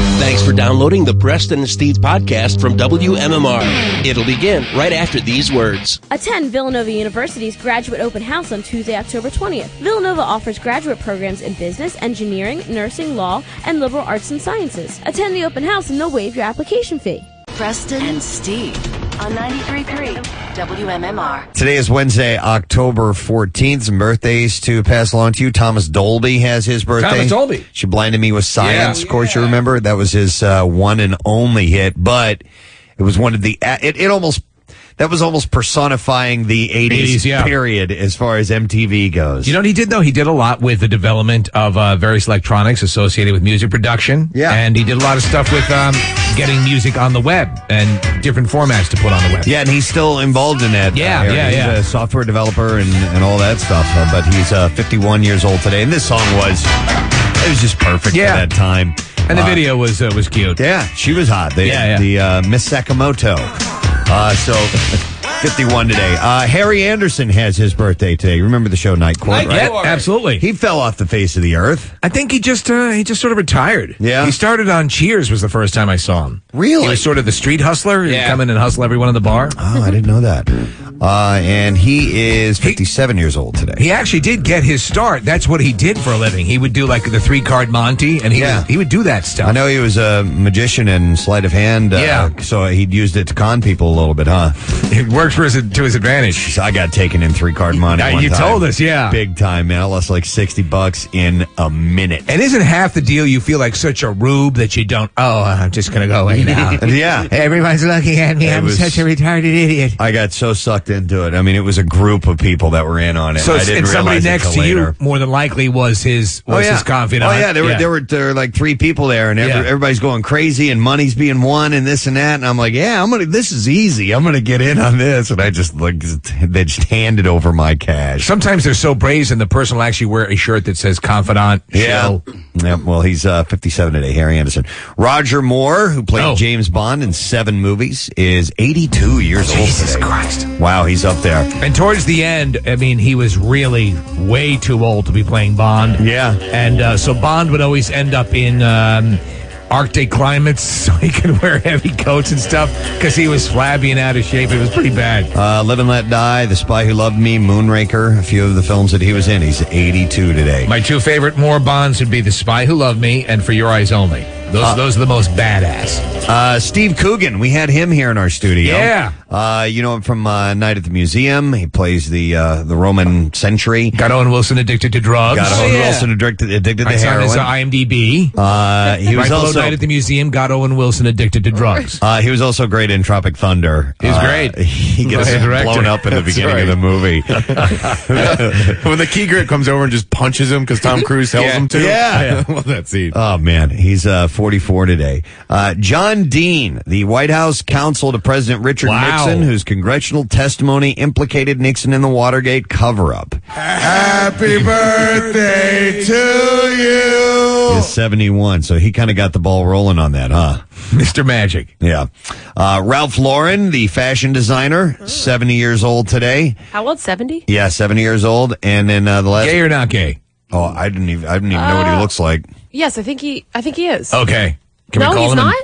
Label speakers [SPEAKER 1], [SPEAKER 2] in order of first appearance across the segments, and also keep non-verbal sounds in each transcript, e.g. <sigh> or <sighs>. [SPEAKER 1] Thanks for downloading the Preston and Steve podcast from WMMR. It'll begin right after these words.
[SPEAKER 2] Attend Villanova University's Graduate Open House on Tuesday, October 20th. Villanova offers graduate programs in business, engineering, nursing, law, and liberal arts and sciences. Attend the open house and they'll waive your application fee.
[SPEAKER 3] Preston and Steve on 93.3 WMMR.
[SPEAKER 4] Today is Wednesday, October 14th. Some birthdays to pass along to you. Thomas Dolby has his birthday.
[SPEAKER 5] Thomas Dolby.
[SPEAKER 4] She blinded me with science. of course, you remember that was his uh, one and only hit, but it was one of the. It, it almost that was almost personifying the 80s,
[SPEAKER 5] 80s, yeah.
[SPEAKER 4] period as far as MTV goes.
[SPEAKER 5] You know what he did though? He did a lot with the development of uh, various electronics associated with music production.
[SPEAKER 4] Yeah.
[SPEAKER 5] and he did a lot of stuff with um, getting music on the web and different formats to put on the web.
[SPEAKER 4] Yeah, and he's still involved in that.
[SPEAKER 5] Yeah,
[SPEAKER 4] area.
[SPEAKER 5] yeah,
[SPEAKER 4] he's
[SPEAKER 5] yeah.
[SPEAKER 4] a software developer and, and all that stuff. uh, but he's uh, 51 years old today, and this song was it was just perfect
[SPEAKER 5] Yeah.
[SPEAKER 4] for that time.
[SPEAKER 5] and the
[SPEAKER 4] Uh,
[SPEAKER 5] video was uh, was cute.
[SPEAKER 4] Yeah, she was hot. The,
[SPEAKER 5] Yeah, yeah.
[SPEAKER 4] the uh, Miss Sakamoto. Uh, so. <laughs> 51 today. Uh, Harry Anderson has his birthday today. You Remember the show Night Court,
[SPEAKER 5] Night
[SPEAKER 4] right?
[SPEAKER 5] Court. Yeah, absolutely.
[SPEAKER 4] He fell off the face of the earth.
[SPEAKER 5] I think he just uh, he just sort of retired.
[SPEAKER 4] Yeah.
[SPEAKER 5] he started on Cheers was the first time I saw him.
[SPEAKER 4] Really?
[SPEAKER 5] he was sort of the street hustler. He'd come in and hustle everyone in the bar.
[SPEAKER 4] Oh, I didn't know that. Uh, and he is 57 years old today.
[SPEAKER 5] He actually did get his start. That's what he did for a living. He would do like the three card Monty, and he
[SPEAKER 4] Yeah.
[SPEAKER 5] was- he would do that stuff.
[SPEAKER 4] I know he was a magician and sleight of hand. Uh,
[SPEAKER 5] Yeah.
[SPEAKER 4] So he'd used it to con people a little bit, huh?
[SPEAKER 5] It worked for his to his advantage.
[SPEAKER 4] So I got taken in three card money.
[SPEAKER 5] Yeah,
[SPEAKER 4] one
[SPEAKER 5] you
[SPEAKER 4] time.
[SPEAKER 5] told us, yeah.
[SPEAKER 4] Big time, man. I lost like 60 bucks in a minute.
[SPEAKER 5] And isn't half the deal you feel like such a rube that you don't? Oh, I'm just gonna go away now.
[SPEAKER 4] <laughs> yeah.
[SPEAKER 5] Everyone's looking at me.
[SPEAKER 4] It was-
[SPEAKER 5] retarded idiot.
[SPEAKER 4] I got so sucked into it. I mean, it was a group of people that were in on it.
[SPEAKER 5] So
[SPEAKER 4] I didn't
[SPEAKER 5] and somebody
[SPEAKER 4] realize it
[SPEAKER 5] next
[SPEAKER 4] till
[SPEAKER 5] to
[SPEAKER 4] later.
[SPEAKER 5] you more than likely was his was his confidant.
[SPEAKER 4] Oh yeah, there were there were there were like three people there, and every,
[SPEAKER 5] Yeah.
[SPEAKER 4] everybody's going crazy, and money's being won, and this and that, and I'm like, yeah, I'm gonna. This is easy. I'm gonna get in on this, <laughs> and I just like they just handed over my cash.
[SPEAKER 5] Sometimes they're so brazen the person will actually wear a shirt that
[SPEAKER 4] <laughs>
[SPEAKER 5] says confidant.
[SPEAKER 4] Yeah.
[SPEAKER 5] shell.
[SPEAKER 4] yeah. Well, he's uh, 57 today, Harry Anderson. Roger Moore, who played
[SPEAKER 5] Oh.
[SPEAKER 4] James Bond in seven movies, is 82 years old.
[SPEAKER 5] Jesus
[SPEAKER 4] today.
[SPEAKER 5] Christ.
[SPEAKER 4] Wow, he's up there.
[SPEAKER 5] And towards the end, I mean, he was really way too old to be playing Bond.
[SPEAKER 4] Yeah.
[SPEAKER 5] And uh, so Bond would always end up in um, Arctic climates <laughs> so he could wear heavy coats and stuff because he was flabby and out of shape. It was pretty bad.
[SPEAKER 4] Uh, Live and Let Die, The Spy Who Loved Me, Moonraker, a few of the films that he was in. He's 82 today.
[SPEAKER 5] My two favorite more Bonds would be The Spy Who Loved Me and For Your Eyes Only. Those, those are the most badass.
[SPEAKER 4] Uh, Steve Coogan, we had him here in our studio.
[SPEAKER 5] Yeah.
[SPEAKER 4] Uh, you know him from uh, Night at the Museum. He plays the uh, the Roman sentry.
[SPEAKER 5] Got Owen Wilson addicted to drugs. Oh,
[SPEAKER 4] Got Owen Wilson addicted, addicted to
[SPEAKER 5] That's on his
[SPEAKER 4] heroin.
[SPEAKER 5] IMDb.
[SPEAKER 4] Uh, he
[SPEAKER 5] right
[SPEAKER 4] was
[SPEAKER 5] below
[SPEAKER 4] also
[SPEAKER 5] Night at the Museum, got Owen Wilson addicted to drugs.
[SPEAKER 4] Uh, he was also great in Tropic Thunder.
[SPEAKER 5] He was
[SPEAKER 4] Uh,
[SPEAKER 5] great.
[SPEAKER 4] <laughs> He gets
[SPEAKER 5] Right.
[SPEAKER 4] blown
[SPEAKER 5] Director.
[SPEAKER 4] up in the
[SPEAKER 6] That's
[SPEAKER 4] beginning of
[SPEAKER 6] right.
[SPEAKER 4] the movie.
[SPEAKER 6] <laughs>
[SPEAKER 7] <laughs>
[SPEAKER 6] when the key grip comes over and just punches him because Tom Cruise tells
[SPEAKER 5] Yeah.
[SPEAKER 6] him to.
[SPEAKER 7] <laughs>
[SPEAKER 4] Yeah.
[SPEAKER 6] I love that scene.
[SPEAKER 4] oh man, he's uh, 44 today. Uh, John Dean, the White House counsel to President Richard
[SPEAKER 5] Wow.
[SPEAKER 4] Nixon, whose congressional testimony implicated Nixon in the Watergate cover-up,
[SPEAKER 6] Happy birthday to you.
[SPEAKER 4] is 71. So he kind of got the ball rolling on that, huh?
[SPEAKER 5] Mr. Magic.
[SPEAKER 4] Yeah. Uh, Ralph Lauren, the fashion designer, 70 years old today.
[SPEAKER 8] How old? 70?
[SPEAKER 4] Yeah, 70 years old. And then uh, the last.
[SPEAKER 5] Gay or not gay?
[SPEAKER 4] Oh, I didn't even I didn't even know
[SPEAKER 8] Uh,
[SPEAKER 4] what he looks like.
[SPEAKER 8] Yes, I think he I think he is.
[SPEAKER 5] Okay. Can
[SPEAKER 8] no,
[SPEAKER 5] we call
[SPEAKER 8] he's
[SPEAKER 5] him?
[SPEAKER 8] not?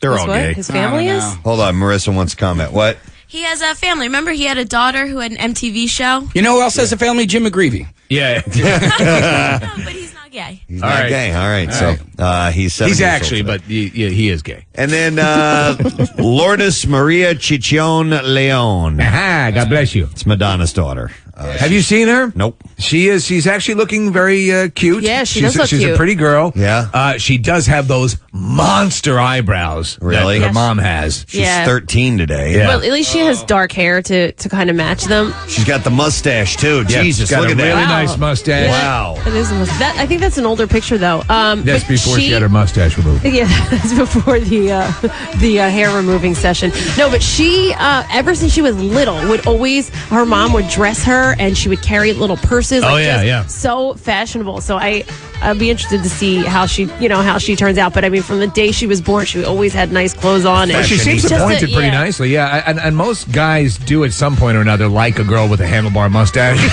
[SPEAKER 4] They're
[SPEAKER 8] His
[SPEAKER 4] all
[SPEAKER 8] what?
[SPEAKER 4] gay.
[SPEAKER 8] His family is?
[SPEAKER 4] Hold on, Marissa wants to comment. What?
[SPEAKER 9] He has a family. Remember, he had a daughter who had an MTV show?
[SPEAKER 10] You know who else has a family? Jim McGreevy. <laughs>
[SPEAKER 5] Yeah.
[SPEAKER 9] No, but he's not gay.
[SPEAKER 4] He's
[SPEAKER 5] All
[SPEAKER 4] not
[SPEAKER 5] right.
[SPEAKER 4] gay. All right. so Uh, he's seven
[SPEAKER 5] he's
[SPEAKER 4] years old
[SPEAKER 5] actually,
[SPEAKER 4] today.
[SPEAKER 5] but y- yeah, he is gay.
[SPEAKER 4] And then
[SPEAKER 5] <laughs>
[SPEAKER 4] uh, Lourdes Maria Chichon Leon.
[SPEAKER 5] Aha, God bless you.
[SPEAKER 4] It's Madonna's daughter. Uh,
[SPEAKER 5] Have you seen her?
[SPEAKER 4] Nope.
[SPEAKER 5] She is. She's actually looking very uh, cute.
[SPEAKER 8] Yeah, she
[SPEAKER 5] she's
[SPEAKER 8] does
[SPEAKER 5] a,
[SPEAKER 8] look
[SPEAKER 5] She's a
[SPEAKER 8] cute.
[SPEAKER 5] pretty girl.
[SPEAKER 4] Yeah.
[SPEAKER 5] Uh, she does have those monster eyebrows. that
[SPEAKER 4] Really?
[SPEAKER 5] her
[SPEAKER 4] Yes.
[SPEAKER 5] mom has.
[SPEAKER 4] She's
[SPEAKER 8] Yeah.
[SPEAKER 4] 13 today.
[SPEAKER 5] Yeah.
[SPEAKER 8] Well, at least she has dark hair to, to kind of match them.
[SPEAKER 4] She's got the mustache too.
[SPEAKER 5] Yeah,
[SPEAKER 4] Jesus,
[SPEAKER 5] she's
[SPEAKER 4] look
[SPEAKER 5] got a
[SPEAKER 4] at
[SPEAKER 5] really
[SPEAKER 4] that.
[SPEAKER 5] nice mustache.
[SPEAKER 4] Wow.
[SPEAKER 8] It is almost- that, I think that's an older picture though. Um,
[SPEAKER 5] That's
[SPEAKER 8] but
[SPEAKER 5] before she, had her mustache removed.
[SPEAKER 8] Yeah, <laughs> that's before the uh, the uh, hair removing session. No, but she, uh, ever since she was little, would always her mom would dress her, and she would carry little purses.
[SPEAKER 5] Oh, yeah,
[SPEAKER 8] just
[SPEAKER 5] yeah.
[SPEAKER 8] So fashionable. So I, I'll be interested to see how she, you know, how she turns out. But I mean, from the day she was born, she always had nice clothes on.
[SPEAKER 5] Yeah,
[SPEAKER 8] And
[SPEAKER 5] she seems
[SPEAKER 8] Just a-
[SPEAKER 5] appointed pretty
[SPEAKER 8] yeah.
[SPEAKER 5] nicely, yeah. And, and most guys do at some point or another like a girl with a handlebar mustache.
[SPEAKER 8] <laughs>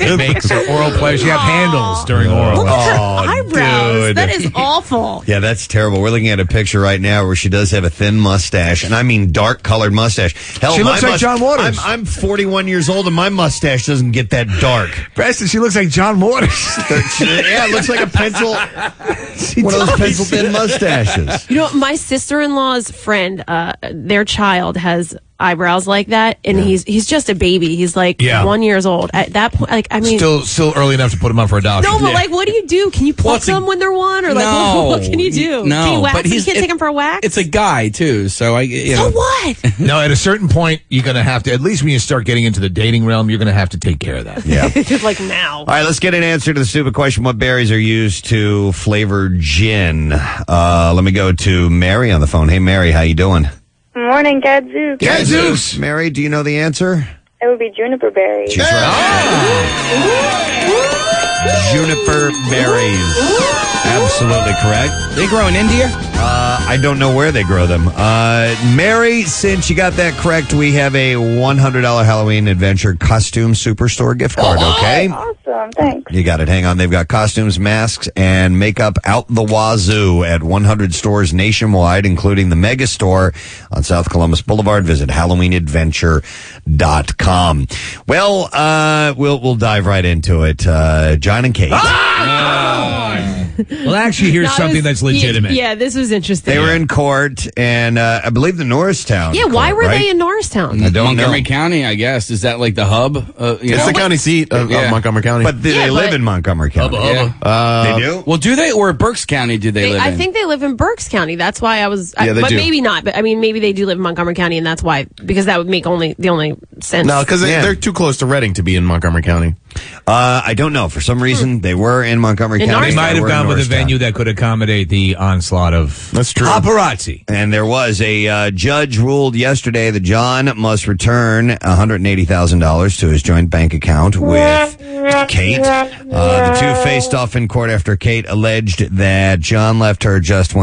[SPEAKER 5] it makes her oral pleasure. You have handles during oral.
[SPEAKER 4] Oh.
[SPEAKER 8] Look at her eyebrows.
[SPEAKER 4] dude.
[SPEAKER 8] That is awful.
[SPEAKER 4] Yeah, that's terrible. We're looking at a picture right now where she does have a thin mustache, and I mean dark colored mustache. Hell,
[SPEAKER 5] She
[SPEAKER 4] my
[SPEAKER 5] looks like
[SPEAKER 4] must-
[SPEAKER 5] John Waters.
[SPEAKER 4] I'm, I'm 41 years old, and my mustache doesn't get that dark.
[SPEAKER 5] Preston, she looks like
[SPEAKER 4] <laughs>
[SPEAKER 5] John Waters.
[SPEAKER 4] yeah, it looks like a
[SPEAKER 5] <laughs>
[SPEAKER 4] pencil. one of those pencil thin mustaches.
[SPEAKER 8] You know, my sister in law's friend, uh, their child has eyebrows like that, and he's he's just a baby. He's like
[SPEAKER 5] Yeah.
[SPEAKER 8] one years old at that point. Like, I mean,
[SPEAKER 5] still, still early enough to put him up for adoption.
[SPEAKER 8] no, but like, what do you do? Can you pluck
[SPEAKER 10] it's a-
[SPEAKER 8] them when they're one, or like,
[SPEAKER 10] no,
[SPEAKER 8] <laughs> what, can you do?
[SPEAKER 10] No,
[SPEAKER 8] can you wax
[SPEAKER 10] but
[SPEAKER 8] them?
[SPEAKER 10] he's-
[SPEAKER 8] you can't
[SPEAKER 10] it-
[SPEAKER 8] take them for a wax.
[SPEAKER 10] It's a guy too, so I. You know,
[SPEAKER 8] so what? <laughs>
[SPEAKER 5] <laughs> No, at a certain point, you're going to have to, at least when you start getting into the dating realm, you're going to have to take care of that.
[SPEAKER 4] <laughs> Yeah.
[SPEAKER 8] like now.
[SPEAKER 4] All right, let's get an answer to the stupid question. What berries are used to flavor gin? Uh, let me go to Mary on the phone. Hey, Mary, how you doing?
[SPEAKER 11] Morning, Gadzooks.
[SPEAKER 5] Jesus!
[SPEAKER 4] Mary, do you know the answer?
[SPEAKER 11] It would be juniper berries.
[SPEAKER 4] She's Ah! right. Juniper berries. Absolutely correct.
[SPEAKER 10] they grow in India.
[SPEAKER 4] Uh, I don't know where they grow them. Uh, Mary, since you got that correct, we have a $100 Halloween Adventure Costume Superstore gift card, okay?
[SPEAKER 11] Awesome, thanks.
[SPEAKER 4] You got it. Hang on. They've got costumes, masks, and makeup out the wazoo at 100 stores nationwide, including the mega store on South Columbus Boulevard. Visit HalloweenAdventure.com. Well, uh, we'll, we'll dive right into it. Uh, John and Kate.
[SPEAKER 6] Ah!
[SPEAKER 5] Well, actually, here's
[SPEAKER 8] Not
[SPEAKER 5] something
[SPEAKER 8] as-
[SPEAKER 5] that's
[SPEAKER 8] yeah,
[SPEAKER 5] legitimate.
[SPEAKER 8] Yeah, this was interesting.
[SPEAKER 4] They were in court, and uh, I believe the Norristown.
[SPEAKER 8] yeah, why
[SPEAKER 4] court,
[SPEAKER 8] were
[SPEAKER 4] right?
[SPEAKER 8] they in Norristown?
[SPEAKER 4] don't
[SPEAKER 10] Montgomery
[SPEAKER 4] know.
[SPEAKER 10] County, I guess, is that like the hub? Uh, you
[SPEAKER 6] It's
[SPEAKER 10] know?
[SPEAKER 6] the county seat of, of
[SPEAKER 10] Yeah.
[SPEAKER 6] Montgomery County.
[SPEAKER 4] But they,
[SPEAKER 8] Yeah,
[SPEAKER 4] they live
[SPEAKER 8] but-
[SPEAKER 4] in Montgomery County.
[SPEAKER 10] Yeah.
[SPEAKER 4] Uh, they do?
[SPEAKER 10] Well, do they or Berks County? Do they,
[SPEAKER 8] They-
[SPEAKER 10] live
[SPEAKER 8] I
[SPEAKER 10] in?
[SPEAKER 8] think they live in Berks County. That's why I was, I-
[SPEAKER 6] Yeah, they
[SPEAKER 8] but
[SPEAKER 6] do.
[SPEAKER 8] maybe not. But I mean, maybe they do live in Montgomery County, and that's why because that would make only the only sense.
[SPEAKER 6] no, because
[SPEAKER 4] Yeah.
[SPEAKER 6] they're too close to Reading to be in Montgomery County.
[SPEAKER 4] Uh, I don't know. For some reason, they were in Montgomery
[SPEAKER 8] In
[SPEAKER 4] County.
[SPEAKER 5] They
[SPEAKER 8] Norristown.
[SPEAKER 5] might
[SPEAKER 4] They
[SPEAKER 5] have
[SPEAKER 4] were in
[SPEAKER 5] gone with a
[SPEAKER 4] Norristown.
[SPEAKER 5] venue that could accommodate the onslaught of
[SPEAKER 6] That's true.
[SPEAKER 5] paparazzi.
[SPEAKER 4] And there was a uh, judge ruled yesterday that John must return $180,000 to his joint bank account with Kate. Uh, the two faced off in court after Kate alleged that John left her just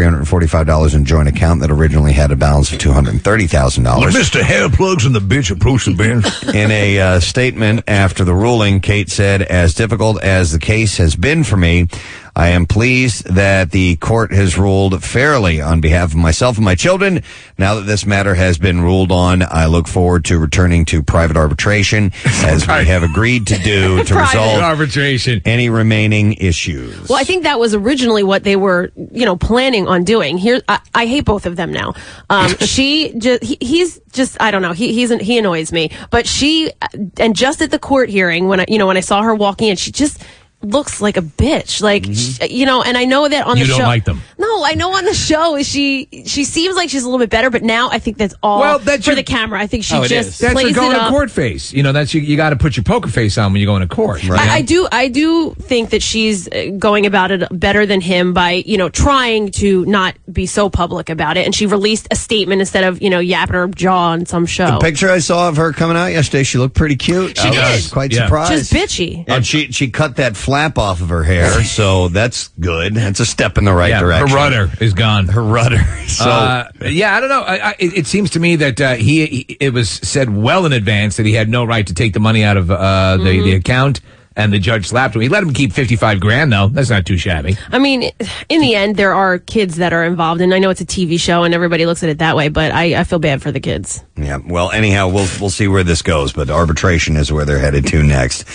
[SPEAKER 4] $1,345 in joint account that originally had a balance of $230,000.
[SPEAKER 5] Hair Plugs and the bitch approached the bench.
[SPEAKER 4] In a uh, statement after the ruling, Kate said, As difficult as the case has been for me, I am pleased that the court has ruled fairly on behalf of myself and my children. Now that this matter has been ruled on, I look forward to returning to private
[SPEAKER 5] <laughs>
[SPEAKER 4] arbitration as we have agreed to do to
[SPEAKER 8] Private.
[SPEAKER 4] resolve
[SPEAKER 5] Arbitration.
[SPEAKER 4] any remaining issues.
[SPEAKER 8] Well, I think that was originally what they were, you know, planning on doing. Here, I, I hate both of them now.
[SPEAKER 5] <laughs>
[SPEAKER 8] Um, she just, he, he's just, I don't know. He, he's, an, he annoys me. But she, uh, and just at the court hearing, when I, you know, when I saw her walking in, she just looks like a bitch. Like, she- you know, and I know that on
[SPEAKER 5] Mm-hmm. You
[SPEAKER 8] the
[SPEAKER 5] don't
[SPEAKER 8] show.
[SPEAKER 5] like them.
[SPEAKER 8] No, I know on the show she, she seems like she's a little bit better, but now I think that's all
[SPEAKER 5] Well, that's
[SPEAKER 8] for
[SPEAKER 5] your-
[SPEAKER 8] the camera. I think she
[SPEAKER 10] Oh, it is.
[SPEAKER 8] just
[SPEAKER 5] That's
[SPEAKER 8] plays
[SPEAKER 5] your going
[SPEAKER 8] it
[SPEAKER 5] to
[SPEAKER 8] up.
[SPEAKER 5] court face. You know, that's you, you got to put your poker face on when you go into court. Right.
[SPEAKER 8] I, I do. I do think that she's uh, going about it better than him by you know trying to not be so public about it, and she released a statement instead of you know yapping her jaw on some show.
[SPEAKER 4] the picture I saw of her coming out yesterday, she looked pretty cute. She I was
[SPEAKER 5] did.
[SPEAKER 4] quite
[SPEAKER 5] Yeah.
[SPEAKER 4] surprised.
[SPEAKER 8] She's bitchy.
[SPEAKER 4] And she she cut that flap off of her hair, so that's good. That's a step in the right
[SPEAKER 5] Yeah, her
[SPEAKER 4] direction.
[SPEAKER 5] rudder is gone.
[SPEAKER 4] Her
[SPEAKER 5] <laughs>
[SPEAKER 4] rudder. So
[SPEAKER 5] Uh, yeah, I don't know. I, I, it, it seems to me that uh, he, he- it was said well in advance that he had no right to take the money out of uh, the
[SPEAKER 8] Mm-hmm.
[SPEAKER 5] the account, and the judge slapped him. He let him keep fifty five grand though. That's not too shabby.
[SPEAKER 8] I mean, in the end, there are kids that are involved, and I know it's a TV show, and everybody looks at it that way, but I, I feel bad for the kids.
[SPEAKER 4] yeah. Well, anyhow, we'll we'll see where this goes, but arbitration is where they're headed to next.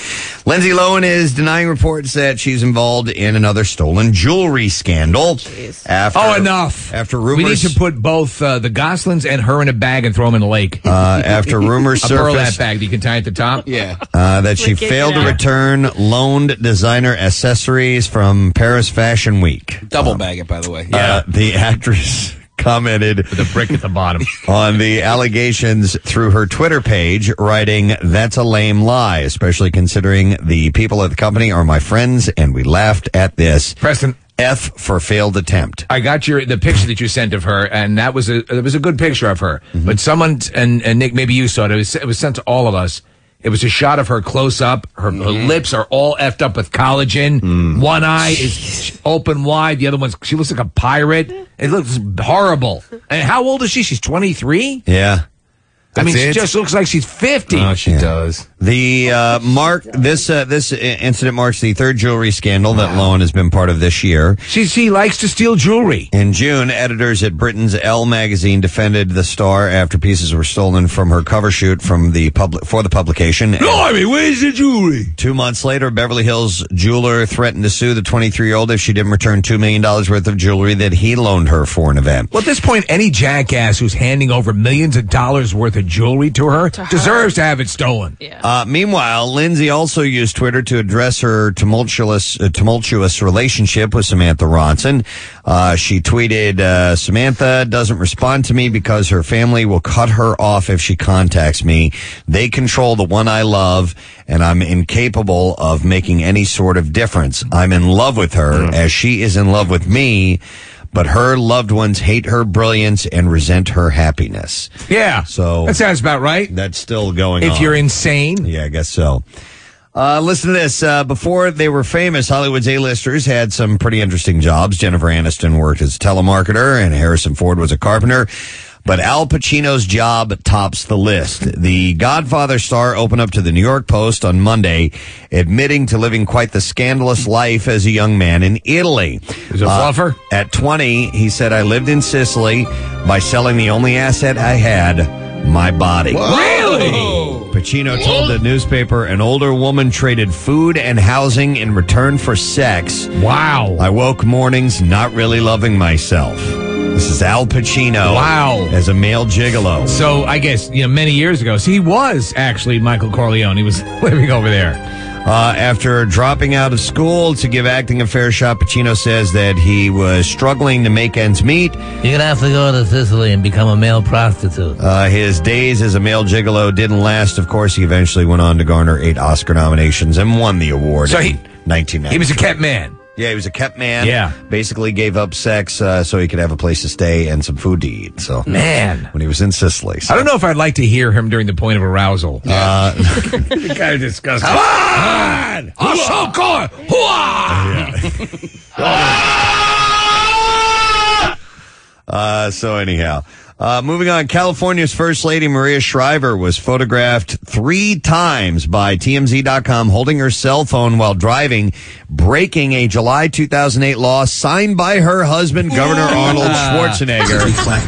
[SPEAKER 4] Lindsay Lohan is denying reports that she's involved in another stolen jewelry scandal. After,
[SPEAKER 5] Oh, enough.
[SPEAKER 4] After
[SPEAKER 5] we need
[SPEAKER 4] rumors,
[SPEAKER 5] to put both uh, the Goslings and her in a bag and throw them in the lake.
[SPEAKER 4] uh,
[SPEAKER 5] <laughs>
[SPEAKER 4] after rumors
[SPEAKER 5] a burlap
[SPEAKER 4] surfaced
[SPEAKER 5] bag that you can tie at the top.
[SPEAKER 10] Yeah.
[SPEAKER 4] uh, that she
[SPEAKER 8] Like, get
[SPEAKER 4] failed
[SPEAKER 8] it
[SPEAKER 4] to
[SPEAKER 8] out.
[SPEAKER 4] return loaned designer accessories from Paris Fashion Week.
[SPEAKER 10] Double bag it, by the way.
[SPEAKER 4] Uh, the actress <laughs> commented
[SPEAKER 5] The brick at the bottom.
[SPEAKER 4] <laughs> on the allegations through her Twitter page, writing, That's a lame lie, especially considering the people at the company are my friends and we laughed at this.
[SPEAKER 5] Preston,
[SPEAKER 4] F for failed attempt.
[SPEAKER 5] I got your the picture that you sent of her, and
[SPEAKER 4] Mm-hmm.
[SPEAKER 5] that was a it was a good picture of her. But someone and, and Nick, maybe you saw it. It was, it was sent to all of us. It was a shot of her close up. Her, her lips are all effed up with collagen.
[SPEAKER 4] Mm.
[SPEAKER 5] One eye is open wide. The other one's she looks like a pirate. It looks horrible. And how old is she? She's twenty three.
[SPEAKER 4] Yeah.
[SPEAKER 5] I mean,
[SPEAKER 4] That's
[SPEAKER 5] she
[SPEAKER 4] it?
[SPEAKER 5] just looks like she's fifty.
[SPEAKER 4] Oh, she
[SPEAKER 5] does.
[SPEAKER 4] The uh, mark this uh, this i- incident marks the third jewelry scandal that Loan has been part of this year.
[SPEAKER 5] She she likes to steal jewelry.
[SPEAKER 4] In June, editors at Britain's Elle magazine defended the star after pieces were stolen from her cover shoot from the public for the publication.
[SPEAKER 5] Blimey, where's the jewelry?
[SPEAKER 4] Two months later, Beverly Hills jeweler threatened to sue the 23 year old if she didn't return two million dollars worth of jewelry that he loaned her for an event.
[SPEAKER 5] Well, at this point, any jackass who's handing over millions of dollars worth of jewelry to her deserves to have it stolen.
[SPEAKER 4] Uh, meanwhile, Lindsay also used Twitter to address her tumultuous uh, tumultuous relationship with Samantha Ronson. Uh, she tweeted, uh, "Samantha doesn't respond to me because her family will cut her off if she contacts me. They control the one I love, and I'm incapable of making any sort of difference. I'm in love with her as she is in love with me." But her loved ones hate her brilliance and resent her happiness.
[SPEAKER 5] Yeah.
[SPEAKER 4] So
[SPEAKER 5] That sounds about right.
[SPEAKER 4] That's still going
[SPEAKER 5] If
[SPEAKER 4] on.
[SPEAKER 5] you're insane.
[SPEAKER 4] Yeah, I guess so. Uh, listen to this. Uh, before they were famous, Hollywood's A-listers had some pretty interesting jobs. Jennifer Aniston worked as a telemarketer and Harrison Ford was a carpenter. But Al Pacino's job tops the list. The Godfather star opened up to the New York Post on Monday, admitting to living quite the scandalous life as a young man in Italy. Uh,
[SPEAKER 5] He's a fluffer?
[SPEAKER 4] At 20, he said, I lived in Sicily by selling the only asset I had, my body.
[SPEAKER 5] Really?
[SPEAKER 4] Pacino told the newspaper an older woman traded food and housing in return for sex.
[SPEAKER 5] Wow.
[SPEAKER 4] I woke mornings not really loving myself. This is Al Pacino.
[SPEAKER 5] Wow.
[SPEAKER 4] As a male gigolo.
[SPEAKER 5] So I guess, you know, many years ago. So he was actually Michael Corleone. He was living over there.
[SPEAKER 4] Uh, after dropping out of school to give acting a fair shot, Pacino says that he was struggling to make ends meet.
[SPEAKER 12] You're gonna have to go to Sicily and become a male prostitute.
[SPEAKER 4] Uh, his days as a male gigolo didn't last. Of course, he eventually went on to garner eight Oscar nominations and won the award
[SPEAKER 5] So he-
[SPEAKER 4] in 1990.
[SPEAKER 5] He was a kept man.
[SPEAKER 4] Yeah, he was a kept man.
[SPEAKER 5] Yeah.
[SPEAKER 4] Basically gave up sex uh, so he could have a place to stay and some food to eat. So
[SPEAKER 5] Man.
[SPEAKER 4] when he was in Sicily. So,
[SPEAKER 5] I don't know if I'd like to hear him during the point of arousal. <laughs>
[SPEAKER 12] <laughs>
[SPEAKER 4] Uh,
[SPEAKER 5] kind of disgusting. Come on! I'll show
[SPEAKER 4] <laughs>
[SPEAKER 5] Cor- Hoo-ah!
[SPEAKER 4] uh, so anyhow, uh, moving on. California's first lady Maria Shriver was photographed three times by TMZ.com holding her cell phone while driving, breaking a July 2008 law signed by her husband, Governor Arnold Schwarzenegger.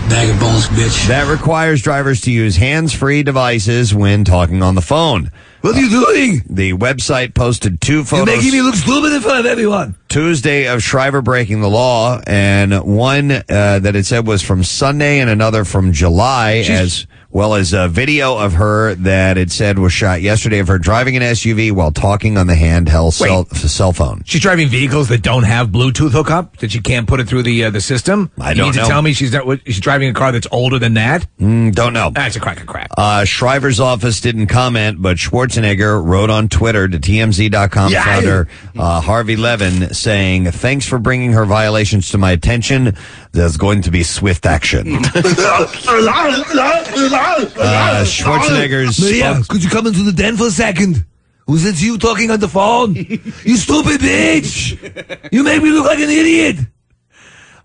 [SPEAKER 12] bag of bones, bitch.
[SPEAKER 4] That requires drivers to use hands-free devices when talking on the phone.
[SPEAKER 12] What are you doing?
[SPEAKER 4] The website posted two photos
[SPEAKER 12] look stupid in front of everyone.
[SPEAKER 4] Tuesday of Shriver breaking the law, and one uh, that it said was from Sunday, and another from July, as well as a video of her that it said was shot yesterday of her driving an SUV while talking on the handheld cell, cell phone.
[SPEAKER 5] She's driving vehicles that don't have Bluetooth hookup that she can't put it through the uh, the system.
[SPEAKER 4] I
[SPEAKER 5] you
[SPEAKER 4] don't
[SPEAKER 5] need
[SPEAKER 4] know.
[SPEAKER 5] to tell me she's not, what, she's driving a car that's older than that.
[SPEAKER 4] Mm, don't know.
[SPEAKER 5] That's a crack
[SPEAKER 4] <laughs>
[SPEAKER 5] of crap.
[SPEAKER 4] Uh, Shriver's office didn't comment, but Schwarzenegger wrote on Twitter to TMZ.com
[SPEAKER 5] Yeah.
[SPEAKER 4] founder uh, Harvey Levin saying, Thanks for bringing her violations to my attention. There's going to be swift action. Uh, Schwarzenegger's.
[SPEAKER 12] Maria,
[SPEAKER 4] spokes-
[SPEAKER 12] could you come into the den for a second? Was it you talking on
[SPEAKER 4] <laughs>
[SPEAKER 12] the phone? you stupid bitch! You make me look like an idiot!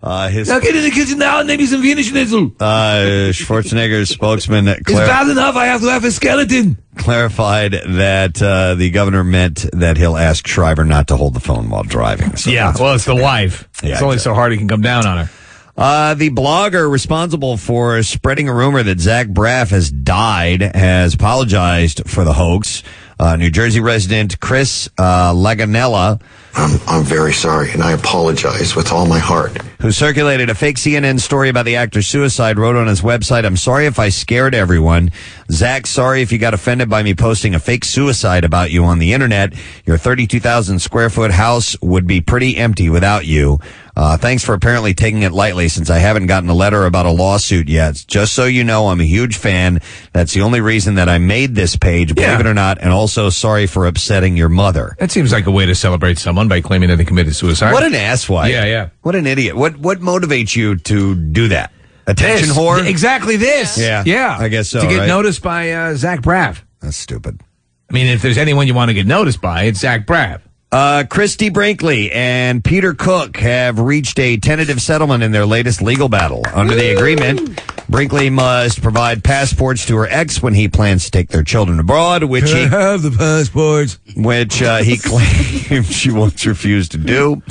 [SPEAKER 4] uh, his,
[SPEAKER 12] Now get in the kitchen now and make me some Vienna schnitzel.
[SPEAKER 4] uh, Schwarzenegger's spokesman
[SPEAKER 12] it's
[SPEAKER 4] clar-
[SPEAKER 12] bad enough I have to have a skeleton.
[SPEAKER 4] clarified that uh, the governor meant that he'll ask Shriver not to hold the phone while driving. So
[SPEAKER 5] yeah, well, it's the wife.
[SPEAKER 4] Yeah,
[SPEAKER 5] it's only so hard he can come down on her.
[SPEAKER 4] Uh, the blogger responsible for spreading a rumor that Zach Braff has died has apologized for the hoax. Uh, New Jersey resident Chris uh, Laganella,
[SPEAKER 13] I'm, I'm very sorry, and I apologize with all my heart.
[SPEAKER 4] who circulated a fake CNN story about the actor's suicide, wrote on his website, I'm sorry if I scared everyone. Zach, sorry if you got offended by me posting a fake suicide about you on the internet. Your 32,000 square foot house would be pretty empty without you. Uh, thanks for apparently taking it lightly since I haven't gotten a letter about a lawsuit yet. Just so you know, I'm a huge fan. That's the only reason that I made this page, believe
[SPEAKER 5] Yeah.
[SPEAKER 4] it or not. And also sorry for upsetting your mother.
[SPEAKER 5] That seems like a way to celebrate someone by claiming that they committed suicide.
[SPEAKER 4] What an asswipe.
[SPEAKER 5] Yeah, yeah.
[SPEAKER 4] What an idiot. What what motivates you to do that? Attention
[SPEAKER 5] This.
[SPEAKER 4] whore?
[SPEAKER 5] Exactly this.
[SPEAKER 4] Yeah.
[SPEAKER 5] Yeah.
[SPEAKER 4] I guess so,
[SPEAKER 5] To get
[SPEAKER 4] right?
[SPEAKER 5] noticed by uh, Zach Braff.
[SPEAKER 4] That's stupid.
[SPEAKER 5] I mean, if there's anyone you want to get noticed by, it's Zach Braff.
[SPEAKER 4] Uh, Christy Brinkley and Peter Cook have reached a tentative settlement in their latest legal battle. Under the agreement, Brinkley must provide passports to her ex when he plans to take their children abroad, which
[SPEAKER 12] Can I
[SPEAKER 4] he
[SPEAKER 12] have the passports?
[SPEAKER 4] which uh, he claims she once refused to do,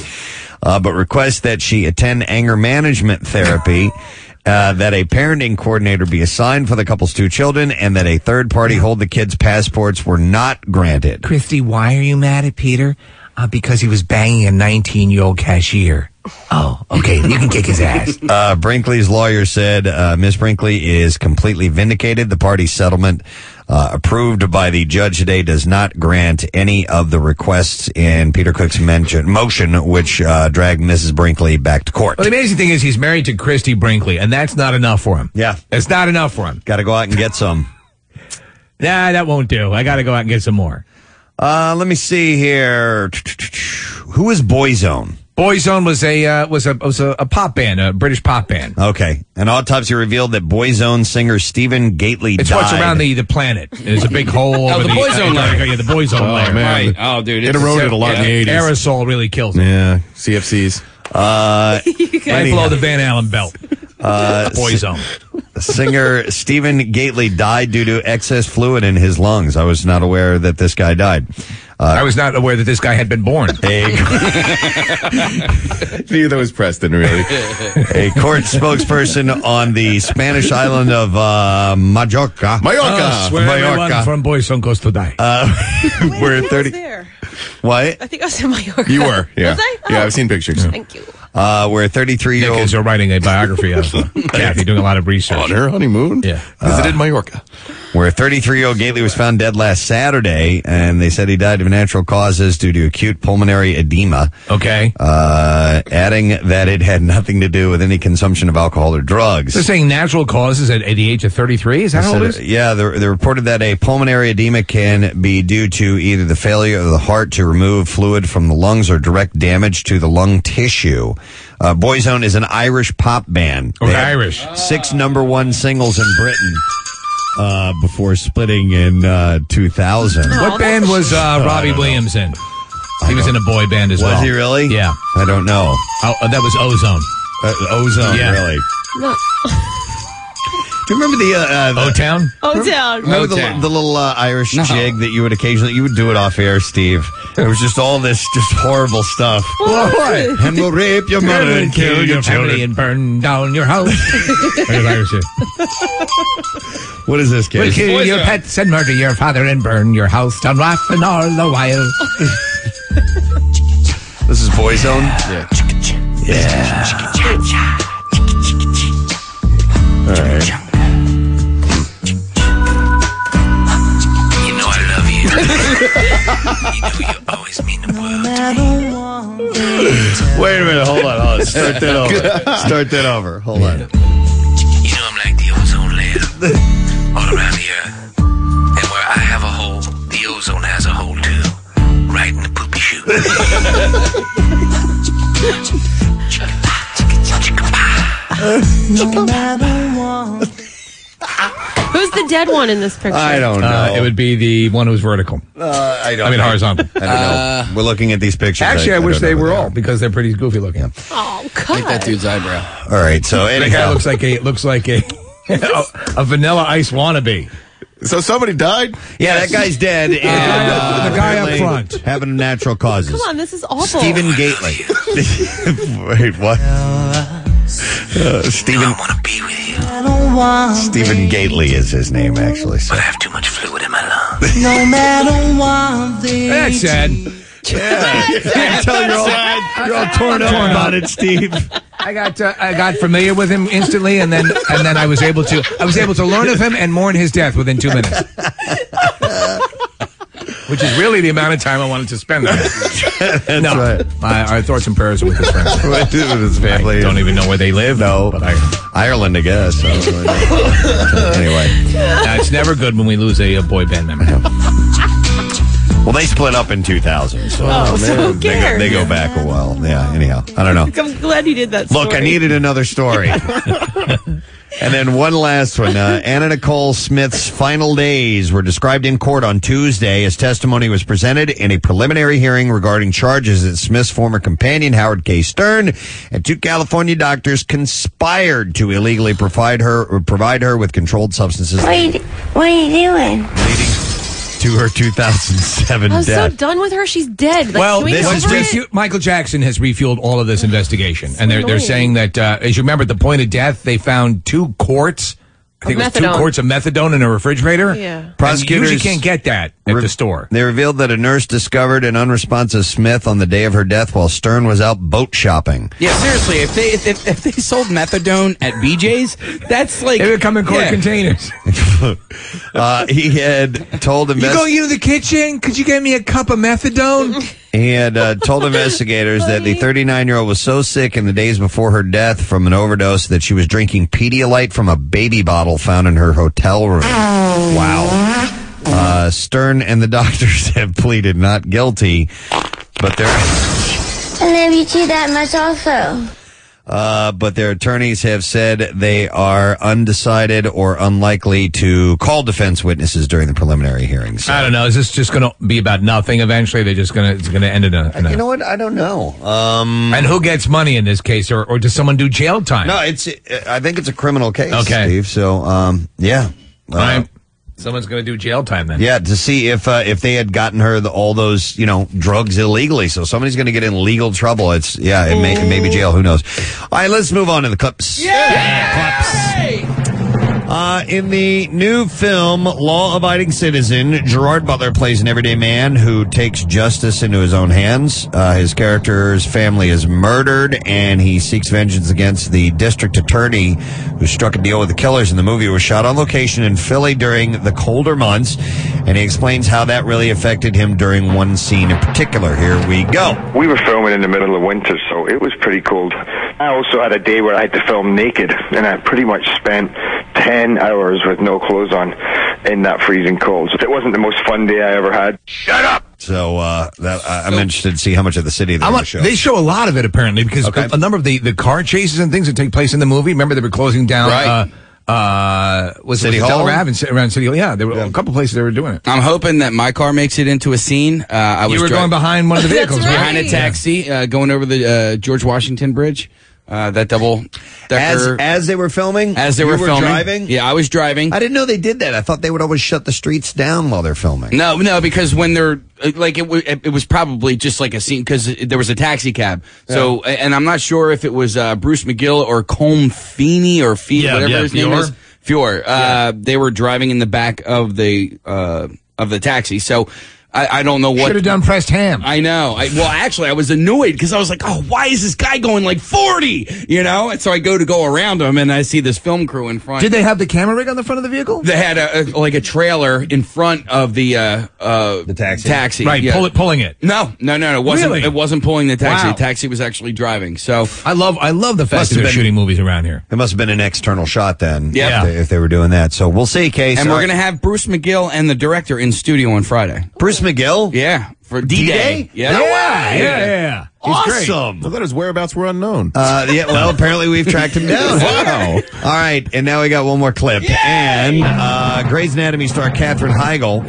[SPEAKER 4] uh, but requests that she attend anger management therapy. Uh, that a parenting coordinator be assigned for the couple's two children and that a third party hold the kids' passports were not granted.
[SPEAKER 5] Christy, why are you mad at Peter? Uh, because he was banging a 19 year old cashier. Oh, okay. You can kick his ass.
[SPEAKER 4] <laughs> Uh, Brinkley's lawyer said uh, Miss Brinkley is completely vindicated. The party settlement uh, approved by the judge today does not grant any of the requests in Peter Cook's mention, motion, which uh, dragged Mrs. Brinkley back to court.
[SPEAKER 5] <laughs> Well, the amazing thing is he's married to Christy Brinkley, and that's not enough for him.
[SPEAKER 4] Yeah.
[SPEAKER 5] It's not enough for him.
[SPEAKER 4] Got to go out and get some.
[SPEAKER 5] Nah, that won't do. I got to go out and get some more.
[SPEAKER 4] Uh, let me see here. Who is Boyzone?
[SPEAKER 5] Boyzone was a uh, was a was a, a pop band, a British pop band.
[SPEAKER 4] Okay. An autopsy revealed that Boyzone singer Stephen Gately
[SPEAKER 5] It's
[SPEAKER 4] died.
[SPEAKER 5] what's around the, the planet. There's a big hole.
[SPEAKER 10] Oh,
[SPEAKER 5] over
[SPEAKER 10] the Boyzone
[SPEAKER 5] uh,
[SPEAKER 10] layer.
[SPEAKER 5] Yeah, the Boyzone
[SPEAKER 10] Oh,
[SPEAKER 5] layer.
[SPEAKER 10] man.
[SPEAKER 5] Right.
[SPEAKER 10] Oh, dude,
[SPEAKER 6] It
[SPEAKER 10] it's-
[SPEAKER 6] eroded a lot in the
[SPEAKER 5] Yeah,
[SPEAKER 6] 80s.
[SPEAKER 5] Aerosol really
[SPEAKER 4] <laughs>
[SPEAKER 5] kills it.
[SPEAKER 6] Yeah, CFCs.
[SPEAKER 5] <laughs>
[SPEAKER 4] Uh,
[SPEAKER 5] Right below the Van Allen belt.
[SPEAKER 4] uh,
[SPEAKER 5] Boyzone.
[SPEAKER 4] Singer Stephen Gately died due to excess fluid in his lungs. I was not aware that this guy died. Uh,
[SPEAKER 5] I was not aware that this guy had been born.
[SPEAKER 4] <laughs> A,
[SPEAKER 6] Neither was Preston, really.
[SPEAKER 4] a court spokesperson on the Spanish island of uh, Majorca. Ah,
[SPEAKER 6] Mallorca.
[SPEAKER 5] Where Ah, everyone
[SPEAKER 4] Mallorca.
[SPEAKER 5] from Boyzone goes to die.
[SPEAKER 4] <laughs> We're
[SPEAKER 8] I
[SPEAKER 4] 30.
[SPEAKER 8] was there.
[SPEAKER 4] What?
[SPEAKER 8] I think I was in Mallorca.
[SPEAKER 6] you were, yeah.
[SPEAKER 8] Was I?
[SPEAKER 6] Yeah,
[SPEAKER 8] Oh.
[SPEAKER 6] I've seen pictures.
[SPEAKER 8] Thank you.
[SPEAKER 4] Uh, where 33 year
[SPEAKER 5] Nick
[SPEAKER 4] old
[SPEAKER 5] is writing a biography of uh,
[SPEAKER 4] <laughs>
[SPEAKER 5] Kathy, doing a lot of research.
[SPEAKER 6] On her honeymoon? Uh,
[SPEAKER 5] Yeah.
[SPEAKER 6] Visited Mallorca.
[SPEAKER 4] where 33 year old Gately was found dead last Saturday, and they said he died of natural causes due to acute pulmonary edema,
[SPEAKER 5] Okay.
[SPEAKER 4] uh, adding that it had nothing to do with any consumption of alcohol or drugs.
[SPEAKER 5] They're saying natural causes at, at the age of 33? Is that how old it is?
[SPEAKER 4] Yeah, they, they reported that a pulmonary edema can be due to either the failure of the heart to remove fluid from the lungs or direct damage to the lung tissue. Uh, Boyzone is an Irish pop band. They
[SPEAKER 5] Okay,
[SPEAKER 4] had
[SPEAKER 5] Irish.
[SPEAKER 4] Six number one singles in Britain uh, before splitting in uh, 2000.
[SPEAKER 5] What band was uh, Robbie Williams in? He was in a boy band as
[SPEAKER 4] Was
[SPEAKER 5] well.
[SPEAKER 4] he really?
[SPEAKER 5] Yeah.
[SPEAKER 4] I don't know.
[SPEAKER 5] Oh, uh, that was Ozone.
[SPEAKER 4] Uh, ozone,
[SPEAKER 5] Yeah.
[SPEAKER 4] really.
[SPEAKER 8] No.
[SPEAKER 4] Do you remember the... Uh, uh, the
[SPEAKER 5] O Town?
[SPEAKER 8] Oh, down.
[SPEAKER 4] Remember the,
[SPEAKER 10] town.
[SPEAKER 4] the little uh, Irish
[SPEAKER 10] No.
[SPEAKER 4] jig that you would occasionally you would do it off air, Steve. It was just all this just horrible stuff. And we'll rape your mother and kill your
[SPEAKER 5] family
[SPEAKER 4] children.
[SPEAKER 5] and burn down your house.
[SPEAKER 4] <laughs>
[SPEAKER 5] There's Irish here.
[SPEAKER 4] What is this,
[SPEAKER 5] We'll
[SPEAKER 4] kid?
[SPEAKER 5] kill
[SPEAKER 10] Boyzone.
[SPEAKER 5] your pets and murder your father and burn your house down rough and all the while.
[SPEAKER 10] <laughs>
[SPEAKER 4] This is Boyzone. Yeah. Yeah. All right.
[SPEAKER 1] You know I love you.
[SPEAKER 12] <laughs>
[SPEAKER 1] you know you always mean the world
[SPEAKER 4] Wait a minute. Hold on. Hold
[SPEAKER 8] <laughs>
[SPEAKER 4] on. Start that over. Start that over. Hold on.
[SPEAKER 1] You know I'm like the ozone layer
[SPEAKER 4] <laughs>
[SPEAKER 1] all around the earth. And where I have a hole, the ozone has a hole too. Right in the poopy shoot.
[SPEAKER 8] <laughs> Who's the dead one in this picture?
[SPEAKER 4] I don't know.
[SPEAKER 5] Uh, it would be the one who's vertical.
[SPEAKER 4] Uh, I don't.
[SPEAKER 5] I mean,
[SPEAKER 4] know.
[SPEAKER 5] horizontal.
[SPEAKER 4] I don't know. We're looking at these pictures.
[SPEAKER 5] Uh, Actually, I, wish
[SPEAKER 4] don't know
[SPEAKER 5] they
[SPEAKER 4] what
[SPEAKER 5] were
[SPEAKER 4] are.
[SPEAKER 5] all because they're pretty goofy looking.
[SPEAKER 4] <laughs>
[SPEAKER 8] Oh, God.
[SPEAKER 10] Like that dude's eyebrow.
[SPEAKER 4] All right. So
[SPEAKER 5] That guy
[SPEAKER 4] anyhow,
[SPEAKER 5] looks like a looks like a <laughs> a, a vanilla ice wannabe.
[SPEAKER 6] So somebody died?
[SPEAKER 4] yeah, that guy's dead. and, uh,
[SPEAKER 5] the guy up
[SPEAKER 4] apparently
[SPEAKER 5] front.
[SPEAKER 4] having natural causes.
[SPEAKER 8] Come on, this is awful.
[SPEAKER 4] Stephen Gately. Wait, what? Uh, Stephen
[SPEAKER 1] want to be with you,
[SPEAKER 4] Stephen Gately is his name actually. So.
[SPEAKER 1] but I have too much fluid in my lungs.
[SPEAKER 5] That's sad.
[SPEAKER 4] Tell you're all, you're all torn up about it, Steve.
[SPEAKER 5] <laughs> I got uh, I got familiar with him instantly, and then and then I was able to I was able to learn of him and mourn his death within two minutes,
[SPEAKER 4] <laughs>
[SPEAKER 5] which is really the amount of time I wanted to spend. On
[SPEAKER 4] <laughs>
[SPEAKER 5] it. no, my, our thoughts and prayers are with his friends.
[SPEAKER 4] What did with his family?
[SPEAKER 5] Don't even know where they live.
[SPEAKER 4] No.
[SPEAKER 5] but I,
[SPEAKER 4] Ireland, I guess. I don't really know. anyway,
[SPEAKER 5] <laughs> Now, it's never good when we lose a, a boy band member.
[SPEAKER 4] Well, they split up in <laughs> 2000, so,
[SPEAKER 8] Oh, so who
[SPEAKER 4] They, go,
[SPEAKER 8] cares?
[SPEAKER 4] they go back a while. Yeah, anyhow, I don't know.
[SPEAKER 8] <laughs> I'm glad you did that.
[SPEAKER 4] Look, I
[SPEAKER 8] story.
[SPEAKER 4] needed another story.
[SPEAKER 8] <laughs>
[SPEAKER 4] and then one last one. Uh, Anna Nicole Smith's final days were described in court on Tuesday as testimony was presented in a preliminary hearing regarding charges that Smith's former companion, Howard K. Stern, and two California doctors conspired to illegally provide her, or provide her with controlled substances
[SPEAKER 11] What are you, what are you doing?
[SPEAKER 4] to her 2007
[SPEAKER 8] I was so
[SPEAKER 4] death.
[SPEAKER 8] done with her. She's dead. Like,
[SPEAKER 5] well,
[SPEAKER 8] can we
[SPEAKER 5] this
[SPEAKER 8] go
[SPEAKER 5] is
[SPEAKER 8] over it?
[SPEAKER 5] refu- Michael Jackson has refueled all of this investigation, and they're they're
[SPEAKER 8] annoying.
[SPEAKER 5] saying that uh, as you remember, at the point of death, they found two quarts. I think
[SPEAKER 8] Of
[SPEAKER 5] it was two
[SPEAKER 8] methadone.
[SPEAKER 5] quarts of methadone in a refrigerator.
[SPEAKER 8] Yeah.
[SPEAKER 5] And you usually
[SPEAKER 4] Prosecutors-
[SPEAKER 5] can't get that at the store.
[SPEAKER 4] They revealed that a nurse discovered an unresponsive Smith on the day of her death while Stern was out boat shopping.
[SPEAKER 10] Yeah, seriously. If they if, if, if they sold methadone at BJ's, that's like
[SPEAKER 5] They would come in quart
[SPEAKER 10] Yeah.
[SPEAKER 5] containers.
[SPEAKER 4] <laughs> uh, he had told invest-
[SPEAKER 5] into the kitchen? Could you get me a cup of
[SPEAKER 8] <laughs>
[SPEAKER 5] methadone?
[SPEAKER 4] he had uh, <laughs> told investigators that the 39 year old was so sick in the days before her death from an overdose that she was drinking Pedialyte from a baby bottle found in her hotel room. Wow. Uh, Stern and the <laughs> doctors have pleaded not guilty, but they're.
[SPEAKER 11] I love you too that much also.
[SPEAKER 4] Uh, but their attorneys have said they are undecided or unlikely to call defense witnesses during the preliminary hearings.
[SPEAKER 5] I don't know. Is this just going to be about nothing? Eventually, they're just going to it's going to end in a. In a
[SPEAKER 4] You know what? I don't know. Um,
[SPEAKER 5] and who gets money in this case, or, or does someone do jail time?
[SPEAKER 4] No, it's. I think it's a criminal case,
[SPEAKER 5] Okay.
[SPEAKER 4] Steve. So, um, yeah, Uh,
[SPEAKER 5] I'm- someone's going to do jail time then.
[SPEAKER 4] yeah, to see if uh, if they had gotten her the, all those you know drugs illegally. So somebody's going to get in legal trouble. It's yeah, it may, it may be jail. Who knows? All right, let's move on to the clips. Uh, in the new film Law Abiding Citizen, Gerard Butler plays an everyday man who takes justice into his own hands. Uh, his character's family is murdered, and he seeks vengeance against the district attorney who struck a deal with the killers. And the movie was shot on location in Philly during the colder months, and he explains how that really affected him during one scene in particular. Here we go.
[SPEAKER 14] We were filming in the middle of winter, so it was pretty cold. I also had a day where I had to film naked, and I pretty much spent 10 hours with no clothes on in that freezing cold. So it wasn't the most fun day I ever had. Shut up!
[SPEAKER 4] So uh, that I I'm interested to see how much of the city they're
[SPEAKER 5] I
[SPEAKER 4] going
[SPEAKER 5] want,
[SPEAKER 4] to show.
[SPEAKER 5] they show a lot of it apparently because a, a number of the, the car chases and things that take place in the movie. Remember they were closing down. Uh, uh, was
[SPEAKER 10] City
[SPEAKER 5] it, was it
[SPEAKER 10] Hall?
[SPEAKER 5] Delaware Ave and Ci- around City Hall? Yeah, there were a couple places they were doing it.
[SPEAKER 10] I'm hoping that my car makes it into a scene. Uh, I was
[SPEAKER 5] you were
[SPEAKER 10] dri-
[SPEAKER 5] going behind one of the vehicles, right?
[SPEAKER 10] behind a taxi, uh, going over the uh, George Washington Bridge. Uh, that double decker.
[SPEAKER 4] As- as they were filming,
[SPEAKER 10] as they
[SPEAKER 4] You
[SPEAKER 10] were,
[SPEAKER 4] were
[SPEAKER 10] filming.
[SPEAKER 4] driving?
[SPEAKER 10] Yeah, I was driving.
[SPEAKER 4] I didn't know they did that. I thought they would always shut the streets down while they're filming.
[SPEAKER 10] No, no, because when they're uh, like it, w- it was probably just like a scene because there was a taxi cab. So, and I'm not sure if it was uh, Bruce McGill or Colm Feeney or Fee,
[SPEAKER 5] Yeah,
[SPEAKER 10] whatever
[SPEAKER 5] yeah,
[SPEAKER 10] his name
[SPEAKER 5] Fior.
[SPEAKER 10] is. Fior. Uh, They were driving in the back of the uh, of the taxi. So. I, I don't know what
[SPEAKER 5] Should have done pressed ham.
[SPEAKER 10] I know. I, well, actually, I was annoyed because I was like, "Oh, why is this guy going like 40?" You know. And so I go to go around him, and I see this film crew in front.
[SPEAKER 5] Did they have the camera rig on the front of the vehicle?
[SPEAKER 10] They had a, a like a trailer in front of the uh, uh, the taxi. Taxi,
[SPEAKER 5] Right, pull it- pulling it.
[SPEAKER 10] No, no, no, no. It wasn't
[SPEAKER 5] Really?
[SPEAKER 10] it wasn't pulling the taxi?
[SPEAKER 5] Wow.
[SPEAKER 10] The taxi was actually driving. So
[SPEAKER 5] I love I love the fact that they're shooting movies around here.
[SPEAKER 4] It must have been an external shot then.
[SPEAKER 10] Yeah.
[SPEAKER 4] If they, if they were doing that. So we'll see, Case.
[SPEAKER 10] and we're gonna have Bruce McGill and the director in studio on Friday.
[SPEAKER 4] Bruce McGill,
[SPEAKER 10] yeah, for D
[SPEAKER 4] D-Day?
[SPEAKER 10] Day. Yeah.
[SPEAKER 4] No way. Yeah, yeah, yeah.
[SPEAKER 6] He's great.
[SPEAKER 4] Awesome.
[SPEAKER 6] I thought his whereabouts were unknown.
[SPEAKER 4] Uh, yeah, well, apparently we've tracked
[SPEAKER 10] <laughs>
[SPEAKER 4] him down.
[SPEAKER 6] Wow.
[SPEAKER 4] All right, and now we got one more clip. And uh, Grey's Anatomy star Katherine Heigl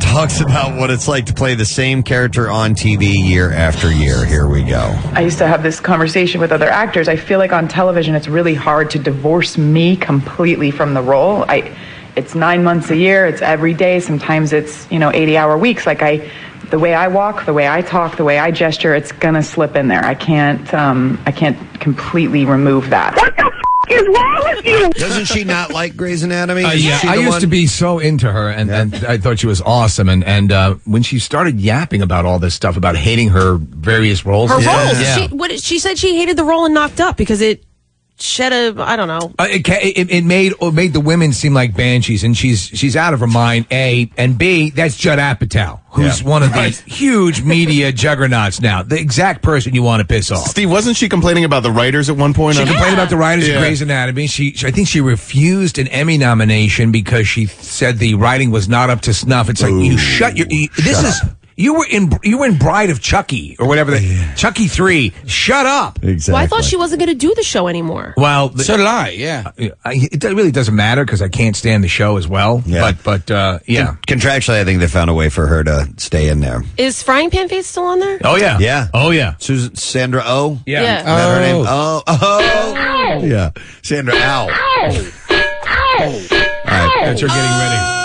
[SPEAKER 4] <gasps> talks about what it's like to play the same character on TV year after year. Here we go.
[SPEAKER 15] I used to have this conversation with other actors. I feel like on television, it's really hard to divorce me completely from the role. I, it's nine months a year. It's every day. Sometimes it's you know eighty-hour weeks. Like I, the way I walk, the way I talk, the way I gesture, it's gonna slip in there. I can't, um, I can't completely remove that. What the f- is wrong with you?
[SPEAKER 4] Doesn't she not like Grey's Anatomy?
[SPEAKER 5] Uh, yeah, I used to be so into her, and, and I thought she was awesome. And and uh, when she started yapping about all this stuff about hating her various roles,
[SPEAKER 8] Her
[SPEAKER 5] Yeah.
[SPEAKER 8] roles.
[SPEAKER 5] Yeah.
[SPEAKER 8] She, what, she said she hated the role and knocked up because it shed a I don't know.
[SPEAKER 5] Uh, it, ca- it, it made it made the women seem like banshees, and she's she's out of her mind. A and B. That's Judd Apatow, who's one of these huge media juggernauts now. The exact person you want to piss off.
[SPEAKER 6] Steve, wasn't she complaining about the writers at one point?
[SPEAKER 5] She
[SPEAKER 6] on-
[SPEAKER 5] complained about the writers
[SPEAKER 6] Yeah.
[SPEAKER 5] of Grey's Anatomy. She, she- I think she refused an Emmy nomination because she said the writing was not up to snuff. It's like you shut your. you- this is you were in you were in Bride of Chucky or whatever. The, Chucky three. Shut up. Exactly.
[SPEAKER 8] Well, I thought she wasn't going to do the show anymore.
[SPEAKER 5] Well,
[SPEAKER 8] So
[SPEAKER 5] did I. Yeah, it really doesn't matter because I can't stand the show as well. But but uh, yeah,
[SPEAKER 4] Contractually, I think they found a way for her to stay in there.
[SPEAKER 8] Is Frying Pan Face still on there?
[SPEAKER 4] yeah,
[SPEAKER 5] oh yeah.
[SPEAKER 4] Susan Sandra O.
[SPEAKER 8] Yeah.
[SPEAKER 4] Is that her name? Oh, oh, yeah. Sandra Ow. All right,
[SPEAKER 5] that's her getting ready.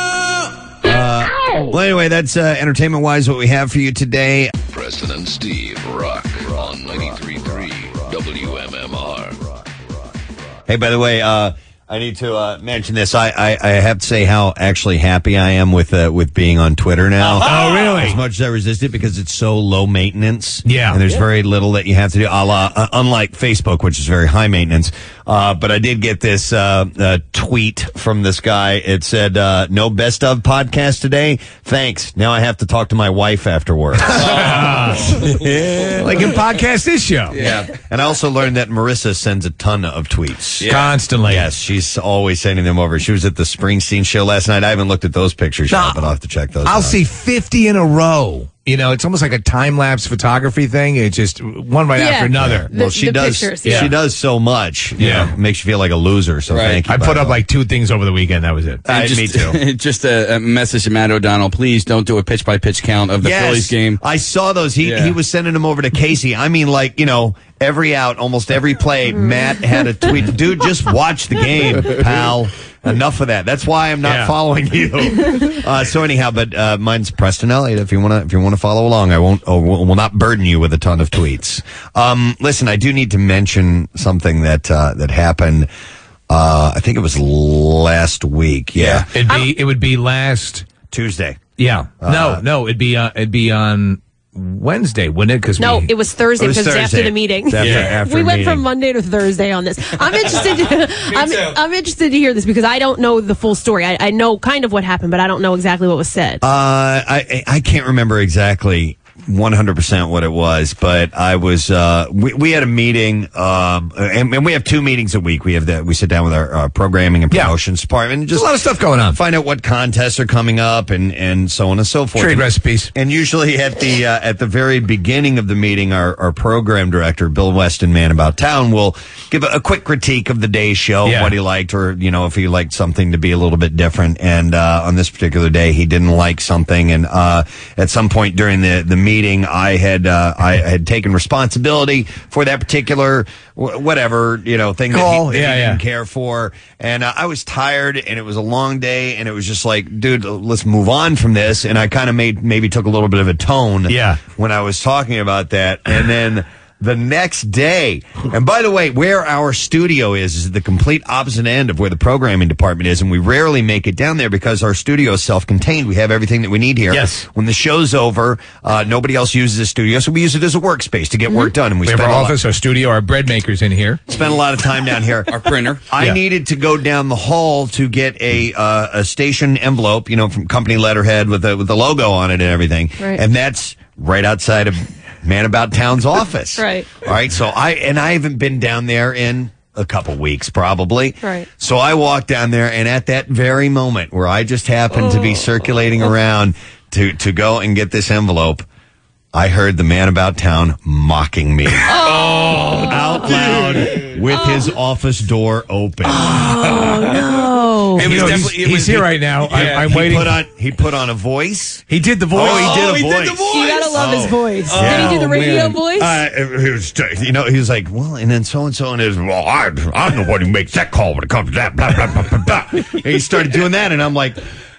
[SPEAKER 4] Uh, well, anyway, that's uh, entertainment wise what we have for you today.
[SPEAKER 16] Preston and Steve rock on 93.3 WMMR.
[SPEAKER 4] Hey, by the way, uh, I need to uh, mention this. I, I, I have to say how actually happy I am with uh, with being on Twitter now.
[SPEAKER 5] Oh, really?
[SPEAKER 4] As much as I resist it because it's so low maintenance.
[SPEAKER 5] Yeah.
[SPEAKER 4] and there's
[SPEAKER 5] Yeah.
[SPEAKER 4] very little that you have to do. A la, uh, unlike Facebook, which is very high maintenance. Uh, but I did get this uh, uh, tweet from this guy. It said, uh, "No best of podcast today. Thanks. Now I have to talk to my wife <laughs> afterwards."
[SPEAKER 5] <laughs> like in podcast this show.
[SPEAKER 4] Yeah. And I also learned that Marissa sends a ton of tweets.
[SPEAKER 5] Constantly.
[SPEAKER 4] Yes, she's always sending them over. She was at the Springsteen show last night. I haven't looked at those pictures yet, but I'll have to check those
[SPEAKER 5] I'll
[SPEAKER 4] out.
[SPEAKER 5] see 50 in a row. You know, it's almost like a time lapse photography thing. It's just one right
[SPEAKER 4] Yeah.
[SPEAKER 5] after another.
[SPEAKER 4] Well, she does. She does so much. you
[SPEAKER 5] Yeah.
[SPEAKER 4] know, makes you feel like a loser. So thank you.
[SPEAKER 5] I
[SPEAKER 4] by
[SPEAKER 5] put
[SPEAKER 4] the
[SPEAKER 5] up
[SPEAKER 4] way.
[SPEAKER 5] like two things over the weekend. That was it.
[SPEAKER 4] I-
[SPEAKER 10] just,
[SPEAKER 4] me
[SPEAKER 10] <laughs>
[SPEAKER 4] too.
[SPEAKER 10] just a, a message to Matt O'Donnell. Please don't do a pitch by pitch count of the
[SPEAKER 4] Yes.
[SPEAKER 10] Phillies game.
[SPEAKER 4] I saw those. He
[SPEAKER 10] Yeah.
[SPEAKER 4] he was sending them over to Casey. I mean, like you know, every out, almost every play. Matt had a tweet. Dude, just watch the game, pal. Enough of that. That's why I'm not
[SPEAKER 5] Yeah.
[SPEAKER 4] following you. Uh, so anyhow, but uh, mine's Preston Elliott. If you want to, if you want to follow along, I won't. Oh, will will not burden you with a ton of tweets. Um, listen, I do need to mention something that uh, that happened. Uh, I think it was last week. Yeah,
[SPEAKER 5] It'd be, it would be last
[SPEAKER 4] Tuesday.
[SPEAKER 5] Yeah. no, no, it'd be, uh, it'd be on Wednesday, wouldn't it? Cause
[SPEAKER 8] No,
[SPEAKER 5] we-
[SPEAKER 8] it was Thursday because it was after the meeting.
[SPEAKER 5] After- Yeah. after
[SPEAKER 8] we went
[SPEAKER 5] meeting.
[SPEAKER 8] from Monday to Thursday on this. I'm interested. To, I'm, I'm interested to hear this because I don't know the full story. I, I know kind of what happened, but I don't know exactly what was said.
[SPEAKER 4] Uh, I I I can't remember exactly 100% what it was, but I was uh we, we had a meeting um and, and we have two meetings a week. We have that we sit down with our uh, programming and promotions department and just
[SPEAKER 5] There's a lot of stuff going on.
[SPEAKER 4] Find out what contests are coming up and and so on and so forth.
[SPEAKER 5] Trade recipes.
[SPEAKER 4] And usually at the uh, at the very beginning of the meeting our our program director Bill Weston man about town will give a, a quick critique of the day's show,
[SPEAKER 5] Yeah.
[SPEAKER 4] what he liked or you know if he liked something to be a little bit different and uh, on this particular day he didn't like something and uh, at some point during the, the meeting i had uh, i had taken responsibility for that particular wh- whatever you know thing
[SPEAKER 5] Call,
[SPEAKER 4] that he, that
[SPEAKER 5] yeah,
[SPEAKER 4] he didn't
[SPEAKER 5] yeah.
[SPEAKER 4] care for and uh, i was tired and it was a long day and it was just like dude let's move on from this and i kind of made maybe took a little bit of a tone
[SPEAKER 5] Yeah.
[SPEAKER 4] when I was talking about that. And then the next day, and by the way, where our studio is is the complete opposite end of where the programming department is, and we rarely make it down there because our studio is self-contained. We have everything that we need here.
[SPEAKER 5] Yes.
[SPEAKER 4] When the show's over, uh, nobody else uses the studio, so we use it as a workspace to get work done. And we,
[SPEAKER 5] Mm-hmm. we have
[SPEAKER 4] spend
[SPEAKER 5] our
[SPEAKER 4] a lot-
[SPEAKER 5] office, our studio, our bread makers in here.
[SPEAKER 4] spent a lot of time down here. Our
[SPEAKER 10] printer.
[SPEAKER 4] I
[SPEAKER 5] Yeah.
[SPEAKER 4] needed to go down the hall to get a uh, a station envelope, you know, from company letterhead with the with the logo on it and everything.
[SPEAKER 5] Right.
[SPEAKER 4] And that's right outside of Man About Town's office.
[SPEAKER 5] Right.
[SPEAKER 4] All right. So I and I haven't been down there in a couple weeks probably.
[SPEAKER 5] Right.
[SPEAKER 4] So I walked down there and at that very moment where I just happened to
[SPEAKER 5] Oh.
[SPEAKER 4] be circulating around to to go and get this envelope, I heard the man about town mocking me
[SPEAKER 5] Oh.
[SPEAKER 4] out loud with his office door open.
[SPEAKER 8] Oh no!
[SPEAKER 5] It was You know, he's- definitely- it he's was- here right now. I'm- I'm
[SPEAKER 4] he
[SPEAKER 5] waiting.
[SPEAKER 4] Put on, he put on a voice.
[SPEAKER 5] He did the voice.
[SPEAKER 4] Oh, he did a voice.
[SPEAKER 8] You gotta love his
[SPEAKER 4] Oh.
[SPEAKER 8] voice.
[SPEAKER 4] Oh,
[SPEAKER 8] Did he do the radio
[SPEAKER 4] man.
[SPEAKER 8] voice?
[SPEAKER 4] Uh, he was, you know, he was like, well, and then so and so, and is well, I, I'm the one who makes that call when it comes to
[SPEAKER 8] <laughs>
[SPEAKER 4] that. Blah blah blah blah. blah. and he started doing that, and I'm like,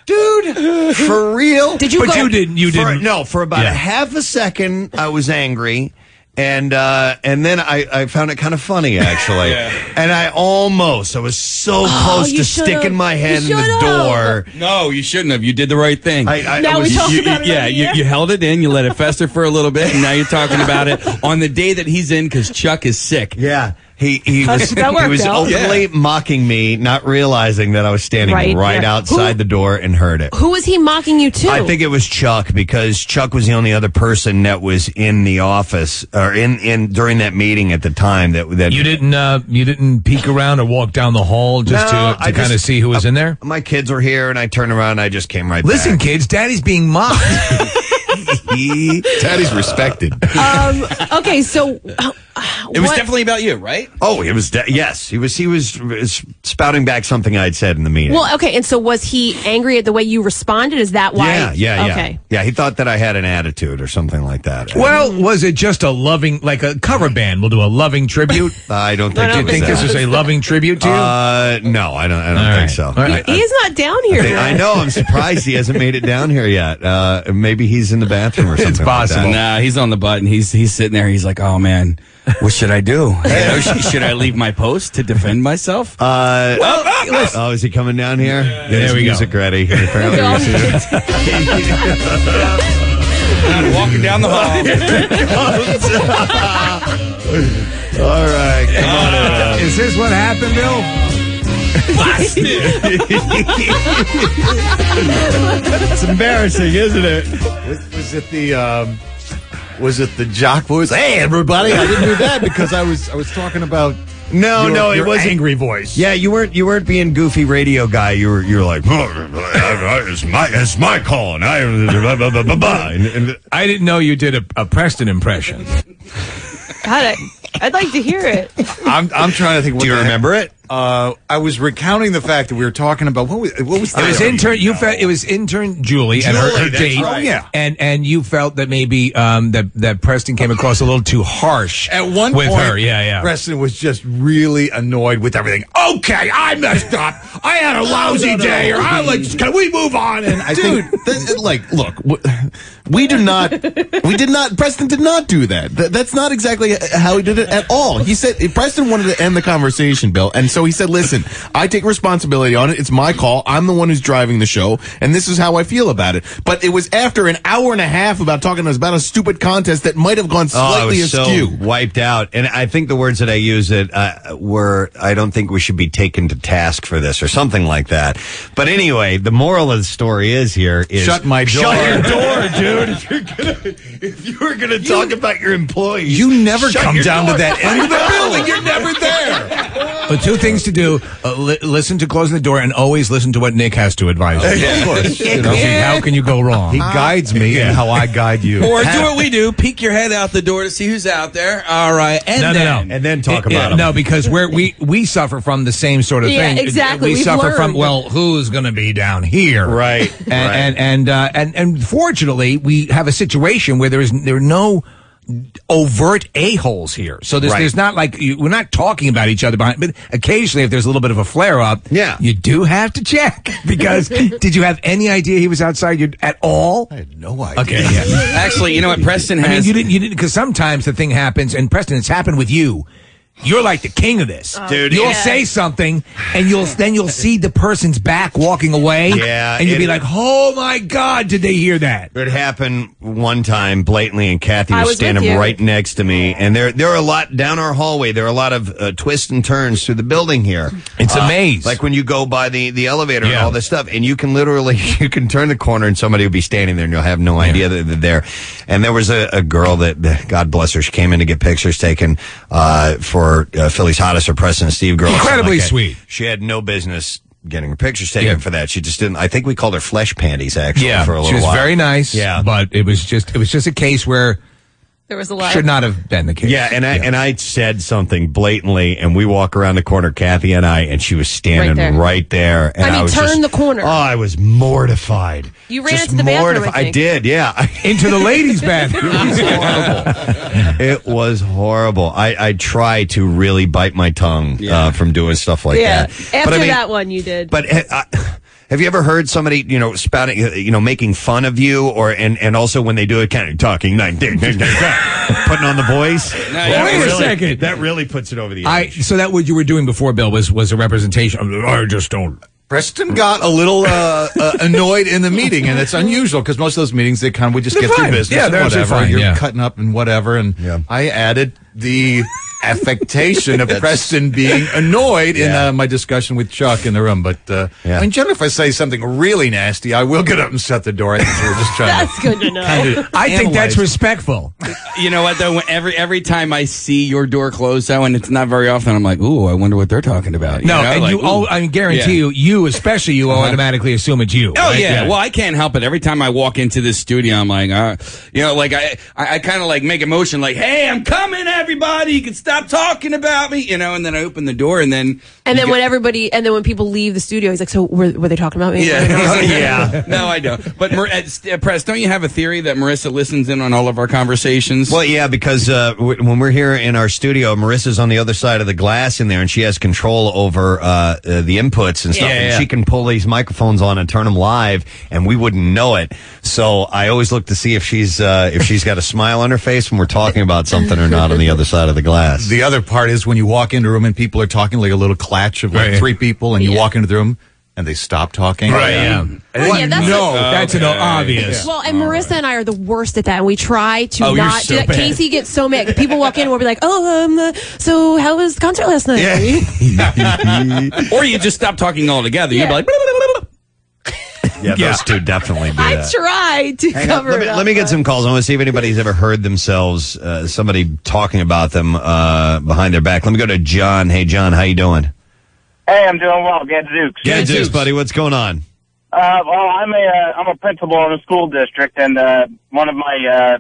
[SPEAKER 4] dude, for real?
[SPEAKER 5] Did you But go- you didn't- you
[SPEAKER 4] For-
[SPEAKER 5] didn't.
[SPEAKER 4] No, for about
[SPEAKER 5] Yeah.
[SPEAKER 4] a half a second, I was angry. And uh, and then I, I found it kind of funny
[SPEAKER 5] <laughs>
[SPEAKER 4] actually, and I almost I was so
[SPEAKER 8] Oh,
[SPEAKER 4] close
[SPEAKER 10] you
[SPEAKER 4] to
[SPEAKER 10] should've.
[SPEAKER 4] sticking my head in
[SPEAKER 10] You
[SPEAKER 4] the
[SPEAKER 10] should've.
[SPEAKER 4] door.
[SPEAKER 10] No, you shouldn't have. You did the right thing.
[SPEAKER 4] I- I Now was- we talk
[SPEAKER 10] you,
[SPEAKER 4] about it
[SPEAKER 10] Yeah,
[SPEAKER 4] on the
[SPEAKER 10] you,
[SPEAKER 4] air.
[SPEAKER 10] you held it in. You
[SPEAKER 4] <laughs>
[SPEAKER 10] let it fester for a little bit, and now you're talking about it on the day that he's in because Chuck is sick.
[SPEAKER 4] Yeah. He he
[SPEAKER 1] How'd
[SPEAKER 4] was, he
[SPEAKER 1] that work
[SPEAKER 4] was
[SPEAKER 1] out?
[SPEAKER 4] openly mocking me, not realizing that I was standing
[SPEAKER 8] Right,
[SPEAKER 4] right,
[SPEAKER 8] yeah.
[SPEAKER 4] outside
[SPEAKER 8] Who-
[SPEAKER 4] the door and heard it.
[SPEAKER 8] Who was he mocking you to?
[SPEAKER 4] I think it was Chuck because Chuck was the only other person that was in the office or in, in during that meeting at the time that that
[SPEAKER 5] You didn't uh, you didn't peek around or walk down the hall just
[SPEAKER 4] No,
[SPEAKER 5] to,
[SPEAKER 4] I
[SPEAKER 5] to kind of
[SPEAKER 4] just-
[SPEAKER 5] see who was in there.
[SPEAKER 4] My kids were here, and I turned around and I just came right
[SPEAKER 5] Listen,
[SPEAKER 4] back.
[SPEAKER 5] kids, Daddy's
[SPEAKER 4] <laughs>
[SPEAKER 6] <laughs>
[SPEAKER 5] being mocked.
[SPEAKER 4] Listen,
[SPEAKER 6] Daddy's respected.
[SPEAKER 8] Um,
[SPEAKER 4] <laughs>
[SPEAKER 8] okay, so uh,
[SPEAKER 10] It was
[SPEAKER 8] what-
[SPEAKER 10] definitely about you, right?
[SPEAKER 4] Oh, it was de- yes, he was he was uh, spouting back something I had said in the meeting.
[SPEAKER 8] Well, okay, and so was he angry at the way you responded? Is that why?
[SPEAKER 4] yeah, yeah, yeah,
[SPEAKER 8] Okay.
[SPEAKER 4] yeah. He thought that I had an attitude or something like that.
[SPEAKER 5] Well, was it just a loving, like a cover band? We'll do a loving <laughs> tribute.
[SPEAKER 4] I don't
[SPEAKER 5] think.
[SPEAKER 4] think
[SPEAKER 5] Do you
[SPEAKER 4] it was
[SPEAKER 5] think
[SPEAKER 4] that.
[SPEAKER 5] this is a loving tribute to you?
[SPEAKER 4] Uh, no, I don't. I don't think so. I- I-
[SPEAKER 8] He's not down here.
[SPEAKER 4] I think- I know. I'm
[SPEAKER 8] <laughs>
[SPEAKER 4] surprised he hasn't made it down here yet. Uh, maybe he's in the bathroom or something. Like that.
[SPEAKER 10] Nah, he's on the button. He's he's sitting there. He's like, oh man, what should I do? You know, sh- should I leave my post to defend myself?
[SPEAKER 4] Uh, oh, is he coming down here? Yeah,
[SPEAKER 10] There we go.
[SPEAKER 4] music ready. Apparently,
[SPEAKER 10] Go.
[SPEAKER 4] he's here.
[SPEAKER 10] walking down the hall.
[SPEAKER 4] All right, come on. everyone.
[SPEAKER 5] Is this what happened, Bill?
[SPEAKER 1] it's
[SPEAKER 6] embarrassing, isn't it? Was, was it the um, was it the jock voice? Hey, everybody! I didn't do that because I was I was talking about
[SPEAKER 4] No,
[SPEAKER 6] your-
[SPEAKER 4] no, it
[SPEAKER 6] your
[SPEAKER 4] wasn't
[SPEAKER 6] angry voice.
[SPEAKER 4] Yeah, you weren't you weren't being goofy radio guy. You were you were like, <laughs> it's my it's my call, and I blah, blah, blah, blah, blah. And- and-
[SPEAKER 5] I didn't know you did a, a Preston impression.
[SPEAKER 8] God, I, I'd like to hear it.
[SPEAKER 6] I'm I'm trying to think. What do you remember
[SPEAKER 4] it?
[SPEAKER 6] Uh, I was recounting the fact that we were talking about what was what was
[SPEAKER 5] It was intern. You felt it was intern Julie, and her,
[SPEAKER 6] Julie,
[SPEAKER 5] her
[SPEAKER 6] that's
[SPEAKER 5] date.
[SPEAKER 6] right. Oh, yeah.
[SPEAKER 5] and and you felt that maybe um, that that Preston came across a little too harsh
[SPEAKER 6] At one
[SPEAKER 5] with
[SPEAKER 6] point,
[SPEAKER 5] her. Yeah, yeah.
[SPEAKER 6] Preston was just really annoyed with everything. Okay, I messed up. I had a
[SPEAKER 1] No,
[SPEAKER 6] lousy
[SPEAKER 1] no, no.
[SPEAKER 6] day, or I like. Can we move on? And I dude,
[SPEAKER 7] like, look, w- we do not, we did not. Preston did not do that. Th- that's not exactly how he did it at all. He said Preston wanted to end the conversation, Bill, and so he said, "Listen, I take responsibility on it. It's my call. I'm the one who's driving the show, and this is how I feel about it." But it was after an hour and a half about talking to us about a stupid contest that might have gone
[SPEAKER 4] Oh, I
[SPEAKER 7] slightly
[SPEAKER 4] was so
[SPEAKER 7] askew.
[SPEAKER 4] wiped out. And I think the words that I used that uh, were, I don't think we should be taken to task for this or something like that. But anyway, the moral of the story is here is
[SPEAKER 6] Shut my door.
[SPEAKER 4] Shut your door, dude. If you're gonna, if you were gonna talk about your employees,
[SPEAKER 6] you never come down to that
[SPEAKER 4] end
[SPEAKER 6] of the building. You're never there.
[SPEAKER 5] But two things to do: uh, li- listen to closing the door, and always listen to what Nick has to advise. you.
[SPEAKER 6] Yeah,
[SPEAKER 10] <laughs>
[SPEAKER 6] of course.
[SPEAKER 5] You know, see, how can you go wrong?
[SPEAKER 6] He guides me in how I guide you.
[SPEAKER 10] Or do what we do: peek your head out the door to see who's out there. All right, and
[SPEAKER 5] no,
[SPEAKER 10] then
[SPEAKER 5] no, no,
[SPEAKER 4] and then
[SPEAKER 5] talk
[SPEAKER 10] about 'em.
[SPEAKER 5] No, because we're, we we suffer from the same sort of
[SPEAKER 10] Yeah,
[SPEAKER 5] thing.
[SPEAKER 10] exactly.
[SPEAKER 5] We
[SPEAKER 10] We've
[SPEAKER 5] suffer from
[SPEAKER 10] learned.
[SPEAKER 5] well, who's going to be down here,
[SPEAKER 4] right?
[SPEAKER 5] And and and, uh, and and fortunately, we have a situation where there is there are no overt a holes here. So there's
[SPEAKER 4] Right.
[SPEAKER 5] there's not like you, we're not talking about each other behind. But occasionally, if there's a little bit of a flare up, yeah. you do have to check <laughs> because did you have any idea he was outside you at all? I had
[SPEAKER 6] no idea.
[SPEAKER 5] Okay, yeah.
[SPEAKER 10] Actually, you know what? Preston
[SPEAKER 5] I mean,
[SPEAKER 10] has.
[SPEAKER 5] you didn't, you didn't, because sometimes the thing happens, and Preston, it's happened with you. You're like the king of this,
[SPEAKER 4] Oh, Dude,
[SPEAKER 5] You'll
[SPEAKER 4] yeah.
[SPEAKER 5] say something, and you'll then you'll see the person's back walking away,
[SPEAKER 4] Yeah,
[SPEAKER 5] and you'll
[SPEAKER 4] it-
[SPEAKER 5] be like, "Oh my god, did they hear that?"
[SPEAKER 4] It happened one time blatantly, and Kathy
[SPEAKER 5] I
[SPEAKER 4] was,
[SPEAKER 5] was
[SPEAKER 4] standing
[SPEAKER 5] with you.
[SPEAKER 4] right next to me. And there, there are a lot down our hallway. There are a lot of uh, twists and turns through the building here. Uh,
[SPEAKER 5] It's a maze.
[SPEAKER 4] like when you go by the the elevator and
[SPEAKER 5] Yeah.
[SPEAKER 4] all this stuff, and you can literally <laughs> you can turn the corner and somebody will be standing there, and you'll have no idea that they're there. And there was a, a girl that, that- God bless her, she came in to get pictures taken uh, for uh, Philly's hottest or President Steve girl. or something
[SPEAKER 5] Incredibly
[SPEAKER 4] like that.
[SPEAKER 5] sweet.
[SPEAKER 4] She had no business. Getting her pictures taken for that, she just didn't. I think we called her flesh panties actually
[SPEAKER 5] yeah,
[SPEAKER 4] for a little
[SPEAKER 5] she was
[SPEAKER 4] while.
[SPEAKER 5] very nice, yeah, but it was just it was just a case where
[SPEAKER 8] There was a lot.
[SPEAKER 5] should not have been the case.
[SPEAKER 4] Yeah, and I and I said something blatantly, and we walk around the corner, Kathy and I, and she was standing
[SPEAKER 8] Right there.
[SPEAKER 4] right there. and
[SPEAKER 8] I mean,
[SPEAKER 4] was
[SPEAKER 8] turn
[SPEAKER 4] just-
[SPEAKER 8] the corner.
[SPEAKER 4] Oh, I was mortified.
[SPEAKER 8] You ran
[SPEAKER 4] Just
[SPEAKER 8] into the bathroom.
[SPEAKER 4] mortified.
[SPEAKER 8] I,
[SPEAKER 4] I,
[SPEAKER 8] think.
[SPEAKER 4] did, yeah.
[SPEAKER 5] <laughs> Into the
[SPEAKER 4] <laughs>
[SPEAKER 5] ladies' bathroom.
[SPEAKER 4] it was horrible. I, I try to really bite my tongue uh, from doing stuff like
[SPEAKER 8] yeah.
[SPEAKER 4] that.
[SPEAKER 8] After
[SPEAKER 4] but I mean,
[SPEAKER 8] that one, you did.
[SPEAKER 4] but ha- I, have you ever heard somebody, you know, spouting, uh, you know, making fun of you, or and and also when they do it, kind of talking, like, ding, ding, ding, ding, putting on the voice? That
[SPEAKER 5] wait a
[SPEAKER 4] really-
[SPEAKER 5] second.
[SPEAKER 4] that really puts it over the edge.
[SPEAKER 5] I so that what you were doing before, Bill, was was a representation. of, I just don't.
[SPEAKER 6] Preston got a little uh, uh, annoyed in the meeting, and it's unusual because most of those meetings they kind of we just
[SPEAKER 5] They're
[SPEAKER 6] get
[SPEAKER 5] fine.
[SPEAKER 6] through business,
[SPEAKER 5] Yeah,
[SPEAKER 6] and
[SPEAKER 5] they're absolutely
[SPEAKER 6] whatever.
[SPEAKER 5] fine,
[SPEAKER 6] You're
[SPEAKER 5] yeah. <laughs>
[SPEAKER 6] cutting up and whatever, and I added the affectation of Preston being annoyed in uh, my discussion with Chuck in the room. But uh, I mean, generally, if I say something really nasty, I will get up and shut the door. I think we're just trying.
[SPEAKER 5] <laughs>
[SPEAKER 8] That's good to know.
[SPEAKER 5] I think that's respectful.
[SPEAKER 10] You know what though? When- Every every time I see your door closed though, and it's not very often, I'm like, ooh, I wonder what they're talking about.
[SPEAKER 5] No,
[SPEAKER 10] know?
[SPEAKER 5] and
[SPEAKER 10] Like,
[SPEAKER 5] you,
[SPEAKER 10] ooh.
[SPEAKER 5] all, I guarantee
[SPEAKER 10] Yeah.
[SPEAKER 5] you, you especially,
[SPEAKER 6] Uh-huh.
[SPEAKER 5] you automatically assume it's you.
[SPEAKER 10] Oh
[SPEAKER 5] right?
[SPEAKER 10] yeah. well I can't help it. Every time I walk into this studio, I'm like, uh, you know, like I, I, I kind of like make a motion, like, hey, I'm coming, everybody, you can stop talking about me, you know, and then I open the door, and then,
[SPEAKER 8] And then
[SPEAKER 10] you
[SPEAKER 8] when everybody, and then when people leave the studio, he's like, "So were, were they talking <laughs> about
[SPEAKER 10] go-
[SPEAKER 5] <laughs>
[SPEAKER 8] me?"
[SPEAKER 10] yeah, yeah, <laughs> no, I don't. But Mar- uh, St- uh, Press, don't you have a theory that Marissa listens in on all of our conversations?
[SPEAKER 4] Well, yeah, because uh, w- when we're here in our studio, Marissa's on the other side of the glass in there, and she has control over uh, uh, the inputs and stuff.
[SPEAKER 10] Yeah,
[SPEAKER 4] and
[SPEAKER 10] yeah.
[SPEAKER 4] she can pull these microphones on and turn them live, and we wouldn't know it. So I always look to see if she's uh, if she's got a smile on her face when we're talking about something or not on the other side of the glass.
[SPEAKER 6] The other part is when you walk into a room and people are talking like a little clatch of like
[SPEAKER 4] Right.
[SPEAKER 6] three people, and you walk into the room and they stop talking.
[SPEAKER 5] Right, yeah.
[SPEAKER 8] Oh, yeah, that's
[SPEAKER 6] no,
[SPEAKER 10] <laughs>
[SPEAKER 8] a-
[SPEAKER 5] that's an obvious.
[SPEAKER 8] Well, and Marissa and I are the worst at that. And we try to
[SPEAKER 5] Oh, you're
[SPEAKER 8] not
[SPEAKER 5] so
[SPEAKER 8] do that.
[SPEAKER 5] bad.
[SPEAKER 8] Casey gets so mad. People walk in and we'll be like, "Oh, um, uh, so how was the concert last night?"
[SPEAKER 10] <laughs>
[SPEAKER 8] <laughs>
[SPEAKER 10] or you just stop talking altogether. You'd be like, <laughs>
[SPEAKER 4] Yeah, those two definitely do
[SPEAKER 8] <laughs> I
[SPEAKER 4] that.
[SPEAKER 8] try to
[SPEAKER 4] Hang on,
[SPEAKER 8] cover
[SPEAKER 4] let me,
[SPEAKER 8] it up.
[SPEAKER 4] let me get some calls. I want to see if anybody's ever heard themselves, uh, somebody talking about them uh, behind their back. Let me go to John. Hey, John, how you doing?
[SPEAKER 17] Hey, I'm doing well. Glad to Dukes.
[SPEAKER 4] Yeah, Dukes, buddy. What's going on?
[SPEAKER 17] Uh, well, I'm a uh, I'm a principal in a school district, and uh, one of my uh,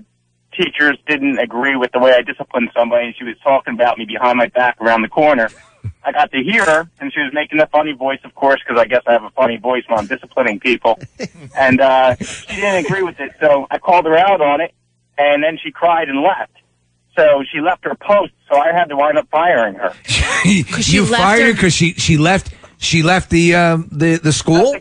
[SPEAKER 17] teachers didn't agree with the way I disciplined somebody. and She was talking about me behind my back around the corner. I got to hear her, and she was making a funny voice, of course, because I guess I have a funny voice when I'm disciplining people. and uh, she didn't agree with it, so I called her out on it, and then she cried and left. So she left her post, so I had to wind up
[SPEAKER 4] <laughs>
[SPEAKER 17] firing her. she
[SPEAKER 5] you
[SPEAKER 17] left
[SPEAKER 5] fired her
[SPEAKER 17] her-
[SPEAKER 5] because she she left she left the um, the the school.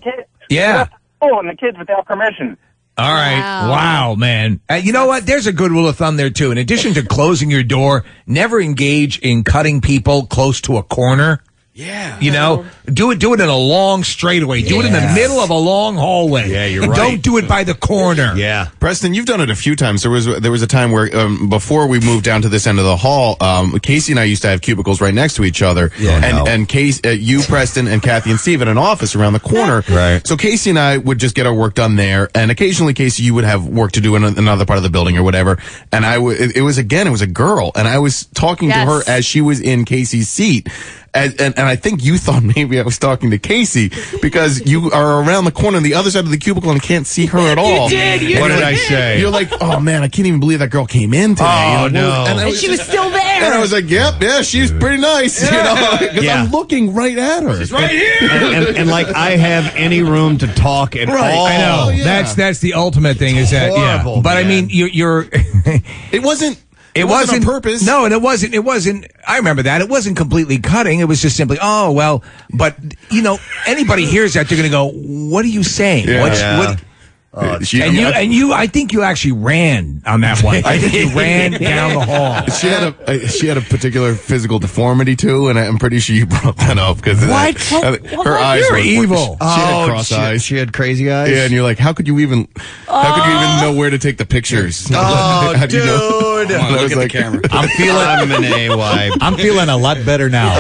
[SPEAKER 5] Yeah.
[SPEAKER 17] Oh, and the kids without permission.
[SPEAKER 5] All right. Wow, man. Uh, you know what? There's a good rule of thumb there too. In addition to closing your door, never engage in cutting people close to a corner. Yeah. You know, do it do it in a long straightaway. Do it in the
[SPEAKER 7] Yes.
[SPEAKER 5] middle of a long hallway. Yeah,
[SPEAKER 7] you're
[SPEAKER 5] and
[SPEAKER 7] right.
[SPEAKER 5] Don't do it by the corner.
[SPEAKER 4] Yeah,
[SPEAKER 7] Preston, you've done it a few times. There was there was a time where um, before we moved down to this end of the hall, um, Casey and I used to have cubicles right next to each other, and and Casey, uh, you, Preston, and Kathy and Steve in an office around the corner. right. So Casey and I would just get our work done there, and occasionally Casey, you would have work to do in a- another part of the building or whatever. And I would it, it was again, it was a girl, and I was talking
[SPEAKER 18] Yes.
[SPEAKER 7] to her as she was in Casey's seat. And, and, and I think you <laughs> thought maybe I was talking to Casey because you are around the corner on the other side of the cubicle and can't see her at
[SPEAKER 6] You
[SPEAKER 7] all.
[SPEAKER 6] did, you
[SPEAKER 7] And
[SPEAKER 6] What
[SPEAKER 7] you're
[SPEAKER 6] did
[SPEAKER 7] like-
[SPEAKER 6] I say?
[SPEAKER 7] You're like, oh man, I can't even believe that girl came in today.
[SPEAKER 6] Oh,
[SPEAKER 7] You know,
[SPEAKER 6] no.
[SPEAKER 7] I
[SPEAKER 6] And she was
[SPEAKER 7] just-
[SPEAKER 6] still there.
[SPEAKER 7] And I was like, yep, yeah, she's pretty nice. You know, <laughs> 'Cause
[SPEAKER 4] Yeah.
[SPEAKER 7] I'm looking right at her. She's
[SPEAKER 4] right here. And, and, and, like I
[SPEAKER 7] <laughs>
[SPEAKER 4] have any room to talk at all.
[SPEAKER 5] I know. That's that's the ultimate thing is that yeah.
[SPEAKER 4] horrible,
[SPEAKER 5] But I mean you you're <laughs>
[SPEAKER 7] It wasn't
[SPEAKER 5] it
[SPEAKER 7] it wasn't on
[SPEAKER 5] wasn't
[SPEAKER 7] purpose.
[SPEAKER 5] No, and it wasn't. It wasn't. I remember that. It wasn't completely cutting. It was just simply, oh well. But you know, anybody hears that, they're going to go, "What are you saying?
[SPEAKER 7] Yeah.
[SPEAKER 5] What's
[SPEAKER 7] Yeah.
[SPEAKER 5] what?"
[SPEAKER 7] Oh, it's
[SPEAKER 5] and you
[SPEAKER 7] terrible.
[SPEAKER 5] and you, I think you actually ran on that one. I
[SPEAKER 7] <laughs>
[SPEAKER 5] think you <laughs> ran down the hall.
[SPEAKER 7] She had a uh, she had a particular physical deformity too, and I'm pretty sure you <laughs> brought that up because
[SPEAKER 5] What?
[SPEAKER 7] her
[SPEAKER 5] What?
[SPEAKER 7] eyes
[SPEAKER 5] You're
[SPEAKER 7] were
[SPEAKER 5] evil.
[SPEAKER 7] She, she
[SPEAKER 5] Oh,
[SPEAKER 7] had cross
[SPEAKER 5] she-
[SPEAKER 7] eyes.
[SPEAKER 4] She had crazy eyes.
[SPEAKER 7] Yeah, and you're like, how could you even how could you even know where to take the pictures?
[SPEAKER 4] Oh,
[SPEAKER 7] <laughs> How do you know?
[SPEAKER 4] dude.
[SPEAKER 7] And I was like-
[SPEAKER 4] I'm feeling I'm an AY.
[SPEAKER 19] I'm feeling a lot better now.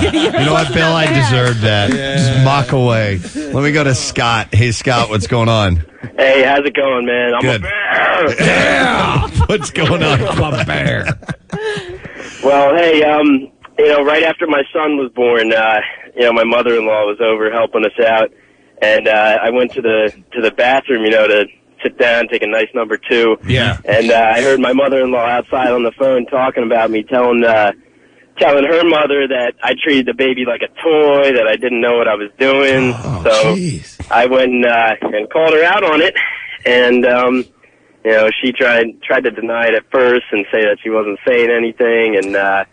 [SPEAKER 4] <laughs> you know what, Bill? I deserve that. Just mock away. Let me go to Scott. Hey, Scott, what's going on?
[SPEAKER 20] Hey, how's it going, man? I'm
[SPEAKER 4] Good.
[SPEAKER 20] a bear.
[SPEAKER 4] What's going on? I'm a bear.
[SPEAKER 20] Well, hey, um, you know, right after my son was born, uh, you know, my mother-in-law was over helping us out, and uh, I went to the to the bathroom, you know, to sit down, take a nice number two,
[SPEAKER 5] Yeah.
[SPEAKER 20] and uh, I heard my mother-in-law outside on the phone talking about me, telling uh, telling her mother that I treated the baby like a toy, that I didn't know what I was doing. so I went and, uh, and called her out on it, and um, you know she tried tried to deny it at first and say that she wasn't saying anything, and uh,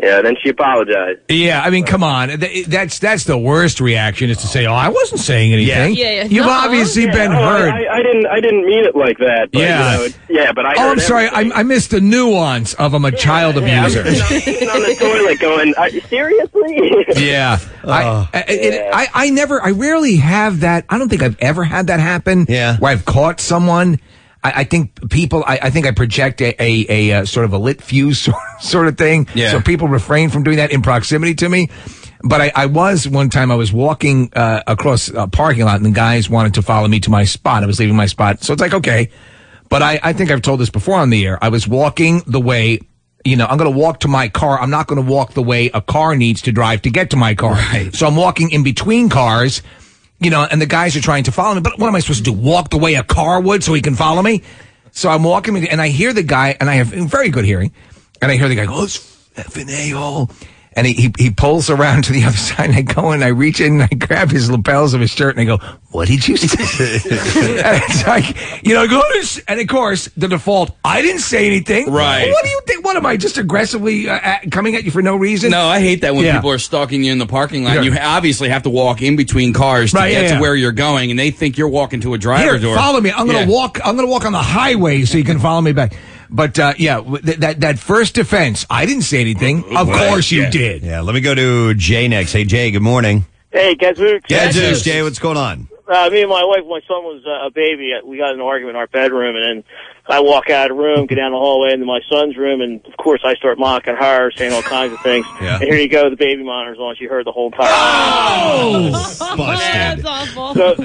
[SPEAKER 20] you know then she apologized.
[SPEAKER 5] Yeah, I mean, come on. Th- That's that's the worst reaction is to say, "Oh, I wasn't saying anything." You've obviously
[SPEAKER 20] Yeah,
[SPEAKER 5] been
[SPEAKER 20] oh, I-
[SPEAKER 5] heard.
[SPEAKER 20] I, I didn't I didn't mean it like that. But,
[SPEAKER 5] Yeah.
[SPEAKER 20] yeah, you know, yeah, but I.
[SPEAKER 5] oh,
[SPEAKER 20] heard
[SPEAKER 5] I'm sorry. I, I missed the nuance of I'm a child
[SPEAKER 20] everything.
[SPEAKER 5] abuser.
[SPEAKER 20] <laughs> Yeah, I'm sitting on the toilet going, are you seriously?
[SPEAKER 5] Yeah. I, I, it, I, I never, I rarely have that. I don't think I've ever had that happen. Yeah. Where I've caught someone. I, I think people, I, I think I project a, a, a uh, sort of a lit fuse <laughs> sort, sort of thing.
[SPEAKER 10] Yeah.
[SPEAKER 5] So people refrain from doing that in proximity to me. But I, I was one time I was walking uh, across a parking lot and the guys wanted to follow me to my spot. I was leaving my spot. So it's like, okay. But I, I think I've told this before on the air. I was walking the way, you know, I'm going to walk to my car. I'm not going to walk the way a car needs to drive to get to my car. So I'm walking in between cars you know, and the guys are trying to follow me. But what am I supposed to do? Walk the way a car would so he can follow me? So I'm walking, and I hear the guy, and I have very good hearing, and I hear the guy go, oh, it's effing a-hole. And he, he, he pulls around to the <laughs> other side, and I go and I reach in and I grab his lapels of his shirt, and I go, what did you say? <laughs> and it's like, you know, go to, s- and of course, the default, I didn't say anything.
[SPEAKER 10] Right.
[SPEAKER 5] What do you think? What am I, just aggressively uh, at, coming at you for no reason?
[SPEAKER 10] No, I hate that when
[SPEAKER 5] Yeah.
[SPEAKER 10] people are stalking you in the parking lot.
[SPEAKER 5] Yeah.
[SPEAKER 10] You obviously have to walk in between cars to
[SPEAKER 5] Right,
[SPEAKER 10] get
[SPEAKER 5] yeah,
[SPEAKER 10] to
[SPEAKER 5] yeah.
[SPEAKER 10] where you're going, and they think you're walking to a
[SPEAKER 5] Here,
[SPEAKER 10] driver's door.
[SPEAKER 5] follow me. I'm gonna
[SPEAKER 10] Yeah.
[SPEAKER 5] walk. I'm gonna walk on the highway so you can follow me back. But uh, yeah, w- th- that that first defense, I didn't say anything. Of course you did.
[SPEAKER 4] Yeah, let me go to Jay next. Hey, Jay, good morning.
[SPEAKER 18] Hey, Gadzooks.
[SPEAKER 4] Gadzooks, Jay, what's going on?
[SPEAKER 18] Uh, me and my wife, my son was uh, a baby. We got in an argument in our bedroom, and then I walk out of the room, go down the hallway into my son's room, and of course I start mocking her, saying all kinds of things.
[SPEAKER 4] Yeah.
[SPEAKER 18] And here you go, the baby monitor's on. She heard the whole time.
[SPEAKER 17] <laughs>
[SPEAKER 4] Oh, busted.
[SPEAKER 18] So,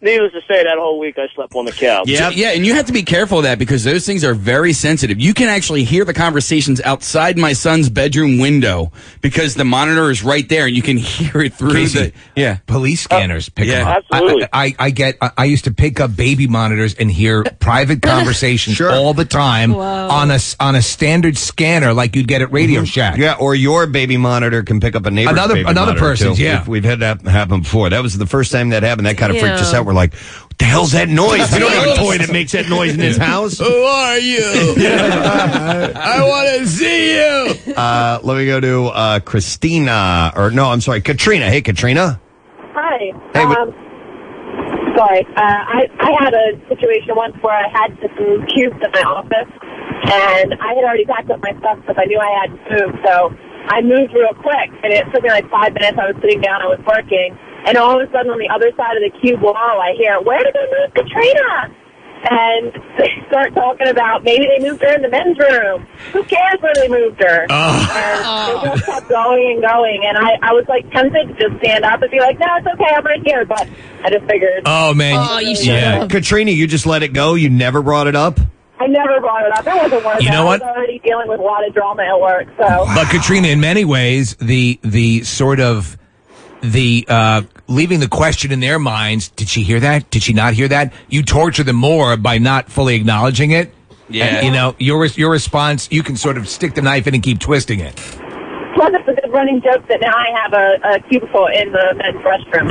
[SPEAKER 18] needless to say, that whole week I slept on the couch.
[SPEAKER 10] Yeah, yeah, and you have to be careful of that because those things are very sensitive. You can actually hear the conversations outside my son's bedroom window because the monitor is right there, and you can <laughs> hear it through the
[SPEAKER 5] Casey,
[SPEAKER 10] yeah
[SPEAKER 5] police
[SPEAKER 4] Uh,
[SPEAKER 5] scanners. Pick
[SPEAKER 10] yeah,
[SPEAKER 5] them up. I-
[SPEAKER 10] absolutely.
[SPEAKER 5] I, I, I get. I, I used to pick up baby monitors
[SPEAKER 4] <laughs>
[SPEAKER 5] and hear private conversations all the time
[SPEAKER 4] Whoa.
[SPEAKER 5] on a s- on a standard scanner, like you'd get at Radio Shack.
[SPEAKER 4] Mm-hmm. Yeah, or your baby monitor can pick up a neighbor's
[SPEAKER 5] Another-
[SPEAKER 4] baby
[SPEAKER 5] another
[SPEAKER 4] monitor,
[SPEAKER 5] person's,
[SPEAKER 4] too.
[SPEAKER 5] yeah.
[SPEAKER 4] We've, we've had that happen before. That was the first time that happened. That kind of freaked
[SPEAKER 5] Yeah.
[SPEAKER 4] us out. We're like, what the hell's that noise? We don't have
[SPEAKER 5] <laughs>
[SPEAKER 4] a toy that makes that noise in <laughs> this house.
[SPEAKER 10] Who are you? I want to see you.
[SPEAKER 4] Uh, let me go to uh, Christina, or no, I'm sorry, Katrina. Hey, Katrina.
[SPEAKER 19] Hi.
[SPEAKER 4] Hey, what-
[SPEAKER 19] sorry. Uh, I, I had a situation once where I had some cubes in my office, and I had already packed up my stuff because I knew I had to move. So I moved real quick, and it took me like five minutes. I was sitting down, I was working, and all of a sudden on the other side of the cube wall, I hear, Where did they move Katrina? And they start talking about maybe they moved her in the men's room. Who cares where they moved her?
[SPEAKER 5] Ah.
[SPEAKER 19] And they just
[SPEAKER 21] Ah.
[SPEAKER 19] kept going and going. And I, I was like tempted to just stand up and be like, no, it's okay, I'm right here. But I just figured.
[SPEAKER 5] Oh,
[SPEAKER 21] Oh,
[SPEAKER 16] Oh,
[SPEAKER 4] Katrina, you just let it go. You never brought it up.
[SPEAKER 19] I never brought it up. It wasn't worth
[SPEAKER 5] You know
[SPEAKER 19] it.
[SPEAKER 5] what?
[SPEAKER 19] I was already dealing with a lot of drama at work. So
[SPEAKER 5] But Katrina, in many ways, the the sort of the uh, leaving the question in their minds: Did she hear that? Did she not hear that? You torture them more by not fully acknowledging it.
[SPEAKER 10] Yeah.
[SPEAKER 5] And, you know your your response. You can sort of stick the knife in and keep twisting it.
[SPEAKER 19] plus it's a good running joke that now I have a, a cubicle in the men's restroom.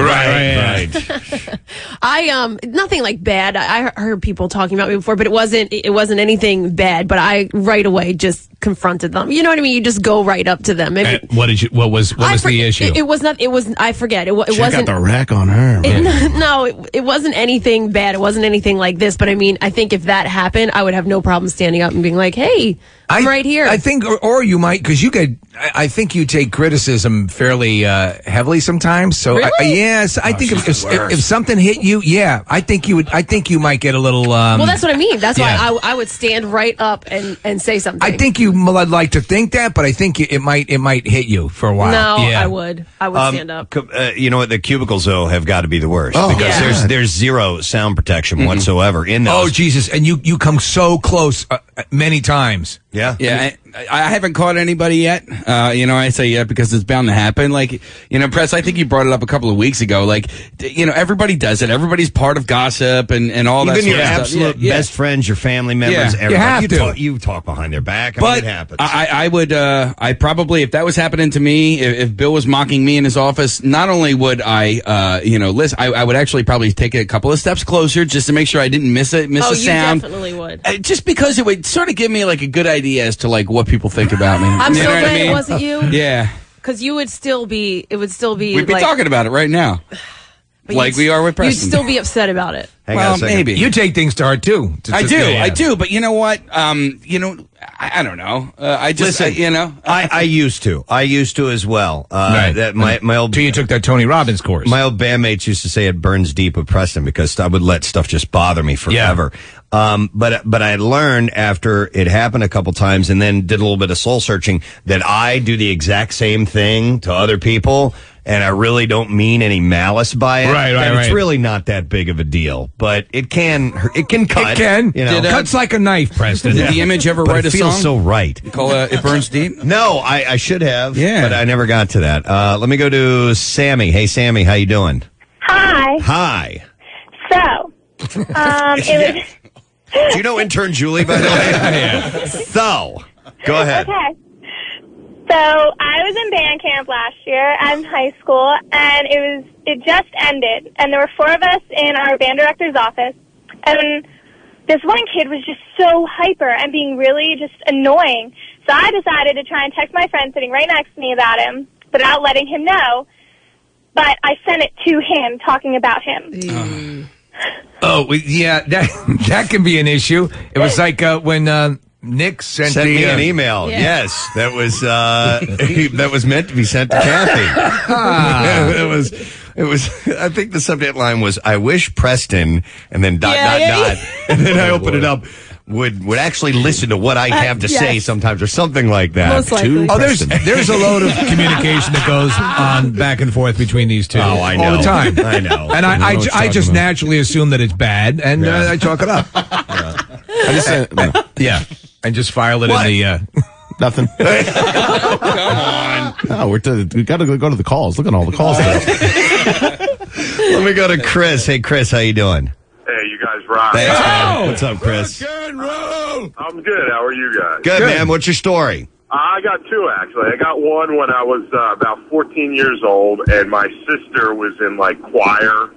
[SPEAKER 5] Right.
[SPEAKER 8] I um nothing like bad. I, I heard people talking about me before, but it wasn't it wasn't anything bad. But I right away just confronted them. You know what I mean? You just go right up to them. If-
[SPEAKER 5] And what did you? What was what
[SPEAKER 8] I
[SPEAKER 5] was
[SPEAKER 8] for-
[SPEAKER 5] the issue?
[SPEAKER 8] It, it was not. It was. I forget. It, wa- it
[SPEAKER 7] She
[SPEAKER 8] wasn't.
[SPEAKER 7] got the rack on her.
[SPEAKER 8] It, <laughs> no, it, it wasn't anything bad. It wasn't anything like this. But I mean, I think if that happened, I would have no problem standing up and being like, "Hey, I'm right here."
[SPEAKER 5] I think, or, or you might, because you could. I, I think you take criticism fairly uh, heavily sometimes. So, I- I,
[SPEAKER 8] Really?
[SPEAKER 5] yes, I
[SPEAKER 8] Oh,
[SPEAKER 5] think if,
[SPEAKER 8] she's
[SPEAKER 5] if,
[SPEAKER 8] the
[SPEAKER 5] if
[SPEAKER 8] worst.
[SPEAKER 5] if something hit you, yeah, I think you would. I think you might get a little. Um,
[SPEAKER 8] well, that's what I mean. That's
[SPEAKER 5] yeah.
[SPEAKER 8] why I, I would stand right up and and say something.
[SPEAKER 5] I think you would like to think that, but I think it it might it might hit you for a while.
[SPEAKER 8] No,
[SPEAKER 5] yeah.
[SPEAKER 8] I would. I would
[SPEAKER 4] Um,
[SPEAKER 8] stand up.
[SPEAKER 4] cu- uh, you know what? The cubicles though have got to be the worst
[SPEAKER 5] Oh,
[SPEAKER 4] because
[SPEAKER 5] yeah.
[SPEAKER 4] there's there's zero sound protection
[SPEAKER 10] Mm-hmm.
[SPEAKER 4] whatsoever in those.
[SPEAKER 5] Oh Jesus! And you you come so close uh, uh, many times.
[SPEAKER 4] Yeah,
[SPEAKER 10] yeah. I, I haven't caught anybody yet. Uh, you know, I say yet because it's bound to happen. Like, you know, press. I think you brought it up a couple of weeks ago. Like, d- you know, everybody does it. Everybody's part of gossip and and all that.
[SPEAKER 4] Even
[SPEAKER 10] sort
[SPEAKER 4] your
[SPEAKER 10] of stuff.
[SPEAKER 4] absolute
[SPEAKER 10] Yeah, yeah.
[SPEAKER 4] best friends, your family members,
[SPEAKER 10] Yeah. You
[SPEAKER 4] everybody.
[SPEAKER 10] have to.
[SPEAKER 4] Talk, you talk behind their back. I mean, it happens.
[SPEAKER 10] I, I I would, uh, I probably, if that was happening to me, if, if Bill was mocking me in his office, not only would I, uh, you know, listen, I, I would actually probably take it a couple of steps closer just to make sure I didn't miss it, miss
[SPEAKER 8] oh,
[SPEAKER 10] a
[SPEAKER 8] you
[SPEAKER 10] sound.
[SPEAKER 8] definitely would.
[SPEAKER 10] Uh, Just because it would sort of give me like a good idea as to like what people think about me.
[SPEAKER 8] <laughs> I'm
[SPEAKER 10] You
[SPEAKER 8] so
[SPEAKER 10] know what I
[SPEAKER 8] glad it
[SPEAKER 10] mean?
[SPEAKER 8] wasn't you.
[SPEAKER 10] <laughs> Yeah,
[SPEAKER 8] Because you would still be. It would still be.
[SPEAKER 10] we'd be
[SPEAKER 8] like,
[SPEAKER 10] talking about it right now,
[SPEAKER 8] <sighs> but
[SPEAKER 10] like
[SPEAKER 8] you'd-
[SPEAKER 10] we are with
[SPEAKER 8] You'd
[SPEAKER 10] Preston.
[SPEAKER 8] still be upset about it.
[SPEAKER 10] well, maybe
[SPEAKER 5] you take things to heart too. To-
[SPEAKER 10] I
[SPEAKER 5] to-
[SPEAKER 10] do,
[SPEAKER 5] yeah,
[SPEAKER 10] I
[SPEAKER 5] yeah.
[SPEAKER 10] do, but you know what? Um, you know, I, I don't know. Uh, I just,
[SPEAKER 4] Listen,
[SPEAKER 10] I- you know,
[SPEAKER 4] I, I used to. I used to as well. Uh,
[SPEAKER 5] Right.
[SPEAKER 4] That my my old.
[SPEAKER 5] you took that Tony Robbins course.
[SPEAKER 4] My old bandmates used to say it burns deep with Preston because I would let stuff just bother me forever. Um, but but I learned after it happened a couple times, and then did a little bit of soul searching that I do the exact same thing to other people, and I really don't mean any malice by it.
[SPEAKER 5] Right, right,
[SPEAKER 4] And It's
[SPEAKER 5] right.
[SPEAKER 4] really not that big of a deal, but it can it can cut.
[SPEAKER 5] It can.
[SPEAKER 4] you know,
[SPEAKER 5] Did, uh, Cuts like a knife, Preston.
[SPEAKER 4] Yeah. But it feels so right.
[SPEAKER 10] Call uh, it burns deep.
[SPEAKER 4] <laughs> No, I, I should have. Yeah, but I never got to that. Uh, let me go to Sammy. Hey, Sammy, how you doing?
[SPEAKER 22] Hi.
[SPEAKER 4] Hi.
[SPEAKER 19] <laughs>
[SPEAKER 22] So, um, it
[SPEAKER 21] <laughs>
[SPEAKER 22] was.
[SPEAKER 4] Do you know intern Julie by the way? So, go ahead.
[SPEAKER 22] Okay. So I was in band camp last year in high school, and it was it just ended, and there were four of us in our band director's office, and this one kid was just so hyper and being really just annoying. So I decided to try and text my friend sitting right next to me about him without letting him know. But I sent it to him talking about him.
[SPEAKER 5] <sighs> Oh, we- yeah, that <laughs> that can be an issue. It was like uh, when uh, Nick sent,
[SPEAKER 4] Sent
[SPEAKER 5] the,
[SPEAKER 4] me
[SPEAKER 5] uh,
[SPEAKER 4] an email.
[SPEAKER 5] Yeah.
[SPEAKER 4] Yes, that was uh, <laughs> that was meant to be sent to
[SPEAKER 5] Ah.
[SPEAKER 4] Kathy. <laughs> it was. It was. I think the subject line was, "I wish Preston," and then dot
[SPEAKER 1] Yeah,
[SPEAKER 4] dot
[SPEAKER 1] yeah,
[SPEAKER 4] dot, <laughs> and then I open it up. Would would actually listen to what I
[SPEAKER 1] Uh,
[SPEAKER 4] have to
[SPEAKER 1] yes.
[SPEAKER 4] say sometimes, or something like that.
[SPEAKER 1] Most likely.
[SPEAKER 4] To
[SPEAKER 5] Oh, there's
[SPEAKER 4] Preston.
[SPEAKER 5] there's a load
[SPEAKER 4] <laughs>
[SPEAKER 5] of <laughs> communication that goes on back and forth between these two.
[SPEAKER 4] Oh, I
[SPEAKER 5] all
[SPEAKER 4] know.
[SPEAKER 5] the time.
[SPEAKER 4] I know.
[SPEAKER 5] and
[SPEAKER 4] I know
[SPEAKER 5] I I,
[SPEAKER 4] what
[SPEAKER 5] ju-
[SPEAKER 4] you're
[SPEAKER 5] I
[SPEAKER 4] talking
[SPEAKER 5] just
[SPEAKER 4] about.
[SPEAKER 5] naturally assume that it's bad, and uh, I chalk it
[SPEAKER 4] <laughs>
[SPEAKER 5] up.
[SPEAKER 7] I just uh,
[SPEAKER 5] yeah, and just file it
[SPEAKER 7] What?
[SPEAKER 5] in the. Uh,
[SPEAKER 7] nothing. <laughs>
[SPEAKER 4] Oh,
[SPEAKER 7] No, we're to, we got to go to the calls. Look at all the calls.
[SPEAKER 4] <laughs>
[SPEAKER 7] there.
[SPEAKER 4] Let me go to Chris. Hey, Chris, how you doing?
[SPEAKER 21] Hey, you guys rock.
[SPEAKER 4] Thanks,
[SPEAKER 6] Oh!
[SPEAKER 4] man. What's up, Chris?
[SPEAKER 21] I'm good. How are you guys?
[SPEAKER 4] Good, man. What's your story?
[SPEAKER 21] I got two actually. I got one when I was uh, about 14 years old, and my sister was in like choir,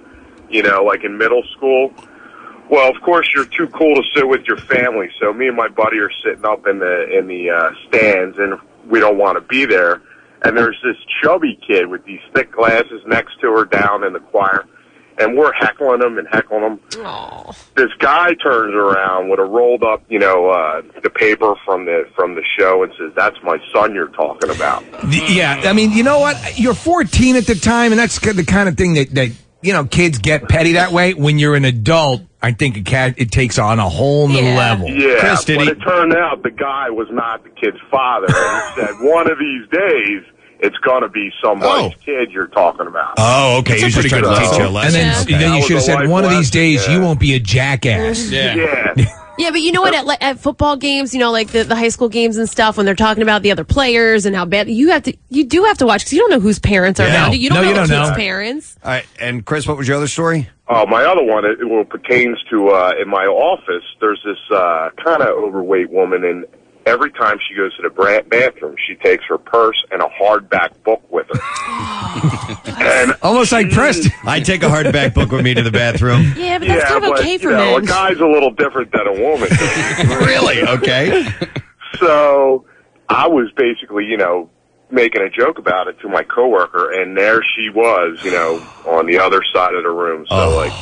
[SPEAKER 21] you know, like in middle school. Well, of course, you're too cool to sit with your family, so me and my buddy are sitting up in the in the uh, stands, and we don't want to be there. And there's this chubby kid with these thick glasses next to her down in the choir, and we're heckling him and heckling him. This guy turns around with a rolled up, you know, uh, the paper from the from the show, and says, "That's my son you're talking about."
[SPEAKER 5] Yeah, I mean, you know what? You're 14 at the time, and that's the kind of thing that, that you know kids get petty that way. When you're an adult, I think it ca it takes on a whole new level.
[SPEAKER 21] Yeah, but it turned out the guy was not the kid's father,
[SPEAKER 4] <laughs>
[SPEAKER 21] and he said, "One of these days, it's going to be somebody's kid you're talking about."
[SPEAKER 4] Oh, okay.
[SPEAKER 5] That's a pretty good lesson. And then, then you should have said, one of these days, you won't be a jackass.
[SPEAKER 21] Yeah.
[SPEAKER 8] Yeah, but you know what? At, like, at football games, you know, like the, the high school games and stuff, when they're talking about the other players and how bad you have to, you do have to watch because you don't know whose parents are
[SPEAKER 4] Yeah.
[SPEAKER 8] around
[SPEAKER 4] No.
[SPEAKER 8] you. You don't
[SPEAKER 4] No,
[SPEAKER 8] know
[SPEAKER 4] you
[SPEAKER 8] the
[SPEAKER 4] don't
[SPEAKER 8] kids'
[SPEAKER 4] know.
[SPEAKER 8] parents.
[SPEAKER 4] All right, and Chris, what was your other story?
[SPEAKER 21] Uh, my other one, it, it pertains to uh, in my office. There's this uh, kind of overweight woman, and every time she goes to the bra- bathroom, she takes her purse and a hardback book with her. and
[SPEAKER 5] Almost like Preston.
[SPEAKER 4] I take a <laughs> hardback book with me to the bathroom.
[SPEAKER 8] Yeah, but
[SPEAKER 21] yeah, but, you know,
[SPEAKER 5] <laughs>
[SPEAKER 8] <laughs>
[SPEAKER 21] A guy's a little different than a woman.
[SPEAKER 4] really? Okay.
[SPEAKER 21] <laughs> So I was basically, you know, making a joke about it to my coworker, and there she was, you know, on the other side of the room. So
[SPEAKER 5] Oh.
[SPEAKER 21] like,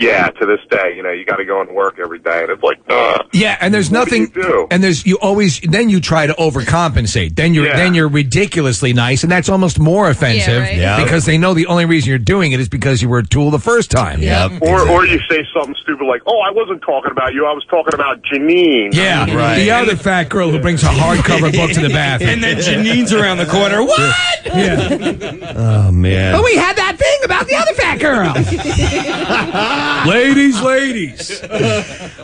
[SPEAKER 21] yeah, to this day, you know, you got to go and work every day, and it's like, uh,
[SPEAKER 5] Yeah, and there's nothing. And there's you always then you try to overcompensate. Then you're
[SPEAKER 21] Yeah.
[SPEAKER 5] then you're ridiculously nice, and that's almost more offensive
[SPEAKER 21] right. Yeah.
[SPEAKER 5] because they know the only reason you're doing it is because you were a tool the first time.
[SPEAKER 21] Or or you say something stupid like, "Oh, I wasn't talking about you. I was talking about Janine."
[SPEAKER 5] Yeah, The other fat girl who brings a hardcover book to the bathroom,
[SPEAKER 21] And then
[SPEAKER 10] Janine's around the corner.
[SPEAKER 5] <laughs>
[SPEAKER 10] What?
[SPEAKER 4] Oh man.
[SPEAKER 1] we
[SPEAKER 5] had that thing about the other fat girl. ladies, ladies.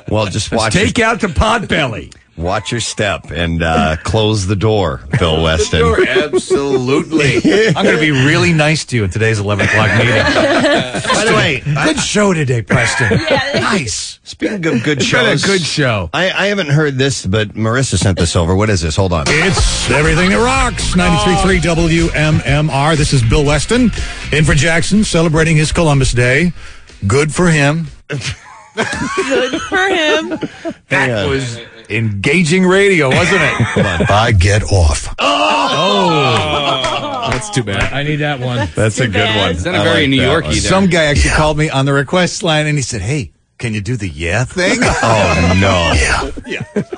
[SPEAKER 4] Well, just watch.
[SPEAKER 5] take out the pot belly.
[SPEAKER 4] Watch your step and uh, close the door,
[SPEAKER 6] <laughs>
[SPEAKER 4] Bill Weston.
[SPEAKER 23] <laughs>
[SPEAKER 6] Absolutely.
[SPEAKER 4] <laughs>
[SPEAKER 6] I'm going to be really nice to you in today's 11 o'clock meeting.
[SPEAKER 4] By the way,
[SPEAKER 6] good show today, <laughs> Preston.
[SPEAKER 4] nice. Speaking of good
[SPEAKER 6] It's been a
[SPEAKER 4] shows,
[SPEAKER 6] good
[SPEAKER 5] show.
[SPEAKER 4] I, I haven't heard this, but Marissa sent this over. What is this? Hold on.
[SPEAKER 23] It's everything that rocks. 93.3 WMMR. This is Bill Weston in for Jackson celebrating his Columbus Day. Good for him.
[SPEAKER 8] Good for him.
[SPEAKER 23] uh,
[SPEAKER 6] That was engaging radio, wasn't it? I get off.
[SPEAKER 5] Oh.
[SPEAKER 6] That's too bad.
[SPEAKER 5] I need that one.
[SPEAKER 6] That's
[SPEAKER 5] Too
[SPEAKER 6] a good
[SPEAKER 5] bad.
[SPEAKER 6] one.
[SPEAKER 5] Is that a very New Yorkie there?
[SPEAKER 6] Some guy actually called me on the request line and he said, "Hey, can you do the yeah thing?"
[SPEAKER 5] <laughs>
[SPEAKER 6] oh
[SPEAKER 4] no.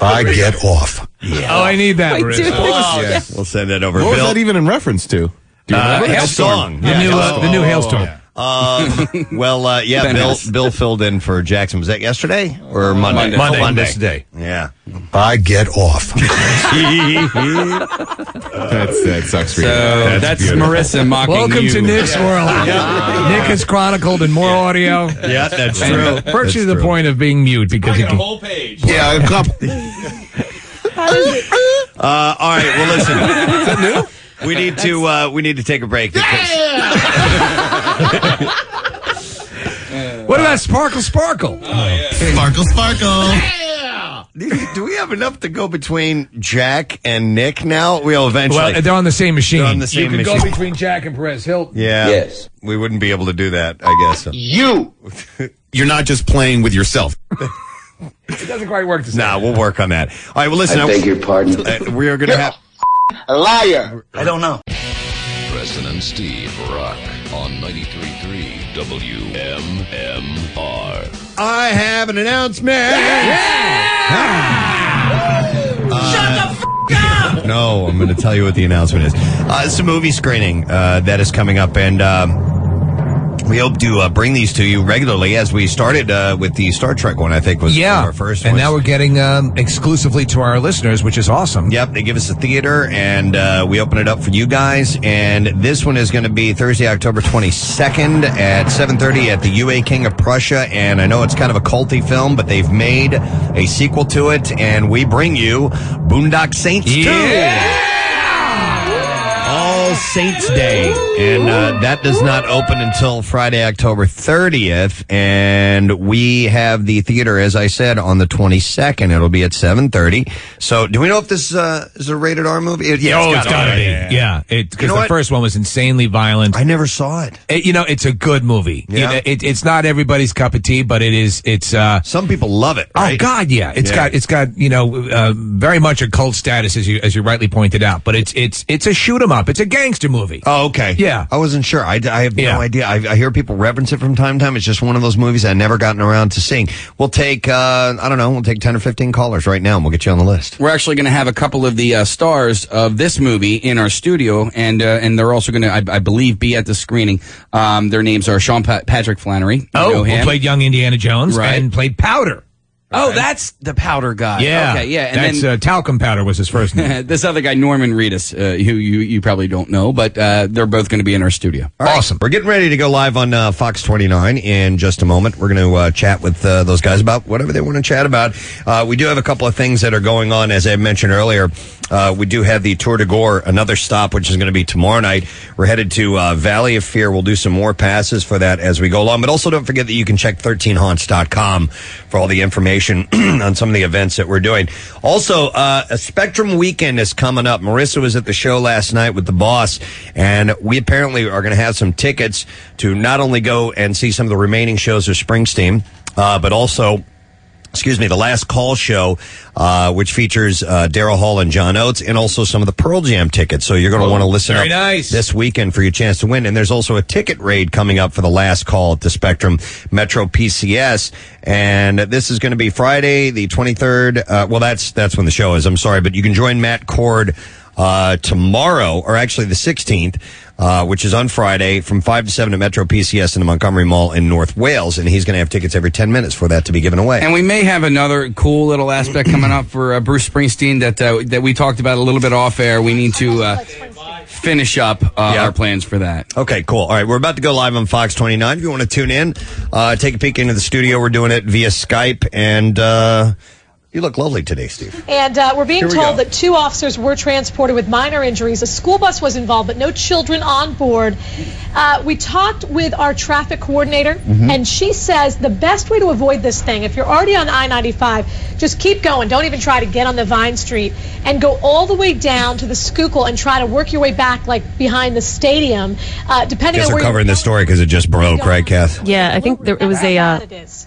[SPEAKER 4] <laughs>
[SPEAKER 6] I get off.
[SPEAKER 5] Oh, I need that.
[SPEAKER 6] I do.
[SPEAKER 5] Marissa.
[SPEAKER 6] Oh,
[SPEAKER 4] We'll send that over.
[SPEAKER 7] What was e-
[SPEAKER 4] Bill.
[SPEAKER 7] that even in reference to? Do you
[SPEAKER 4] Uh,
[SPEAKER 7] remember?
[SPEAKER 4] Hailstorm.
[SPEAKER 7] Yeah,
[SPEAKER 4] The new, uh,
[SPEAKER 7] Hailstorm.
[SPEAKER 4] the new
[SPEAKER 7] Oh,
[SPEAKER 4] Hailstorm.
[SPEAKER 7] yeah.
[SPEAKER 4] Um, well, uh, yeah,
[SPEAKER 6] Ben
[SPEAKER 4] Bill,
[SPEAKER 6] Hess.
[SPEAKER 4] Bill filled in for Jackson. Was that yesterday or Monday?
[SPEAKER 6] Monday. Monday. This day.
[SPEAKER 4] Yeah.
[SPEAKER 23] I get
[SPEAKER 5] <laughs>
[SPEAKER 23] off.
[SPEAKER 7] That's, that
[SPEAKER 4] <laughs>
[SPEAKER 7] sucks for
[SPEAKER 10] So
[SPEAKER 7] you.
[SPEAKER 5] <laughs>
[SPEAKER 10] that's,
[SPEAKER 7] beautiful.
[SPEAKER 10] Marissa mocking
[SPEAKER 5] Welcome
[SPEAKER 10] you.
[SPEAKER 5] to Nick's world. Nick is chronicled in more audio.
[SPEAKER 4] Yeah, that's
[SPEAKER 5] And uh,
[SPEAKER 4] true.
[SPEAKER 5] Virtually the point of being mute because you can.
[SPEAKER 10] page.
[SPEAKER 7] Yeah, a couple.
[SPEAKER 8] Oh.
[SPEAKER 5] <laughs>
[SPEAKER 4] Uh, all right. Well,
[SPEAKER 7] <laughs>
[SPEAKER 4] listen. We need to uh, we need to take a break. Because,
[SPEAKER 5] <laughs>
[SPEAKER 8] <laughs>
[SPEAKER 5] What about Sparkle Sparkle?
[SPEAKER 7] Oh, Sparkle Sparkle.
[SPEAKER 4] do we have enough to go between Jack and Nick now? We'll eventually.
[SPEAKER 5] Well, they're on the same machine.
[SPEAKER 4] They're on the same
[SPEAKER 5] you can go
[SPEAKER 4] machine.
[SPEAKER 5] between Jack and Perez Hilton.
[SPEAKER 4] yeah. Yes. We wouldn't be able to do that, I guess.
[SPEAKER 7] You. You're not just playing with yourself.
[SPEAKER 5] It doesn't quite work. The
[SPEAKER 4] Nah, we'll work on that. All right. Well, listen. I beg your pardon.
[SPEAKER 23] uh,
[SPEAKER 4] we are going to have.
[SPEAKER 16] A liar.
[SPEAKER 4] I don't know.
[SPEAKER 16] Preston and Steve rock on 93.3 WMMR.
[SPEAKER 4] I have an announcement. Shut the f- up! Uh, <laughs> No, I'm going to tell you what the announcement is. Uh, it's a movie screening uh, that is coming up, and um, we hope to uh, bring these to you regularly as we started uh, with the Star Trek one, I think, was
[SPEAKER 5] Yeah.
[SPEAKER 4] our first
[SPEAKER 5] and
[SPEAKER 4] one.
[SPEAKER 5] now we're getting um, exclusively to our listeners, which is awesome.
[SPEAKER 4] Yep, they give us a theater, and uh, we open it up for you guys. And this one is going to be Thursday, October 22nd at 7:30 at the UA King of Prussia. And I know it's kind of a culty film, but they've made a sequel to it, and we bring you Boondock Saints 2. All Saints Day, and uh, that does not open until Friday, October 30th, and we have the theater, as I said, on the 22nd. It'll be at 7:30. So, do we know if this uh, is a rated R movie? It- yeah,
[SPEAKER 5] oh, it's
[SPEAKER 4] gotta
[SPEAKER 5] got to be. Yeah, because
[SPEAKER 4] You know
[SPEAKER 5] the
[SPEAKER 4] what?
[SPEAKER 5] first one was insanely violent. I
[SPEAKER 4] never saw it.
[SPEAKER 5] you know, it's a good movie. You
[SPEAKER 4] Yeah.
[SPEAKER 5] know, it, it's not everybody's cup of tea, but it is. It's uh,
[SPEAKER 4] some people love it.
[SPEAKER 5] Oh
[SPEAKER 4] right?
[SPEAKER 5] God, yeah, It's
[SPEAKER 4] Yeah.
[SPEAKER 5] got it's got you know uh, very much a cult status as you as you rightly pointed out. But it's it's it's a shoot 'em up. It's a gangster movie.
[SPEAKER 4] Oh, okay.
[SPEAKER 5] Yeah.
[SPEAKER 4] I wasn't sure. I, I have
[SPEAKER 5] Yeah.
[SPEAKER 4] no idea. I, I hear people reference it from time to time. It's just one of those movies I never gotten around to seeing. We'll take, uh, I don't know, we'll take 10 or 15 callers right now and we'll get you on the list.
[SPEAKER 10] We're actually going to have a couple of the uh, stars of this movie in our studio, and uh, and they're also going to, I, I believe, be at the screening. Um, their names are Sean pa- Patrick Flannery. You know
[SPEAKER 5] Oh,
[SPEAKER 10] him.
[SPEAKER 5] who played young Indiana Jones
[SPEAKER 10] Right.
[SPEAKER 5] and played Powder.
[SPEAKER 10] Oh, that's the powder guy.
[SPEAKER 5] Yeah,
[SPEAKER 10] okay, yeah, and
[SPEAKER 5] that's
[SPEAKER 10] then.
[SPEAKER 5] uh, talcum powder was his first
[SPEAKER 10] <laughs>
[SPEAKER 5] name.
[SPEAKER 10] this other guy, Norman Reedus, uh, who you, you probably don't know, but uh, they're both going to be in our studio.
[SPEAKER 4] Awesome. We're getting ready to go live on uh, Fox 29 in just a moment. We're going to uh, chat with uh, those guys about whatever they want to chat about. Uh, we do have a couple of things that are going on. As I mentioned earlier, uh, we do have the Tour de Gore, another stop, which is going to be tomorrow night. We're headed to uh, Valley of Fear. We'll do some more passes for that as we go along. But also don't forget that you can check 13haunts.com for all the information <clears throat> on some of the events that we're doing. Also, uh, a Spectrum weekend is coming up. Marissa was at the show last night with the boss, and we apparently are going to have some tickets to not only go and see some of the remaining shows of Springsteen, uh, but also excuse me, the last call show, uh, which features uh, Daryl Hall and John Oates, and also some of the Pearl Jam tickets. So you're going to want to listen
[SPEAKER 5] Oh, very
[SPEAKER 4] up
[SPEAKER 5] nice.
[SPEAKER 4] this weekend for your chance to win. And there's also a ticket raid coming up for the last call at the Spectrum Metro PCS, and this is going to be Friday, the 23rd. Uh, well, that's that's when the show is. I'm sorry, but you can join Matt Cord. Uh, tomorrow, or actually the 16th, uh, which is on Friday from 5 to 7 at Metro PCS in the Montgomery Mall in North Wales. And he's going to have tickets every 10 minutes for that to be given away.
[SPEAKER 10] And we may have another cool little aspect coming up for uh, Bruce Springsteen that uh, that we talked about a little bit off air. We need to uh, finish up uh, our plans for that.
[SPEAKER 4] Okay, cool. All right, we're about to go live on Fox 29. If you want to tune in, uh, take a peek into the studio. We're doing it via Skype, and uh, you look lovely today, Steve.
[SPEAKER 2] <laughs> And uh, we're being
[SPEAKER 4] Here we
[SPEAKER 2] told
[SPEAKER 4] go.
[SPEAKER 2] that two officers were transported with minor injuries. A school bus was involved, but no children on board. Uh, we talked with our traffic coordinator,
[SPEAKER 4] Mm-hmm.
[SPEAKER 3] Mhm.
[SPEAKER 2] and she says the best way to avoid this thing, if you're already on I 95, just keep going. Don't even try to get on the Vine Street and go all the way down to the Schuylkill and try to work your way back, like behind the stadium. Uh,
[SPEAKER 4] I
[SPEAKER 2] depending
[SPEAKER 4] guess
[SPEAKER 2] on
[SPEAKER 4] we're
[SPEAKER 2] where
[SPEAKER 4] covering this story because it just broke, right, Kath?
[SPEAKER 8] Yeah, I think there, it was a uh,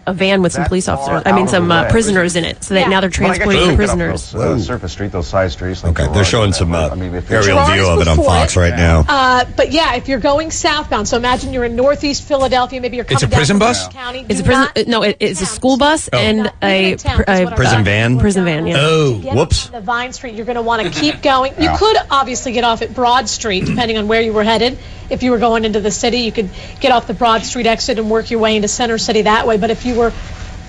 [SPEAKER 8] a van with some police officers. I mean, some uh, prisoners in it. So that now they're transporting the prisoners.
[SPEAKER 9] surface street, those side streets.
[SPEAKER 4] Okay, they're showing some uh,
[SPEAKER 9] mean, if
[SPEAKER 4] aerial
[SPEAKER 2] Gerard
[SPEAKER 4] view
[SPEAKER 2] is
[SPEAKER 4] of it on
[SPEAKER 2] before
[SPEAKER 4] Fox
[SPEAKER 2] it.
[SPEAKER 4] right now.
[SPEAKER 2] Uh, but yeah, if you're going
[SPEAKER 17] southbound. So imagine you're in northeast Philadelphia. Maybe you're coming
[SPEAKER 5] It's a
[SPEAKER 17] down
[SPEAKER 5] prison
[SPEAKER 17] from
[SPEAKER 5] bus?
[SPEAKER 17] Orange County.
[SPEAKER 8] It's a prison. uh, no, it, it's a school bus and a, pr- a
[SPEAKER 4] Prison van?
[SPEAKER 8] Prison van. Yeah.
[SPEAKER 4] Oh,
[SPEAKER 17] Get
[SPEAKER 4] whoops.
[SPEAKER 17] on The Vine Street. You're going to want to keep going. You
[SPEAKER 4] Ow.
[SPEAKER 17] could obviously get off at Broad Street, depending on where you were headed. If you were going into the city, you could get off the Broad Street exit and work your way into Center City that way. But if you were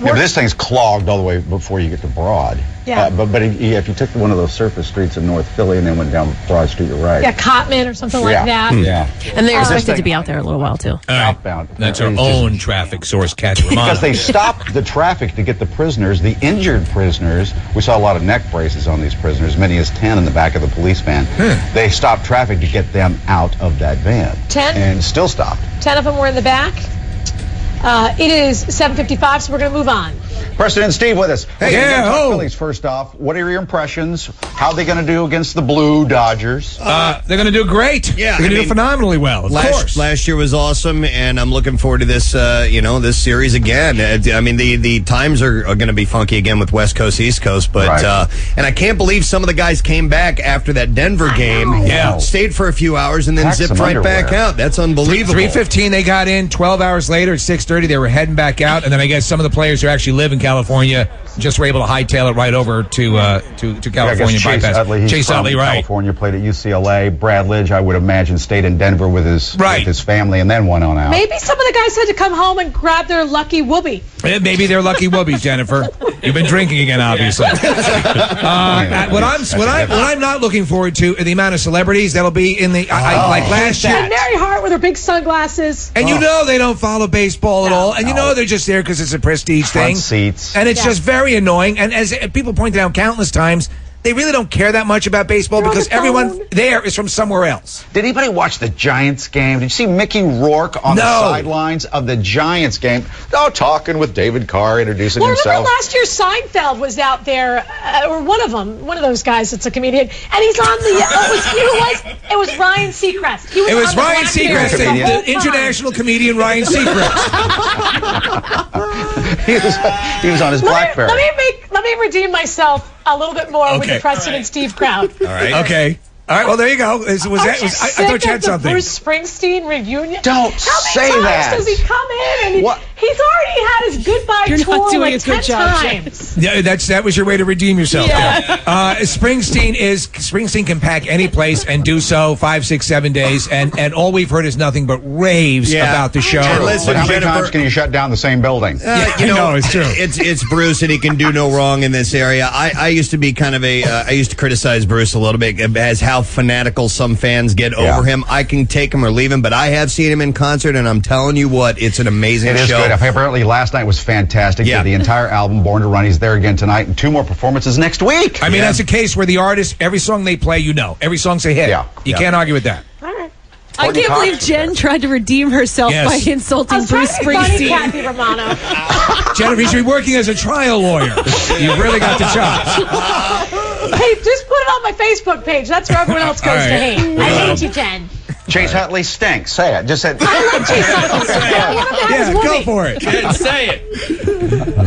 [SPEAKER 24] Yeah, but this thing's clogged all the way before you get to Broad.
[SPEAKER 17] Yeah.
[SPEAKER 24] Uh, but but if, yeah, if you took one of those surface streets in North Philly and then went down Broad Street, you're right.
[SPEAKER 17] yeah, Cotman or something like that,
[SPEAKER 24] Yeah. Mm.
[SPEAKER 8] And they're
[SPEAKER 24] This
[SPEAKER 8] expected
[SPEAKER 24] thing-
[SPEAKER 8] to be out there a little while too.
[SPEAKER 24] Outbound.
[SPEAKER 5] That's our own traffic source, Cat
[SPEAKER 24] Because they stopped the traffic to get the prisoners, the injured prisoners. We saw a lot of neck braces on these prisoners, many as 10 in the back of the police van. They stopped traffic to get them out of that van.
[SPEAKER 17] 10?
[SPEAKER 24] And still stopped.
[SPEAKER 17] ten of them were in the back. Uh, it is 7:55, so we're going to move on.
[SPEAKER 24] President Steve with us.
[SPEAKER 17] Hey,
[SPEAKER 24] Okay,
[SPEAKER 17] yeah,
[SPEAKER 24] Jets and Phillies, first off, what are your impressions? How are they going to do against the Blue Dodgers?
[SPEAKER 5] Uh, they're going to do great.
[SPEAKER 24] Yeah, I
[SPEAKER 5] they're going to do
[SPEAKER 24] mean,
[SPEAKER 5] phenomenally well. Of
[SPEAKER 4] last,
[SPEAKER 5] course.
[SPEAKER 4] last year was awesome, and I'm looking forward to this. Uh, you know, this series again. Uh, I mean, the the times are, are going to be funky again with West Coast, East Coast, but
[SPEAKER 24] Right.
[SPEAKER 4] uh, and I can't believe some of the guys came back after that Denver game.
[SPEAKER 5] Yeah.
[SPEAKER 4] stayed for a few hours and then
[SPEAKER 5] Oh, Pack
[SPEAKER 4] zipped
[SPEAKER 5] some
[SPEAKER 4] right back
[SPEAKER 5] underwear.
[SPEAKER 4] out. That's unbelievable.
[SPEAKER 5] Three fifteen, they got in. Twelve hours later, at six thirty, they were heading back out. And then I guess some of the players who actually live in California just were able to hightail it right over to uh, to, to
[SPEAKER 24] Yeah, I guess
[SPEAKER 5] California
[SPEAKER 24] Chase
[SPEAKER 5] bypass.
[SPEAKER 24] Utley, he's
[SPEAKER 5] Chase
[SPEAKER 24] from
[SPEAKER 5] Utley, right?
[SPEAKER 24] California played at UCLA. Brad Lidge, I would imagine, stayed in Denver with his with his family and then went on out.
[SPEAKER 17] Maybe some of the guys had to come home and grab their lucky whoopee.
[SPEAKER 5] Eh, Maybe they're lucky whoobies, Jennifer. You've been drinking
[SPEAKER 4] <laughs>
[SPEAKER 5] again, obviously. Uh, what I'm what I what I'm not looking forward to are the amount of celebrities that'll be in the I, I,
[SPEAKER 24] Oh,
[SPEAKER 5] like last
[SPEAKER 17] And
[SPEAKER 5] year.
[SPEAKER 17] Mary Hart with her big sunglasses.
[SPEAKER 5] And you know they don't follow baseball at all, and you know they're just there because it's a prestige
[SPEAKER 24] Front
[SPEAKER 5] thing.
[SPEAKER 24] seats.
[SPEAKER 5] and it's
[SPEAKER 24] Yeah.
[SPEAKER 5] just very annoying. And as uh, people pointed out countless times, they really don't care that much about baseball because everyone there is from somewhere else.
[SPEAKER 24] Did anybody watch the Giants game? Did you see Mickey Rourke on the sidelines of the Giants game? Oh, talking with David Carr, introducing
[SPEAKER 17] Well, remember
[SPEAKER 24] himself.
[SPEAKER 17] last year Seinfeld was out there, uh, or one of them, one of those guys that's a comedian, and he's on the. Uh, it was, you know who was? It was Ryan Seacrest. He was
[SPEAKER 5] It was
[SPEAKER 17] on the
[SPEAKER 5] Ryan
[SPEAKER 17] Blackberry
[SPEAKER 5] Seacrest,
[SPEAKER 17] the
[SPEAKER 5] the-
[SPEAKER 17] whole
[SPEAKER 5] the international comedian Ryan Seacrest.
[SPEAKER 24] he,
[SPEAKER 17] <laughs>
[SPEAKER 24] was, he was on his
[SPEAKER 17] Let me,
[SPEAKER 24] BlackBerry.
[SPEAKER 17] let me make. Let me redeem myself a little bit more with
[SPEAKER 5] Okay.
[SPEAKER 17] the Preston and Steve crowd.
[SPEAKER 24] All right.
[SPEAKER 5] Okay. All right. <laughs> Well, there you go. This was,
[SPEAKER 17] Aren't
[SPEAKER 5] that,
[SPEAKER 17] Oh, you
[SPEAKER 5] was, I, I
[SPEAKER 17] sick
[SPEAKER 5] thought you
[SPEAKER 17] of
[SPEAKER 5] had
[SPEAKER 17] the
[SPEAKER 5] something.
[SPEAKER 17] Bruce Springsteen reunion. Don't How many
[SPEAKER 24] say
[SPEAKER 17] times
[SPEAKER 24] that.
[SPEAKER 17] Does he come in? And he, He's already had his goodbye
[SPEAKER 8] You're not
[SPEAKER 17] tour
[SPEAKER 8] doing
[SPEAKER 17] like
[SPEAKER 8] a
[SPEAKER 17] ten
[SPEAKER 8] good job, Jack.
[SPEAKER 17] times.
[SPEAKER 5] Yeah, that's that was your way to redeem yourself.
[SPEAKER 17] Yeah.
[SPEAKER 5] Yeah. Uh, Springsteen is Springsteen can pack any place and do so five, six, seven days, and and all we've heard is nothing but raves about the show.
[SPEAKER 24] But how many times can you shut down the same building?
[SPEAKER 4] Uh, you know, it's true. <laughs> It's it's Bruce, and he can do no wrong in this area. I, I used to be kind of a uh, I used to criticize Bruce a little bit as how fanatical some fans get
[SPEAKER 24] Yeah.
[SPEAKER 4] over him. I can take him or leave him, but I have seen him in concert, and I'm telling you what, it's an amazing
[SPEAKER 24] It is
[SPEAKER 4] show.
[SPEAKER 24] good. Apparently, last night was fantastic.
[SPEAKER 4] Yeah.
[SPEAKER 24] Did the entire album, Born to Run. He's there again tonight, and two more performances next week.
[SPEAKER 5] I mean, that's a case where the artist, every song they play, you know, every song's a hit. Yeah. You
[SPEAKER 24] Yeah.
[SPEAKER 5] can't argue with that.
[SPEAKER 8] I
[SPEAKER 5] Courtney
[SPEAKER 8] can't
[SPEAKER 5] Cox.
[SPEAKER 8] believe Jen tried to redeem herself
[SPEAKER 5] Yes.
[SPEAKER 8] by insulting Bruce
[SPEAKER 17] Funny
[SPEAKER 8] Springsteen.
[SPEAKER 17] Kathy
[SPEAKER 8] <laughs>
[SPEAKER 17] Romano. <laughs>
[SPEAKER 5] Jennifer, you should be working as a
[SPEAKER 10] <laughs>
[SPEAKER 5] trial lawyer. You've really got the chops.
[SPEAKER 17] hey, just put it on my Facebook page. That's where everyone else goes
[SPEAKER 24] All right.
[SPEAKER 17] to hate. I
[SPEAKER 24] Well.
[SPEAKER 17] hate you, Jen.
[SPEAKER 24] Chase Utley stinks. Say it. Just say it.
[SPEAKER 17] I like Chase Utley. Yeah, one of the
[SPEAKER 24] Yeah,
[SPEAKER 17] guys
[SPEAKER 24] go
[SPEAKER 17] would be.
[SPEAKER 24] for it. Jen,
[SPEAKER 17] say it.
[SPEAKER 24] Oh,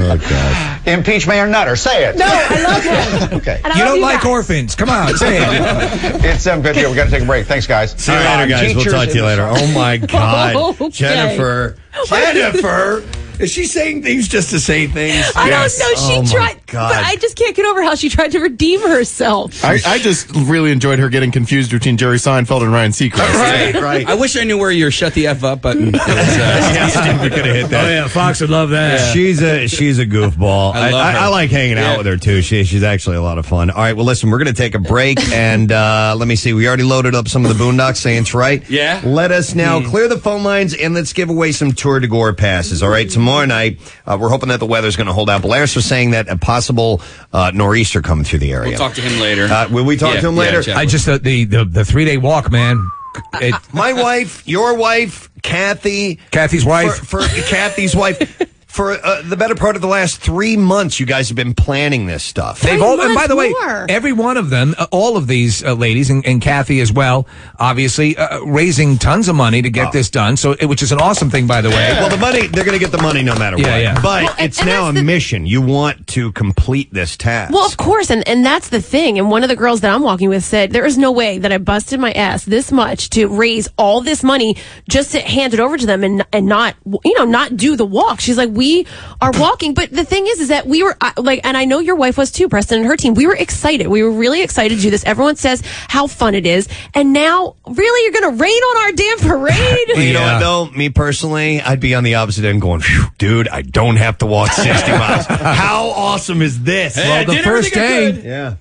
[SPEAKER 24] Impeach Mayor Nutter. Say it.
[SPEAKER 17] No, I love him.
[SPEAKER 24] Okay.
[SPEAKER 17] And I You love don't you like guys.
[SPEAKER 5] orphans. Come on, say
[SPEAKER 24] it. <laughs> it's 7.50. we got to take a break. Thanks, guys.
[SPEAKER 4] See you later, guys. We'll talk to you later. Oh my
[SPEAKER 17] <laughs>
[SPEAKER 4] God,
[SPEAKER 24] <laughs> Okay.
[SPEAKER 4] Jennifer, Jennifer, is she saying things just to say things?
[SPEAKER 8] I
[SPEAKER 4] Yes.
[SPEAKER 8] don't know. She
[SPEAKER 4] Oh, my
[SPEAKER 8] tried,
[SPEAKER 4] God.
[SPEAKER 8] but I just can't get over how she tried to redeem herself.
[SPEAKER 7] I, I just really enjoyed her getting confused between Jerry Seinfeld and Ryan Seacrest.
[SPEAKER 10] Right, right. I wish I knew where your shut the f up <laughs> button. Was, uh,
[SPEAKER 4] could have hit that.
[SPEAKER 10] Oh, yeah, Fox
[SPEAKER 4] would love
[SPEAKER 10] that. Yeah.
[SPEAKER 4] She's a she's a goofball.
[SPEAKER 10] <laughs> I love
[SPEAKER 4] I,
[SPEAKER 10] her.
[SPEAKER 4] I like hanging
[SPEAKER 10] Yeah.
[SPEAKER 4] out with her too. She, she's actually a lot of fun. All right, well, listen, we're going to take
[SPEAKER 10] <laughs>
[SPEAKER 4] a break, and uh, let me see. We already loaded up some of the Boondock Saints, right?
[SPEAKER 10] Yeah. Hmm.
[SPEAKER 4] Let us now clear the phone lines and let's give away some Tour de Gore passes. All right, tomorrow night uh, we're hoping that the weather's going to hold out. Blair's was saying that a possible uh, nor'easter coming through the area.
[SPEAKER 10] We'll talk to him later.
[SPEAKER 4] Uh, will we talk
[SPEAKER 10] Yeah,
[SPEAKER 4] to him
[SPEAKER 10] yeah,
[SPEAKER 4] later?
[SPEAKER 10] Jeff.
[SPEAKER 5] I just uh, the the, the three day walk, man. <laughs> It,
[SPEAKER 4] My wife, your wife, Kathy,
[SPEAKER 5] Kathy's wife.
[SPEAKER 4] for, for Kathy's wife. for uh, the better part of the last three months, you guys have been planning this stuff.
[SPEAKER 5] They've all, and by the way, every one of them, uh, all of these uh, ladies, and, and Kathy as well, obviously uh, raising tons of money to get this done. So, it- which is an awesome thing, by the way.
[SPEAKER 4] Oh. Well, the money, they're going to get the money no matter
[SPEAKER 5] Yeah,
[SPEAKER 4] what.
[SPEAKER 5] yeah.
[SPEAKER 4] But
[SPEAKER 5] Well,
[SPEAKER 8] and-
[SPEAKER 4] it's
[SPEAKER 8] and
[SPEAKER 4] now a
[SPEAKER 8] that's the-
[SPEAKER 4] mission. You want to complete this task.
[SPEAKER 8] Well, of course, and, and that's the thing. And one of the girls that I'm walking with said, There is no way that I busted my ass this much to raise all this money just to hand it over to them and and not you know, not do the walk. She's like, We
[SPEAKER 4] <clears throat>
[SPEAKER 8] are walking. But the thing is is that we were I- like and I know your wife was too, Preston and her team. We were excited. We were really excited to do this. Everyone says how fun it is. And now really you're gonna rain on our damn parade.
[SPEAKER 4] <laughs> Well, you know what though? Me personally, I'd be on the opposite end going, "Phew, dude, I don't have to walk
[SPEAKER 5] <laughs>
[SPEAKER 4] 60 miles. How awesome is this?
[SPEAKER 5] Hey, Well, I the did first everything I day- could.
[SPEAKER 4] Yeah.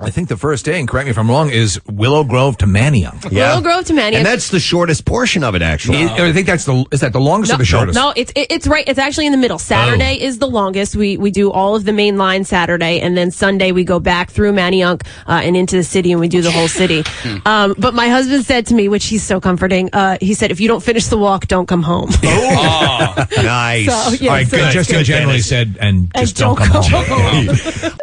[SPEAKER 5] I think the first day, and correct me if I'm wrong, is Willow Grove to Manayunk.
[SPEAKER 8] Yeah. Willow Grove to Manayunk. And that's
[SPEAKER 4] the shortest portion of it, actually.
[SPEAKER 5] I think that's the is that the longest
[SPEAKER 8] no,
[SPEAKER 5] or the shortest?
[SPEAKER 8] No, it's it, it's right. It's actually in the middle. Saturday
[SPEAKER 5] Oh.
[SPEAKER 8] is the longest. We we do all of the main line Saturday, and then Sunday we go back through Manayunk uh, and into the city, and we do the
[SPEAKER 5] <laughs>
[SPEAKER 8] whole city. um, but my husband said to me, which he's so comforting. Uh, he said, "If you don't finish the walk, don't come home."
[SPEAKER 5] Oh,
[SPEAKER 4] Oh, <laughs> nice.
[SPEAKER 8] So, yeah,
[SPEAKER 5] All right,
[SPEAKER 8] so
[SPEAKER 5] good.
[SPEAKER 8] it's
[SPEAKER 5] Justin
[SPEAKER 8] good.
[SPEAKER 5] generally said, and
[SPEAKER 8] And
[SPEAKER 5] just don't,
[SPEAKER 8] don't
[SPEAKER 5] come
[SPEAKER 8] come
[SPEAKER 5] home.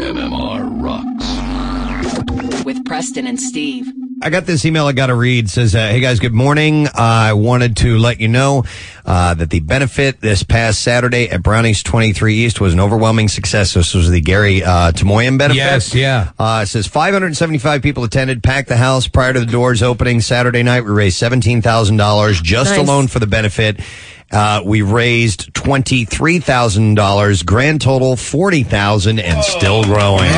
[SPEAKER 16] MMR rocks.
[SPEAKER 9] With Preston and Steve.
[SPEAKER 4] I got this email I got to read. It Says, uh, "Hey guys, good morning. Uh, I wanted to let you know uh, that the benefit this past Saturday at Brownies 23 East was an overwhelming success. This was the Gary uh, Tamoyan benefit.
[SPEAKER 5] Yes, yeah.
[SPEAKER 4] Uh, it says 575 people attended, packed the house prior to the doors opening Saturday night. We raised seventeen thousand dollars just
[SPEAKER 12] Nice.
[SPEAKER 4] alone for the benefit. Uh, we raised twenty three thousand dollars, grand total forty thousand, and still growing.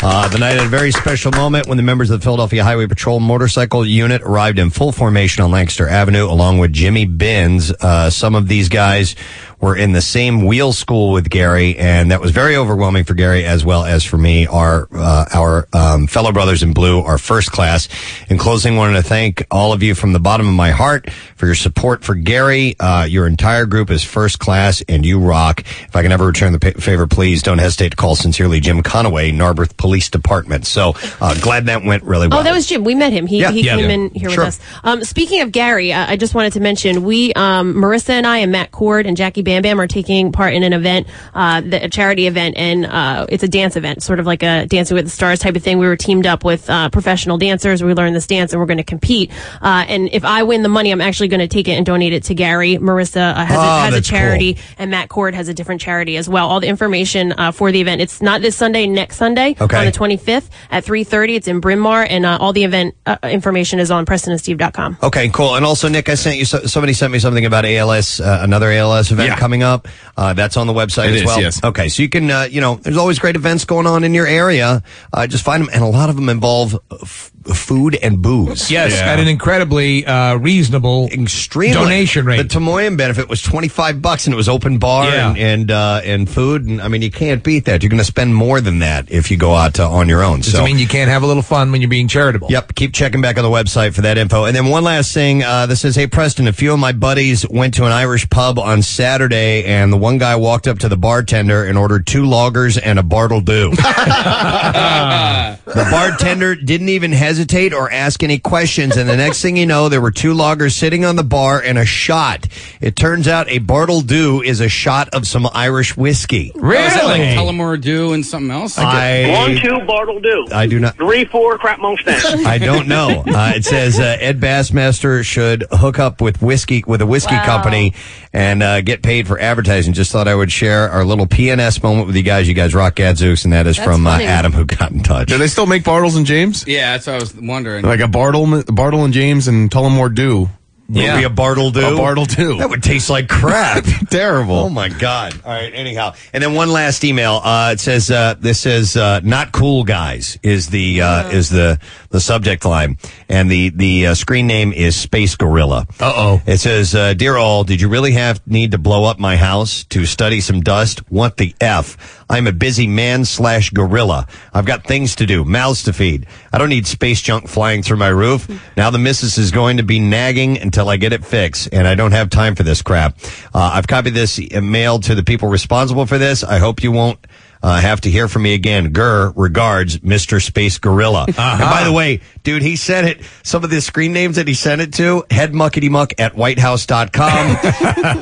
[SPEAKER 4] Uh, the night had a very special moment when the members of the Philadelphia Highway Patrol motorcycle unit arrived in full formation on Lancaster Avenue, along with Jimmy Benz. Uh, some of these guys were in the same wheel school with Gary, and that was very overwhelming for Gary as well as for me. Our uh, our um, fellow brothers in blue are first class. In closing, wanted to thank all of you from the bottom of my heart for your support for Gary. Uh, your entire group is first class, and you rock. If I can ever return the pa- favor, please don't hesitate to call. Sincerely, Jim Conaway, Narberth Police Department. So uh, glad that went really well.
[SPEAKER 8] Oh, that was Jim. We met him. He,
[SPEAKER 4] Yeah,
[SPEAKER 8] he
[SPEAKER 4] yeah,
[SPEAKER 8] came
[SPEAKER 4] yeah.
[SPEAKER 8] in here
[SPEAKER 4] Sure.
[SPEAKER 8] with us. Um, speaking of Gary, uh, I just wanted to mention we, um, Marissa and I, and Matt Cord and Jackie Bam Bam are taking part in an event, uh, the, a charity event, and uh, it's a dance event, sort of like a Dancing with the Stars type of thing. We were teamed up with uh, professional dancers. We learned this dance, and we're going to compete. Uh, and if I win the money, I'm actually going to take it and donate it to Gary. Marissa uh, has,
[SPEAKER 13] Oh,
[SPEAKER 8] a, has a
[SPEAKER 13] that's cool.
[SPEAKER 8] charity and Matt Cord has a different charity as well. All the information uh, for the event. It's not this Sunday, next Sunday
[SPEAKER 13] Okay.
[SPEAKER 8] on the 25th at 3:30. It's in Bryn Mawr, and uh, all the event uh, information is on PrestonandSteve.com.
[SPEAKER 4] Okay, cool. And also, Nick, I sent you so, somebody sent me something about ALS, uh, another ALS event coming up. Uh, that's on the website
[SPEAKER 7] It
[SPEAKER 4] as
[SPEAKER 7] is,
[SPEAKER 4] well.
[SPEAKER 7] yes.
[SPEAKER 4] Okay, so you can, uh, you know, there's always great events going on in your area. Uh, just find them, and a lot of them involve uh, f- food and booze.
[SPEAKER 5] Yes, at an incredibly uh, reasonable
[SPEAKER 4] extreme
[SPEAKER 5] donation rate.
[SPEAKER 4] The Tamoyan benefit was twenty five bucks, and it was open bar
[SPEAKER 5] Yeah.
[SPEAKER 4] and and, uh, and food. And I mean, you can't beat that. You're going to spend more than that if you go out uh, on your own.
[SPEAKER 5] Does
[SPEAKER 4] so
[SPEAKER 5] it mean you can't have a
[SPEAKER 4] <laughs>
[SPEAKER 5] little fun when you're being charitable?
[SPEAKER 4] Yep. Keep checking back on the website for that info. And then one last thing. Uh, this is, hey, Preston, a few of my buddies went to an Irish pub on Saturday, and the one guy walked up to the bartender and ordered two loggers and a Bartle Dew. the bartender didn't even hesitate or ask any questions. And the next thing you know, there were two loggers sitting on the bar and a shot. It turns out a Bartle Dew is a shot of some Irish whiskey.
[SPEAKER 10] Is that like Tullamore Dew and something else?
[SPEAKER 4] I-
[SPEAKER 10] One,
[SPEAKER 4] One,
[SPEAKER 10] two,
[SPEAKER 4] two,
[SPEAKER 10] Bartle Dew.
[SPEAKER 4] I do not.
[SPEAKER 10] Three, four, crap mustache.
[SPEAKER 4] <laughs> I don't know. Uh, it says uh, Ed Bassmaster should hook up with whiskey with a whiskey
[SPEAKER 10] Wow.
[SPEAKER 4] company and uh, get paid for advertising. Just thought I would share our little PNS moment with you guys. You guys rock gadzooks, and that is
[SPEAKER 10] That's
[SPEAKER 4] from uh,
[SPEAKER 10] funny.
[SPEAKER 4] Adam who got in touch.
[SPEAKER 7] Do they still make Bartles and James?
[SPEAKER 10] Yeah, that's what I was wondering.
[SPEAKER 7] Like a Bartle, Bartle and James and Tullamore Dew.
[SPEAKER 4] Yeah. Would be a Bartle Dew?
[SPEAKER 7] A Bartle Dew.
[SPEAKER 4] That would taste like <laughs> crap.
[SPEAKER 7] Terrible.
[SPEAKER 4] Oh my god! All right. Anyhow, and then one last email. Uh, it says uh, this is uh, not cool, guys. Is the uh, is the the subject line and the the uh, screen name is Space Gorilla. Uh oh. It says, uh, "Dear all, did you really have need to blow up my house to study some dust? What the f? I'm a busy man slash gorilla. I've got things to do, mouths to feed. I don't need space junk flying through my roof. Now the missus is going to be nagging until I get it fixed, and I don't have time for this crap. Uh, I've copied this e- mail to the people responsible for this. I hope you won't. Uh, have to hear from me again. Gurr regards, Mr. Space Gorilla. And by the way, dude, he sent it. Some of the screen names that he sent it to, headmucketymuck at whitehouse.com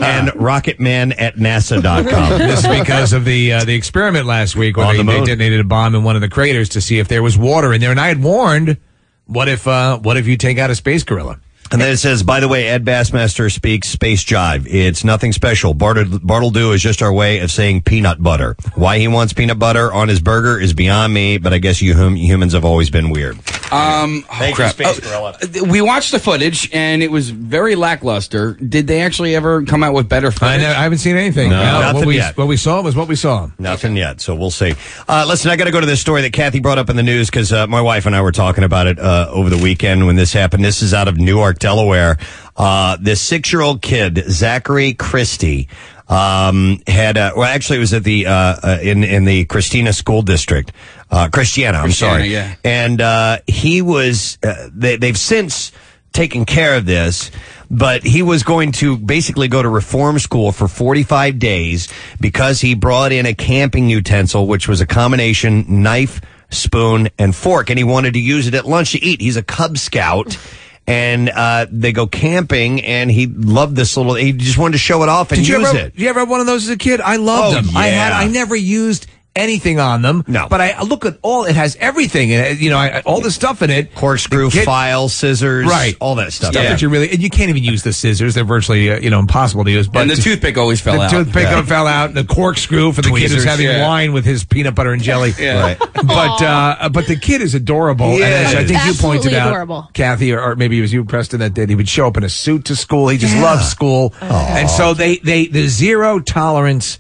[SPEAKER 4] and rocketman at nasa.com.
[SPEAKER 5] this is because of the uh, the experiment last week where
[SPEAKER 4] On
[SPEAKER 5] they,
[SPEAKER 4] the
[SPEAKER 5] they
[SPEAKER 4] moon.
[SPEAKER 5] detonated a bomb in one of the craters to see if there was water in there, and I had warned, what if uh, what if you take out a space gorilla?
[SPEAKER 4] And then it says, by the way, Ed Bassmaster speaks space jive. It's nothing special. Bartle, Bartledew is just our way of saying peanut butter. Why he wants peanut butter on his burger is beyond me, but I guess you hum- humans have always been weird.
[SPEAKER 10] Um, oh, crap. Oh, th- we watched the footage and it was very lackluster. Did they actually ever come out with better footage? I,
[SPEAKER 5] haven't seen anything.
[SPEAKER 4] No,
[SPEAKER 5] what
[SPEAKER 4] nothing
[SPEAKER 5] we-
[SPEAKER 4] yet.
[SPEAKER 5] What we saw was what we saw.
[SPEAKER 4] Nothing yet, so we'll see. Uh, listen, I got to go to this story that Kathy brought up in the news because uh, my wife and I were talking about it uh, over the weekend when this happened. This is out of Newark, Delaware. Uh, this six year old kid, Zachary Christie, um, had uh, well, actually, it was at the uh, uh, in in the Christina School District, uh, Christiana. I'm
[SPEAKER 10] Christiana,
[SPEAKER 4] sorry,
[SPEAKER 10] yeah.
[SPEAKER 4] and uh, he was uh, they, they've since taken care of this but he was going to basically go to reform school for 45 days because he brought in a camping utensil which was a combination knife spoon and fork and he wanted to use it at lunch to eat he's a cub scout and uh, they go camping and he loved this little he just wanted to show it off and
[SPEAKER 5] did you
[SPEAKER 4] use
[SPEAKER 5] ever,
[SPEAKER 4] it
[SPEAKER 5] Did you ever have one of those as a kid? I loved
[SPEAKER 4] Oh,
[SPEAKER 5] them. I had.
[SPEAKER 4] yeah.
[SPEAKER 5] I never used anything on them. No, but I I look at all. It has everything in it. You know, I, I- all the stuff in it.
[SPEAKER 4] Corkscrew, file, scissors,
[SPEAKER 5] right?
[SPEAKER 4] all that stuff.
[SPEAKER 5] Stuff
[SPEAKER 4] Yeah.
[SPEAKER 5] that you really and you can't even use the scissors. They're virtually uh, you know impossible to use. But
[SPEAKER 10] and the toothpick always fell
[SPEAKER 5] the
[SPEAKER 10] out.
[SPEAKER 5] toothpick fell out, and the corkscrew for the kid
[SPEAKER 10] Tweezers,
[SPEAKER 5] who's having
[SPEAKER 10] yeah.
[SPEAKER 5] wine with his peanut butter and jelly.
[SPEAKER 10] Yeah. Right.
[SPEAKER 5] <laughs> But uh, but the kid is adorable.
[SPEAKER 10] He
[SPEAKER 5] and as
[SPEAKER 10] is.
[SPEAKER 5] I think you
[SPEAKER 10] Absolutely
[SPEAKER 5] pointed out,
[SPEAKER 10] adorable.
[SPEAKER 5] Kathy, or, or maybe it was you, Preston, that day. He would show up in a suit to school. He just
[SPEAKER 10] Yeah. Oh.
[SPEAKER 5] loves school, and so they they the zero tolerance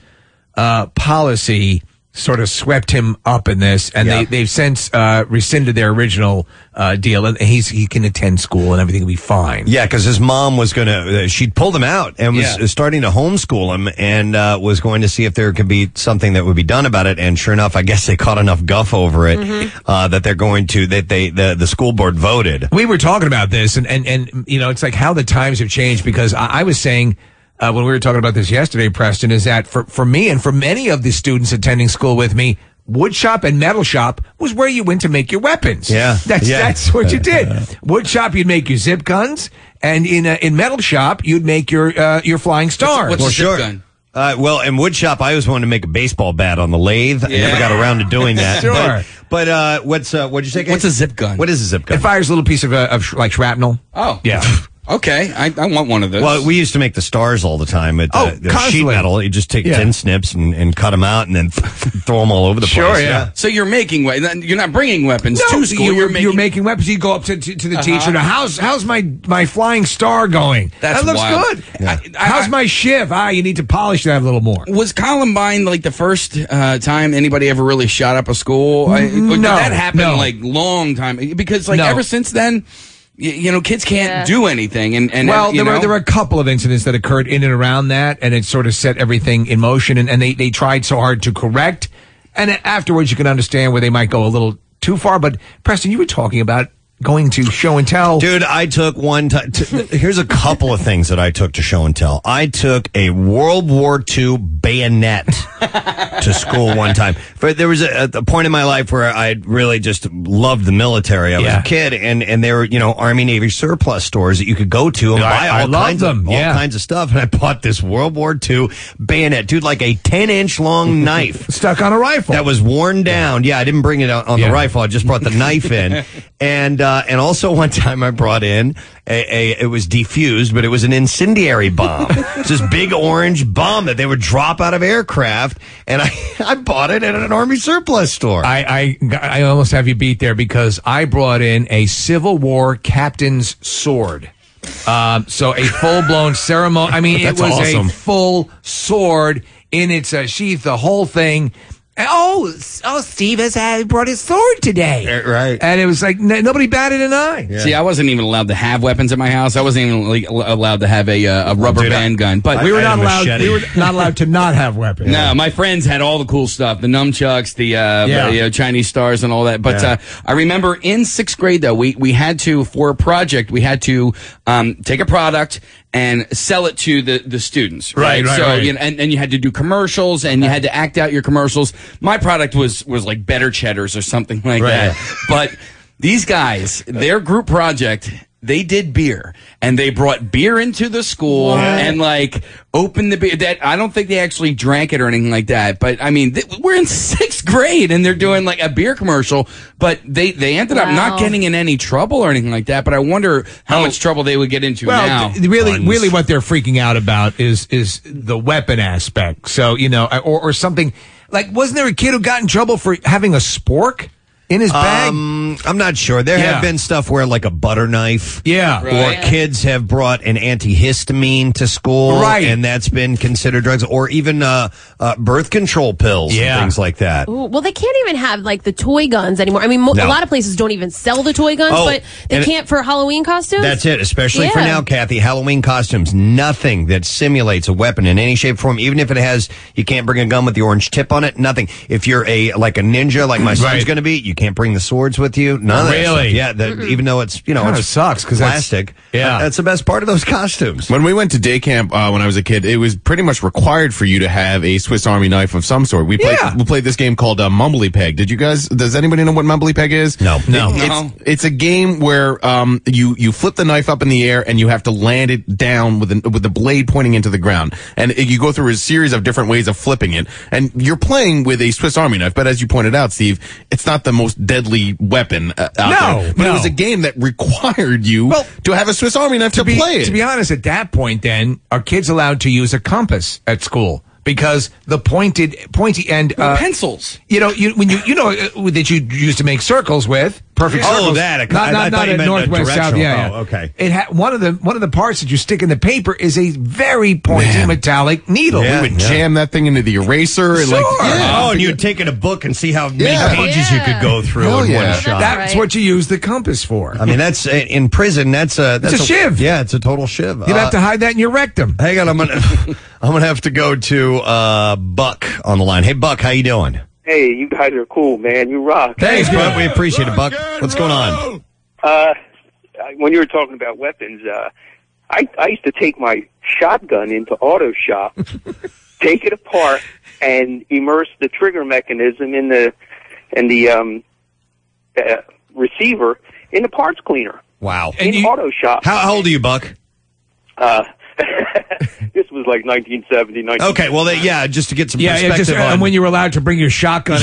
[SPEAKER 5] uh, policy. Sort of swept him up in this, and they they've since uh, rescinded their original uh, deal, and he's he can attend school and everything will be fine.
[SPEAKER 4] Yeah, because his mom was going to, she pulled him out and was uh,
[SPEAKER 5] Yeah.
[SPEAKER 4] starting to homeschool him and uh, was going to see if there could be something that would be done about it. And sure enough, I guess they caught enough guff over it uh, that they're going to, that they, the, the school board voted.
[SPEAKER 5] We were talking about this, and and and you know, it's like how the times have changed because I, I was saying. Uh, when we were talking about this yesterday, Preston, is that for, for me and for many of the students attending school with me, wood shop and metal shop was where you went to make your weapons.
[SPEAKER 4] Yeah.
[SPEAKER 5] That's,
[SPEAKER 4] Yeah. Uh,
[SPEAKER 5] that's what you did. Wood shop, you'd make your zip guns. And in, uh, in metal shop, you'd make your, uh, your flying stars.
[SPEAKER 4] Well, sure. Uh, well, in woodshop, I always wanted to make a baseball bat on the lathe. I never
[SPEAKER 5] Yeah.
[SPEAKER 4] got around to doing that.
[SPEAKER 5] Sure.
[SPEAKER 4] But, but, uh, what's uh, what'd you say? What's a zip gun? What is a zip gun?
[SPEAKER 5] It fires a little piece of, uh, of sh- like shrapnel.
[SPEAKER 10] Oh.
[SPEAKER 5] Yeah.
[SPEAKER 10] Okay. I, I want one of those.
[SPEAKER 4] <laughs> Well, we used to make the stars all the time. At,
[SPEAKER 10] Oh,
[SPEAKER 4] uh, the sheet
[SPEAKER 10] constantly.
[SPEAKER 4] metal. You just take
[SPEAKER 10] Yeah.
[SPEAKER 4] tin snips and, and cut them out, and then <laughs> throw them all over the place.
[SPEAKER 10] So you're making we- you're not bringing weapons
[SPEAKER 5] No,
[SPEAKER 10] to school.
[SPEAKER 5] you-
[SPEAKER 10] You're making,
[SPEAKER 5] you're making weapons. You go up to, to, to the
[SPEAKER 10] Uh-huh.
[SPEAKER 5] teacher. Now, how's how's my my flying star going?
[SPEAKER 10] That's
[SPEAKER 5] that looks
[SPEAKER 10] wild.
[SPEAKER 5] good. how's my shiv? Ah, you need to polish that a little more.
[SPEAKER 10] Was Columbine like the first uh, time anybody ever really shot up a school? I,
[SPEAKER 5] No,
[SPEAKER 10] did that happened
[SPEAKER 5] no.
[SPEAKER 10] like long time
[SPEAKER 4] <laughs>
[SPEAKER 10] because like
[SPEAKER 5] No.
[SPEAKER 10] ever since then, you, you know, kids can't
[SPEAKER 5] Yeah.
[SPEAKER 10] do anything. And, and
[SPEAKER 5] well,
[SPEAKER 10] you
[SPEAKER 5] there were
[SPEAKER 10] know?
[SPEAKER 5] there were a couple of incidents that occurred in and around that, and it sort of set everything in motion. And, and they they tried so hard to correct, and afterwards you can understand where they might go a little too far. But Preston, you were talking about going to show and tell.
[SPEAKER 4] Dude, I took one time. here's a couple of things that I took to show and tell. I took a World War II bayonet to school one time. But there was a, a point in my life where I really just loved the military. I was
[SPEAKER 5] Yeah.
[SPEAKER 4] a kid, and, and there were you know Army Navy surplus stores that you could go to and
[SPEAKER 5] Dude,
[SPEAKER 4] buy
[SPEAKER 5] I- I
[SPEAKER 4] all
[SPEAKER 5] loved
[SPEAKER 4] kinds
[SPEAKER 5] them,
[SPEAKER 4] of all
[SPEAKER 5] yeah.
[SPEAKER 4] kinds of stuff. And I bought this World War II bayonet, dude, like a ten inch
[SPEAKER 5] <laughs>
[SPEAKER 4] long knife
[SPEAKER 5] stuck on a rifle
[SPEAKER 4] that was worn down. Yeah, I didn't bring it on, on the rifle. I just brought
[SPEAKER 5] <laughs>
[SPEAKER 4] the knife in, and uh, and also one time I brought in a, a it was defused, but it was an incendiary bomb. it's this big orange bomb that they would drop out of aircraft, and I <laughs> I bought it at an army surplus store.
[SPEAKER 5] I, I I almost have you beat there because I brought in a Civil War captain's sword. Um, so a full blown ceremony. I mean, it
[SPEAKER 4] That's
[SPEAKER 5] was
[SPEAKER 4] awesome.
[SPEAKER 5] a full sword in its uh, sheath, the whole thing. Oh, s- oh, Steve has had, brought his sword today.
[SPEAKER 4] Right.
[SPEAKER 5] And it was like n- nobody batted an eye.
[SPEAKER 10] See, I wasn't even allowed to have weapons at my house. I wasn't even like, al- allowed to have a, uh, a rubber
[SPEAKER 5] Dude, I-
[SPEAKER 10] band gun. But
[SPEAKER 5] we were not allowed. We were not allowed to not
[SPEAKER 10] <laughs>
[SPEAKER 5] have weapons.
[SPEAKER 10] No, my friends had all the cool stuff, the nunchucks, the uh,
[SPEAKER 5] Yeah.
[SPEAKER 10] you know, Chinese stars and all that. But
[SPEAKER 5] Yeah.
[SPEAKER 10] uh, I remember in sixth grade though, we, we had to for a project, we had to um, take a product and sell it to the, the students.
[SPEAKER 5] Right, right,
[SPEAKER 10] so
[SPEAKER 5] right.
[SPEAKER 10] You know, and, and you had to do commercials and you had to act out your commercials. my product was was like better cheddars or something <laughs> like
[SPEAKER 1] Right.
[SPEAKER 10] that. But these guys, their group project, they did beer and they brought beer into the school
[SPEAKER 1] What?
[SPEAKER 10] and like opened the beer. That I don't think they actually drank it or anything like that. But I mean, th- we're in <laughs> sixth grade and they're doing like a beer commercial. But they they ended up
[SPEAKER 5] Wow.
[SPEAKER 10] not getting in any trouble or anything like that. But I wonder how much trouble they would get into now.
[SPEAKER 5] Oh. Well, th- really, really, what they're freaking out about is is the weapon aspect. So you know, I- or or something like wasn't there a kid who got in trouble for having a spork in his bag?
[SPEAKER 4] Um, I'm not sure. There
[SPEAKER 5] Yeah.
[SPEAKER 4] have been stuff where like a butter knife,
[SPEAKER 5] Yeah. Right.
[SPEAKER 4] or kids have brought an antihistamine to school,
[SPEAKER 5] Right.
[SPEAKER 4] and that's been considered drugs, or even uh, uh, birth control pills,
[SPEAKER 8] Yeah.
[SPEAKER 4] and things like that.
[SPEAKER 8] Ooh, well, they can't even have like the toy guns anymore. I mean, mo-
[SPEAKER 4] No.
[SPEAKER 8] a lot of places don't even sell the toy guns,
[SPEAKER 4] Oh,
[SPEAKER 8] but they
[SPEAKER 4] and it-
[SPEAKER 8] can't for Halloween costumes.
[SPEAKER 4] That's it, especially for
[SPEAKER 8] Yeah.
[SPEAKER 4] now, Kathy. Halloween costumes, nothing that simulates a weapon in any shape or form, even if it has, you can't bring a gun with the orange tip on it, nothing. If you're a, like a ninja, like my son's
[SPEAKER 5] Right.
[SPEAKER 4] gonna be, you can't bring the swords with you, none of that stuff.
[SPEAKER 5] Really?
[SPEAKER 4] Yeah, that, even though it's, you know,
[SPEAKER 7] Kinda
[SPEAKER 4] it
[SPEAKER 5] sucks
[SPEAKER 7] because
[SPEAKER 4] plastic.
[SPEAKER 7] yeah,
[SPEAKER 4] that's the best part of those costumes.
[SPEAKER 7] When we went to day camp uh, when I was a kid, it was pretty much required for you to have a Swiss Army knife of some sort. We played we played this game called uh, Mumbly Peg. Did you guys? Does anybody know what Mumbly Peg is? No,
[SPEAKER 4] No.
[SPEAKER 7] It's, it's a game where um, you you flip the knife up in the air and you have to land it down with an, with the blade pointing into the ground, and it- you go through a series of different ways of flipping it. And you're playing with a Swiss Army knife, but as you pointed out, Steve, it's not the most deadly weapon uh, out
[SPEAKER 5] No,
[SPEAKER 7] there. But
[SPEAKER 5] no.
[SPEAKER 7] it was a game that <laughs> required you to have a Swiss Army knife to,
[SPEAKER 5] be,
[SPEAKER 7] play it.
[SPEAKER 5] To be honest, at that point, then are kids allowed to use a compass at school? Because the pointed, pointy end uh,
[SPEAKER 10] pencils.
[SPEAKER 5] You know, you when you you know uh, that you used to make circles with perfect.
[SPEAKER 4] Oh,
[SPEAKER 5] circles.
[SPEAKER 4] that, a co- I- I
[SPEAKER 5] not, not,
[SPEAKER 4] thought
[SPEAKER 5] not
[SPEAKER 4] you
[SPEAKER 5] a
[SPEAKER 4] meant a
[SPEAKER 5] northwest south.
[SPEAKER 4] directional.
[SPEAKER 5] Yeah, yeah.
[SPEAKER 4] Oh, okay.
[SPEAKER 5] It had one of the one of the parts that you stick in the paper is a very pointy metallic needle.
[SPEAKER 7] we would jam that thing into the eraser and like
[SPEAKER 5] Sure.
[SPEAKER 4] Oh, and you'd take in a book and see how many
[SPEAKER 5] Yeah.
[SPEAKER 4] pages you could go through
[SPEAKER 5] Hell
[SPEAKER 4] in
[SPEAKER 5] yeah.
[SPEAKER 4] one shot.
[SPEAKER 5] That's what you use the compass for.
[SPEAKER 4] I mean, that's in prison. That's a
[SPEAKER 5] It's
[SPEAKER 4] that's
[SPEAKER 5] a shiv.
[SPEAKER 4] Yeah, it's a total shiv. Uh,
[SPEAKER 5] You'd have to hide that in your rectum.
[SPEAKER 4] Hang on, I'm gonna I'm gonna have to go to uh, Buck on the line. Hey, Buck, how you doing?
[SPEAKER 9] Hey, you guys are cool, man. You rock.
[SPEAKER 4] Thanks, Buck. We appreciate it, Buck. What's going on?
[SPEAKER 9] Uh, when you were talking about weapons, uh, I, I used to take my shotgun into auto
[SPEAKER 4] <laughs>
[SPEAKER 9] shop, take it apart, and immerse the trigger mechanism in the in the um, uh, receiver in the parts cleaner
[SPEAKER 4] Wow.
[SPEAKER 9] in auto shop.
[SPEAKER 4] How, how old are you, Buck?
[SPEAKER 9] Uh, <laughs> this was like 1970, 1970.
[SPEAKER 4] Okay, well, they, yeah, just to get some
[SPEAKER 5] Yeah, yeah
[SPEAKER 4] perspective
[SPEAKER 5] just, uh,
[SPEAKER 4] on.
[SPEAKER 5] and when you were allowed to bring your shotgun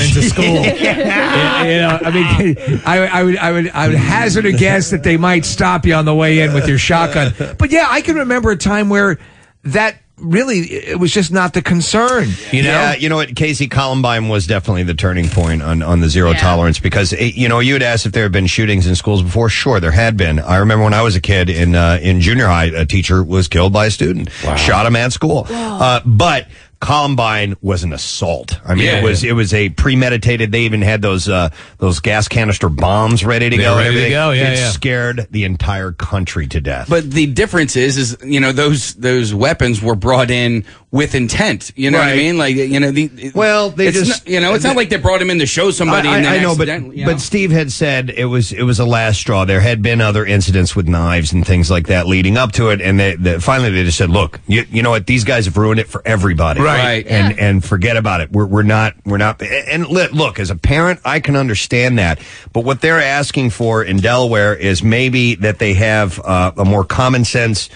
[SPEAKER 4] <laughs>
[SPEAKER 5] into school. Yeah, you know, I mean, <laughs> I, I would, I would, I would hazard a guess that they might stop you on the way in with your shotgun. But yeah, I can remember a time where that really it was just not the concern. You know,
[SPEAKER 4] Yeah, you know what? Casey Columbine was definitely the turning point on, on the zero tolerance because, it, you know, you had asked if there had been shootings in schools before. Sure, there had been. I remember when I was a kid in, uh, in junior high, a teacher was killed by a student, shot him at school. Uh, but Columbine was an assault. I mean,
[SPEAKER 1] Yeah,
[SPEAKER 4] it was, it was a premeditated. They even had those, uh, those gas canister bombs ready to
[SPEAKER 10] They
[SPEAKER 4] go.
[SPEAKER 10] were
[SPEAKER 4] and
[SPEAKER 10] ready to
[SPEAKER 4] everything.
[SPEAKER 10] go, yeah,
[SPEAKER 4] It
[SPEAKER 10] yeah.
[SPEAKER 4] scared the entire country to death.
[SPEAKER 10] But the difference is, is you know those those weapons were brought in with intent. You know what I
[SPEAKER 4] Right.
[SPEAKER 10] mean? Like you know the
[SPEAKER 4] well they
[SPEAKER 10] it's
[SPEAKER 4] just-
[SPEAKER 10] not- you know it's not like they brought him in to show somebody.
[SPEAKER 4] I,
[SPEAKER 10] and
[SPEAKER 4] I-
[SPEAKER 10] then
[SPEAKER 4] I know, but
[SPEAKER 10] accidentally, you
[SPEAKER 4] but Steve had said it was it was a last straw. There had been other incidents with knives and things like that leading up to it, and they, they, finally they just said, "Look, you, you know what? These guys have ruined it for everybody,
[SPEAKER 1] Right. Right.
[SPEAKER 4] And and forget about it. We're we're not we're not. And li- look, as a parent, I can understand that, but what they're asking for in Delaware is maybe that they have uh, a more common sense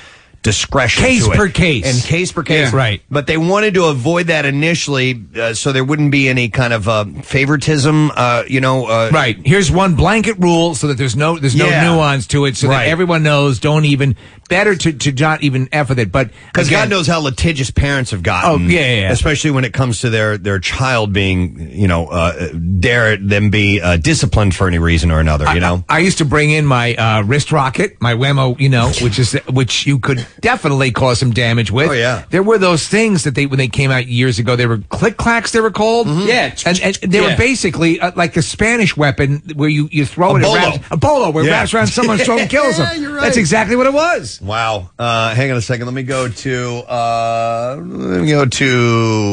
[SPEAKER 4] discretion
[SPEAKER 5] Case
[SPEAKER 4] to it.
[SPEAKER 5] per case.
[SPEAKER 4] and case per case
[SPEAKER 5] Yeah. Right.
[SPEAKER 4] but they wanted to avoid that initially uh, so there wouldn't be any kind of uh, favoritism uh, you know uh,
[SPEAKER 5] right. Here's one blanket rule so that there's no there's no
[SPEAKER 4] Yeah.
[SPEAKER 5] nuance to it, so
[SPEAKER 4] Right.
[SPEAKER 5] that everyone knows. Don't even better to to not even f with it. But
[SPEAKER 4] because
[SPEAKER 5] again-
[SPEAKER 4] God knows how litigious parents have gotten.
[SPEAKER 5] Oh, yeah, yeah, yeah.
[SPEAKER 4] Especially when it comes to their their child being, you know, uh, dare them be uh, disciplined for any reason or another. You know,
[SPEAKER 5] I used to bring in my uh, wrist rocket, my Wemo,
[SPEAKER 4] <laughs>
[SPEAKER 5] you know, which is which you could definitely cause some damage with. Oh yeah, there were those things that they when they came out years ago, they were click clacks. They were called.
[SPEAKER 4] Mm-hmm.
[SPEAKER 10] Yeah.
[SPEAKER 5] and, and they
[SPEAKER 10] Yeah.
[SPEAKER 5] were basically uh, like the Spanish weapon where you you throw
[SPEAKER 4] A
[SPEAKER 5] it it
[SPEAKER 4] bolo.
[SPEAKER 5] wraps, a bolo where it
[SPEAKER 4] Yeah.
[SPEAKER 5] wraps around someone's throat
[SPEAKER 4] <laughs>
[SPEAKER 5] and kills them.
[SPEAKER 4] Yeah, you're right.
[SPEAKER 5] That's exactly what
[SPEAKER 4] <laughs>
[SPEAKER 5] it was.
[SPEAKER 4] Wow. Uh, hang on a second. Let me go to uh, let me go to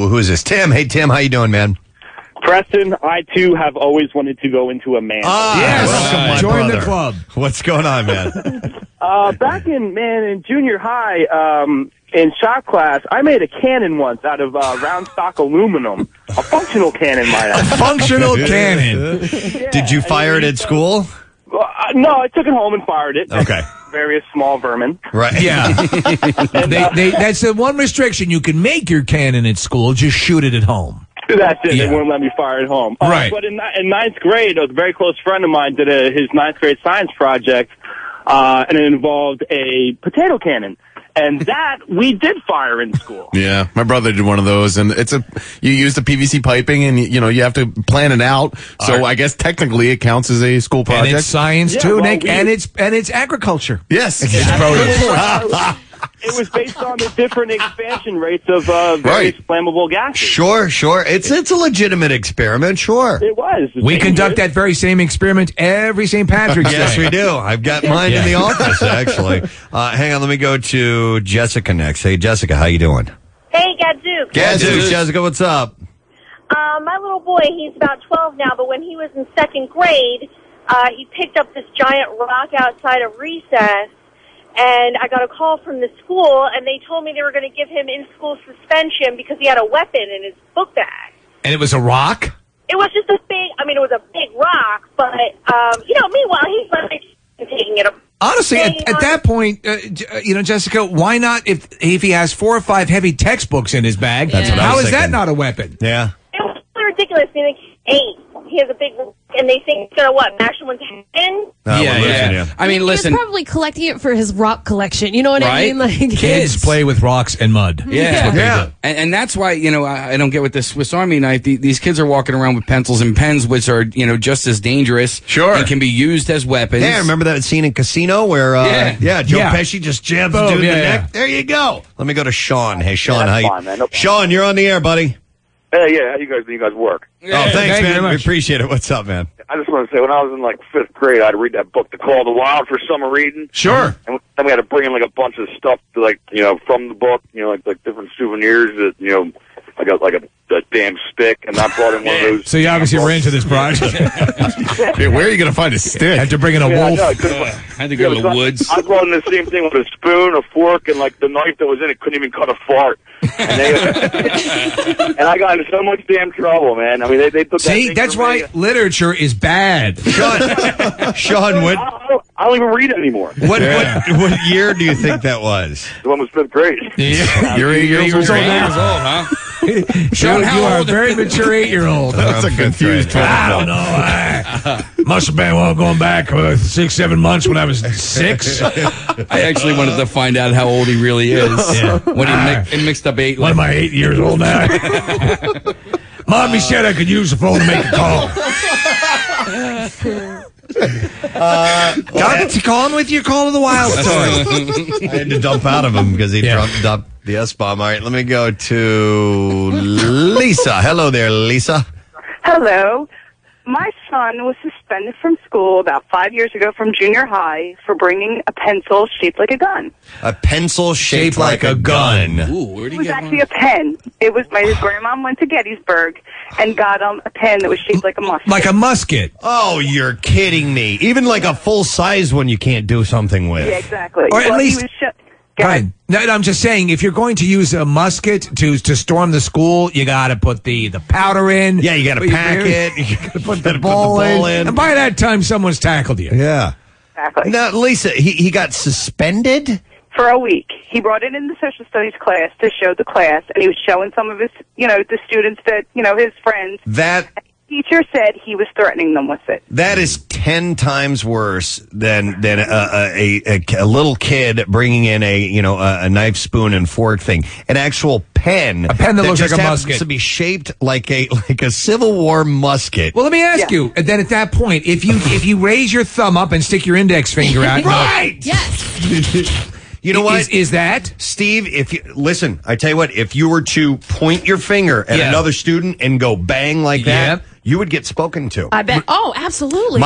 [SPEAKER 4] who is this? Tim. Hey, Tim. How you doing, man?
[SPEAKER 18] Preston, I too have always wanted to go into a man.
[SPEAKER 4] Ah, join the club. What's going on, man?
[SPEAKER 18] Uh, back in man in junior high, um, in shop class, I made a cannon once out of uh, round stock aluminum, a functional cannon, might I? add.
[SPEAKER 4] <laughs> Functional cannon. Did you fire it at school?
[SPEAKER 18] Well, uh, no, I took it home and fired it.
[SPEAKER 4] Okay.
[SPEAKER 18] Various small vermin. uh,
[SPEAKER 4] Right.
[SPEAKER 5] <laughs> Yeah. uh,
[SPEAKER 4] uh,
[SPEAKER 5] they, they, that's the one restriction. You can make your cannon at school, just shoot it at home.
[SPEAKER 18] That's it.
[SPEAKER 5] Yeah.
[SPEAKER 18] They wouldn't let me fire at home. Uh,
[SPEAKER 5] Right.
[SPEAKER 18] But in, ni- in ninth grade, a very close friend of mine did a, his ninth grade science project, uh, and it involved a potato cannon. And that we did fire in school.
[SPEAKER 7] Yeah, my brother did one of those, and it's a you use the PVC piping, and you know you have to plan it out. So I guess technically it counts as a school project.
[SPEAKER 5] And it's science too, Nick, and it's and it's agriculture.
[SPEAKER 7] Yes,
[SPEAKER 18] It was based on the different expansion rates of uh, various flammable gases.
[SPEAKER 4] Sure, sure. It's it's a legitimate experiment. Sure.
[SPEAKER 18] It was.
[SPEAKER 5] We conduct that very same experiment every St. Patrick's Day.
[SPEAKER 4] yes, we do. I've got mine in the
[SPEAKER 5] Yeah. <laughs>
[SPEAKER 4] office actually. Uh, hang on, let me go to Jessica next. Hey, Jessica, how you doing?
[SPEAKER 19] Hey, Gadzooks.
[SPEAKER 4] Gadzooks, Jessica, what's up?
[SPEAKER 19] Uh, my little boy, he's about 12 now, but when he was in second grade, uh, he picked up this giant rock outside of recess, and I got a call from the school, and they told me they were going to give him in-school suspension because he had a weapon in his book bag.
[SPEAKER 5] And it was a rock.
[SPEAKER 19] It was just a big, I mean, it was a big rock, but, um, you know, meanwhile, he's like taking it up.
[SPEAKER 5] Honestly, at, at that point, uh, J- uh, you know, Jessica, why not? If if he has four or five heavy textbooks in his bag,
[SPEAKER 19] That's what I
[SPEAKER 5] how
[SPEAKER 19] was
[SPEAKER 5] is that
[SPEAKER 19] thinking.
[SPEAKER 5] not a weapon?
[SPEAKER 4] Yeah.
[SPEAKER 19] It's ridiculous. He's like eight. He has a big, rock, and they think he's going to, what, mash him with in?
[SPEAKER 10] yeah, yeah. I mean,
[SPEAKER 8] He's
[SPEAKER 10] listen.
[SPEAKER 8] probably collecting it for his rock collection. You know what I mean? <laughs> Like
[SPEAKER 5] kids play with rocks and mud. That's
[SPEAKER 10] Yeah,
[SPEAKER 5] what they do.
[SPEAKER 10] And, and that's why you know I, I don't get with this Swiss Army knife. The, these kids are walking around with pencils and pens, which are you know just as dangerous. Sure, and can be used as weapons.
[SPEAKER 4] Yeah, remember that scene in Casino where uh, yeah.
[SPEAKER 10] Yeah.
[SPEAKER 4] Joe
[SPEAKER 10] Yeah.
[SPEAKER 4] Pesci just jabs
[SPEAKER 10] Boom,
[SPEAKER 4] dude in
[SPEAKER 10] yeah,
[SPEAKER 4] the
[SPEAKER 10] yeah.
[SPEAKER 4] neck. There you go. Let me go to Sean. Hey, Sean,
[SPEAKER 23] that's
[SPEAKER 4] how you?
[SPEAKER 23] fine, man. No problem.
[SPEAKER 4] Sean, you're on the air, buddy.
[SPEAKER 23] Hey, yeah, how you guys? You guys work?
[SPEAKER 4] oh, thanks, man. We appreciate it. What's up, man?
[SPEAKER 23] I just want to say, when I was in like fifth grade, I'd read that book, The Call of the Wild, for summer reading.
[SPEAKER 4] Sure.
[SPEAKER 23] And then we had to bring in like a bunch of stuff, to, like you know, from the book, you know, like like different souvenirs that you know, I got like a, a damn stick, and I brought in one of those.
[SPEAKER 5] So you obviously were into this
[SPEAKER 4] <laughs>
[SPEAKER 5] project.
[SPEAKER 7] where are you going to find a stick?
[SPEAKER 5] Had to bring in a
[SPEAKER 23] Yeah, I
[SPEAKER 5] wolf.
[SPEAKER 23] know, I could've-
[SPEAKER 10] had to
[SPEAKER 23] Yeah, so I- I brought in the same thing with a spoon, a fork, and like the knife that was in it couldn't even cut a fart. And, they, <laughs> and I got into so much damn trouble, man. I mean, they, they took that
[SPEAKER 5] See,
[SPEAKER 23] thing
[SPEAKER 5] that's
[SPEAKER 23] from me.
[SPEAKER 5] why literace is bad. <laughs>
[SPEAKER 4] Sean, Sean, what?
[SPEAKER 23] I don't even read it anymore.
[SPEAKER 4] What, what what year do you think that was?
[SPEAKER 23] The one was fifth grade.
[SPEAKER 4] Yeah. You're eight years old now. <laughs>
[SPEAKER 5] Sean, you are a very mature eight year old.
[SPEAKER 7] That's a confused
[SPEAKER 5] I don't
[SPEAKER 4] <laughs>
[SPEAKER 5] know. I must have been well going back uh, six, seven months when I
[SPEAKER 4] <laughs>
[SPEAKER 5] was six.
[SPEAKER 10] I actually wanted to find out how old he really
[SPEAKER 4] <laughs>
[SPEAKER 10] is. When he mi- and mixed up eight.
[SPEAKER 5] What am I, eight years old now? Mommy said I could use the phone to make a call.
[SPEAKER 4] Uh,
[SPEAKER 5] Got Colin with your call of the
[SPEAKER 4] <laughs>
[SPEAKER 5] wild
[SPEAKER 4] I had to dump out of him because he dropped, dropped the S bomb. All right, let me go to Lisa. Hello there, Lisa.
[SPEAKER 13] Hello. My son was suspended from school about five years ago from junior high for bringing a pencil shaped like a gun.
[SPEAKER 4] A pencil shaped, like, a gun.
[SPEAKER 13] It was actually a pen. It was
[SPEAKER 5] <sighs>
[SPEAKER 13] my his grandma went to Gettysburg and got him a pen that was shaped like a muskrat.
[SPEAKER 5] Like a musket.
[SPEAKER 4] Oh, you're kidding me. Even like a full size one, you can't do something with.
[SPEAKER 13] Yeah, exactly.
[SPEAKER 5] Or at
[SPEAKER 13] Well, he
[SPEAKER 5] least-
[SPEAKER 13] was sho-
[SPEAKER 5] Fine. No, no, I'm just saying, if you're going to use a musket to to storm the school, you got to put the, the powder in. Yeah,
[SPEAKER 4] you gotta pack it. You
[SPEAKER 5] got to put the ball, in. And by that time, someone's tackled you.
[SPEAKER 4] Yeah.
[SPEAKER 13] Exactly.
[SPEAKER 4] Now, Lisa, he, he got suspended?
[SPEAKER 13] for a week. He brought it in the social studies class to show the class, and he was showing some of his, you know, the students that, you know, his friends.
[SPEAKER 4] That
[SPEAKER 13] Teacher said he was threatening them with it.
[SPEAKER 4] That is ten times worse than than a, a, a, a little kid bringing in a you know a, a knife, spoon, and fork thing. An actual pen, a
[SPEAKER 5] pen that looks
[SPEAKER 4] just
[SPEAKER 5] like a
[SPEAKER 4] happens
[SPEAKER 5] musket.
[SPEAKER 4] to be shaped like a like a Civil War musket.
[SPEAKER 5] Well, let me ask you. And then at that point, if you if you raise your thumb up and stick your index finger
[SPEAKER 4] <laughs>
[SPEAKER 5] out, and go,
[SPEAKER 4] Right.
[SPEAKER 5] <laughs>
[SPEAKER 4] Yes. You know what?
[SPEAKER 5] Is- that
[SPEAKER 4] Steve? If you listen, I tell you what. If you were to point your finger at
[SPEAKER 8] Yeah.
[SPEAKER 4] another student and go bang like that, you would get spoken to.
[SPEAKER 8] I bet. Oh, absolutely.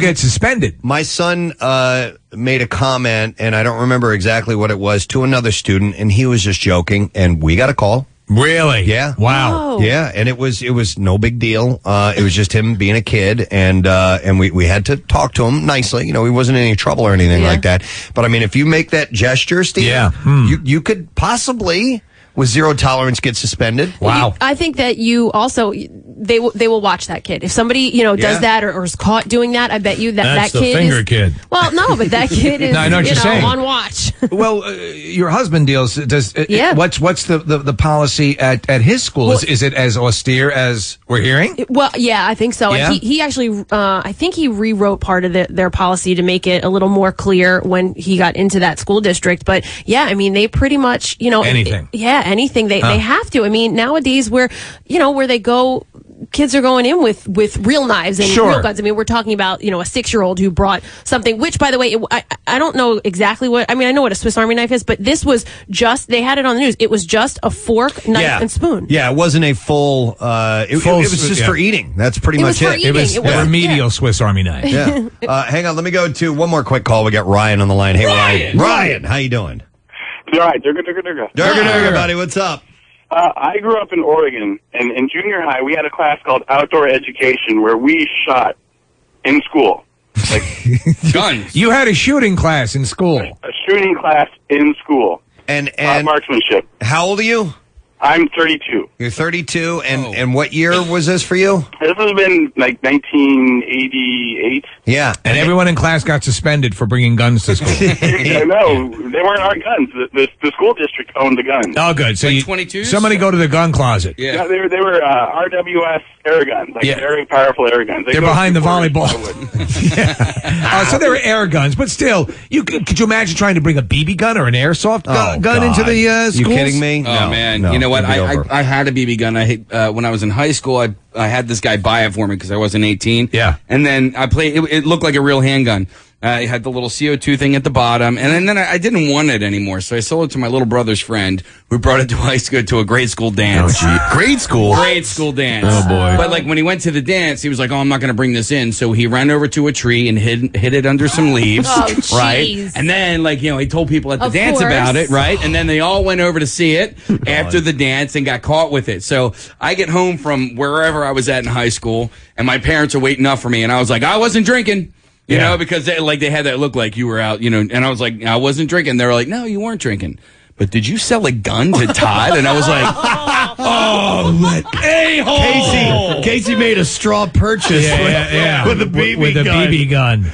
[SPEAKER 5] get suspended?
[SPEAKER 4] My son uh, made a comment, and I don't remember exactly what it was, to another student, and he was just joking. And we got a call
[SPEAKER 5] Really?
[SPEAKER 4] Yeah. Wow. Yeah, and it was it was no big deal. Uh, it was just him being a kid, and uh, and we, we had to talk to him nicely. You know, he wasn't in any trouble or anything like that. But I mean, if you make that gesture, Steve, yeah. you you could possibly with zero tolerance get suspended. Wow.
[SPEAKER 8] I think that you also they will they will watch that kid. If somebody you know does
[SPEAKER 4] Yeah.
[SPEAKER 8] that or, or is caught doing that, I bet you that
[SPEAKER 4] That's
[SPEAKER 8] that
[SPEAKER 4] the
[SPEAKER 8] kid
[SPEAKER 4] finger
[SPEAKER 8] is,
[SPEAKER 5] kid.
[SPEAKER 8] Well, no, but that kid
[SPEAKER 5] <laughs>
[SPEAKER 8] is
[SPEAKER 5] No, I know what
[SPEAKER 8] you
[SPEAKER 5] you're saying.
[SPEAKER 8] on watch.
[SPEAKER 5] well, uh, your husband deals. Does uh,
[SPEAKER 8] Yeah.
[SPEAKER 5] What's what's the, the, the policy at, at his school? is, is it as austere as we're
[SPEAKER 8] <laughs>
[SPEAKER 5] hearing?
[SPEAKER 8] Well, yeah, I think so.
[SPEAKER 5] Yeah?
[SPEAKER 8] And he, he actually, uh, I think he rewrote part of the, their policy to make it a little more clear when he got into that school district. But yeah, I mean, they pretty much, you know,
[SPEAKER 14] Anything.
[SPEAKER 8] yeah, anything. They,
[SPEAKER 14] Huh.
[SPEAKER 8] they have to. I mean, nowadays where, you know, where they go, kids are going in with, with real knives and
[SPEAKER 14] Sure.
[SPEAKER 8] real guns. I mean, we're talking about, you know, a six year old who brought something, which by the way, it, I, I don't know exactly what, I mean, I know what a Swiss Army knife is, but this was just, they had it on the news. It was just a fork, knife,
[SPEAKER 4] Yeah.
[SPEAKER 8] and spoon.
[SPEAKER 4] Yeah, it wasn't a full. Uh, it,
[SPEAKER 5] Full
[SPEAKER 4] it was
[SPEAKER 5] swi-
[SPEAKER 4] just
[SPEAKER 5] yeah.
[SPEAKER 4] for eating. That's pretty
[SPEAKER 8] It
[SPEAKER 4] much
[SPEAKER 8] was for
[SPEAKER 4] it.
[SPEAKER 8] eating. It was-
[SPEAKER 5] A remedial Swiss Army knife.
[SPEAKER 4] Yeah. Uh, hang on, let me go to one more quick call. We got Ryan on the line. Hey, Ryan.
[SPEAKER 5] Ryan!
[SPEAKER 4] Ryan, how you doing?
[SPEAKER 15] All right, durga, durga, durga.
[SPEAKER 4] Durga, durga, buddy. What's up?
[SPEAKER 15] Uh, I grew up in Oregon, and in junior high, we had a class called outdoor education where we shot in school,
[SPEAKER 5] Guns. <laughs> You had a shooting class in school.
[SPEAKER 15] a shooting class in school,
[SPEAKER 4] and and
[SPEAKER 15] marksmanship.
[SPEAKER 4] How old are you?
[SPEAKER 15] I'm 32.
[SPEAKER 4] You're 32,
[SPEAKER 5] Oh.
[SPEAKER 4] and and what year was this for you?
[SPEAKER 15] This has been like 1988.
[SPEAKER 4] Yeah.
[SPEAKER 5] And everyone in class got suspended for bringing guns to school. <laughs>
[SPEAKER 15] I know they weren't our guns. The, the, the school district owned the guns.
[SPEAKER 5] oh, good. So you,
[SPEAKER 15] 22s?
[SPEAKER 5] somebody go to the gun closet.
[SPEAKER 15] Yeah, they were they were uh, RWS air guns, like
[SPEAKER 5] Yeah.
[SPEAKER 15] very powerful air guns. They
[SPEAKER 5] They're
[SPEAKER 15] go
[SPEAKER 5] behind the
[SPEAKER 15] through quarters
[SPEAKER 5] volleyball. <laughs>
[SPEAKER 15] of wood.
[SPEAKER 5] Uh, so they were air guns, but still, you could, could you imagine trying to bring a BB gun or an airsoft gu-
[SPEAKER 10] Oh,
[SPEAKER 5] gun into
[SPEAKER 10] God.
[SPEAKER 5] the uh, schools?
[SPEAKER 10] Oh man, you know what? I, I I had a BB gun. I hit, uh, when I was in high school. I I had this guy buy it for me because I wasn't eighteen. Yeah, and then I played. It, it looked like a real handgun. Uh, it had the little CO two thing at the bottom, and then, then I, I didn't want it anymore. So I sold it to my little brother's friend, who brought it to <laughs> high school to a grade school dance.
[SPEAKER 7] grade school,
[SPEAKER 10] grade school dance.
[SPEAKER 7] Oh, boy.
[SPEAKER 10] But like when he went to the dance, he was like, "Oh, I'm not going to bring this in." So he ran over to a tree and hid hid it under some leaves,
[SPEAKER 1] Oh,
[SPEAKER 10] right?
[SPEAKER 1] jeez.
[SPEAKER 10] And then like you know, he told people at the
[SPEAKER 1] Of
[SPEAKER 10] dance about
[SPEAKER 1] course.
[SPEAKER 10] it, right? And then they all went over to see
[SPEAKER 5] <laughs>
[SPEAKER 10] it after the dance and got caught with it. So I get home from wherever I was at in high school, and my parents are waiting up for me, and I was like, I wasn't drinking. You know, because they, like they had that look like you were out, you know, and I was like, I wasn't drinking. They were like, no, you weren't drinking. But did you sell a gun
[SPEAKER 5] <laughs>
[SPEAKER 10] to Todd? And I was like, <laughs> oh, let a
[SPEAKER 4] Casey, Casey made a straw purchase
[SPEAKER 5] Yeah,
[SPEAKER 4] with,
[SPEAKER 5] yeah, yeah.
[SPEAKER 4] with a BB
[SPEAKER 5] With a
[SPEAKER 4] gun.
[SPEAKER 5] BB gun.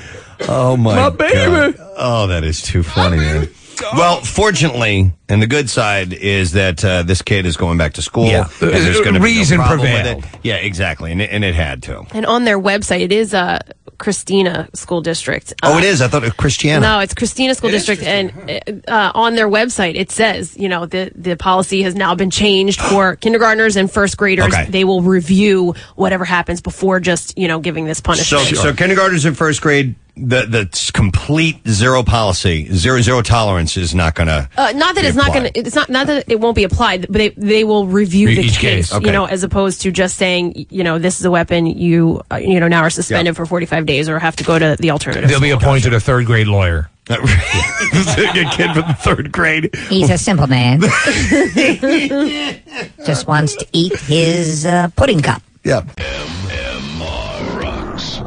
[SPEAKER 4] Oh my,
[SPEAKER 5] My baby.
[SPEAKER 4] God. Oh, that is too funny, man. Well, fortunately, and the good side is that uh, this kid is going back to school.
[SPEAKER 5] Yeah.
[SPEAKER 4] and there's going to be
[SPEAKER 5] Reason
[SPEAKER 4] no problem with
[SPEAKER 5] prevailed.
[SPEAKER 4] it. Yeah, exactly, and it, and it had to.
[SPEAKER 8] And on their website, it is uh, Christina School District.
[SPEAKER 4] Oh, it is. I thought it was Christiana.
[SPEAKER 8] No, it's Christina School
[SPEAKER 4] It is
[SPEAKER 8] District, and uh, on their website it says, you know, the the policy has now been changed
[SPEAKER 4] <gasps>
[SPEAKER 8] for kindergartners and first graders.
[SPEAKER 4] Okay.
[SPEAKER 8] They will review whatever happens before just you know giving this
[SPEAKER 4] So,
[SPEAKER 8] punishment.
[SPEAKER 4] so kindergartners in first grade, the the s- complete zero policy, zero zero tolerance is not going to.
[SPEAKER 8] Uh, not that
[SPEAKER 4] be
[SPEAKER 8] it's not
[SPEAKER 4] applied.
[SPEAKER 8] going to. It's not not that it won't be applied, but they they will review
[SPEAKER 4] Re-
[SPEAKER 8] the
[SPEAKER 4] each
[SPEAKER 8] case,
[SPEAKER 4] case, okay.
[SPEAKER 8] you know, as opposed to just saying, you know, this is a weapon. You uh, you know now are suspended for forty five days or have to go to the alternative.
[SPEAKER 5] They'll be appointed a third
[SPEAKER 4] <laughs>
[SPEAKER 5] grade lawyer.
[SPEAKER 4] a kid from the third grade.
[SPEAKER 17] He's a
[SPEAKER 4] <laughs>
[SPEAKER 17] simple man. Just wants to eat his uh, pudding cup.
[SPEAKER 4] Yeah.
[SPEAKER 16] MMR Rocks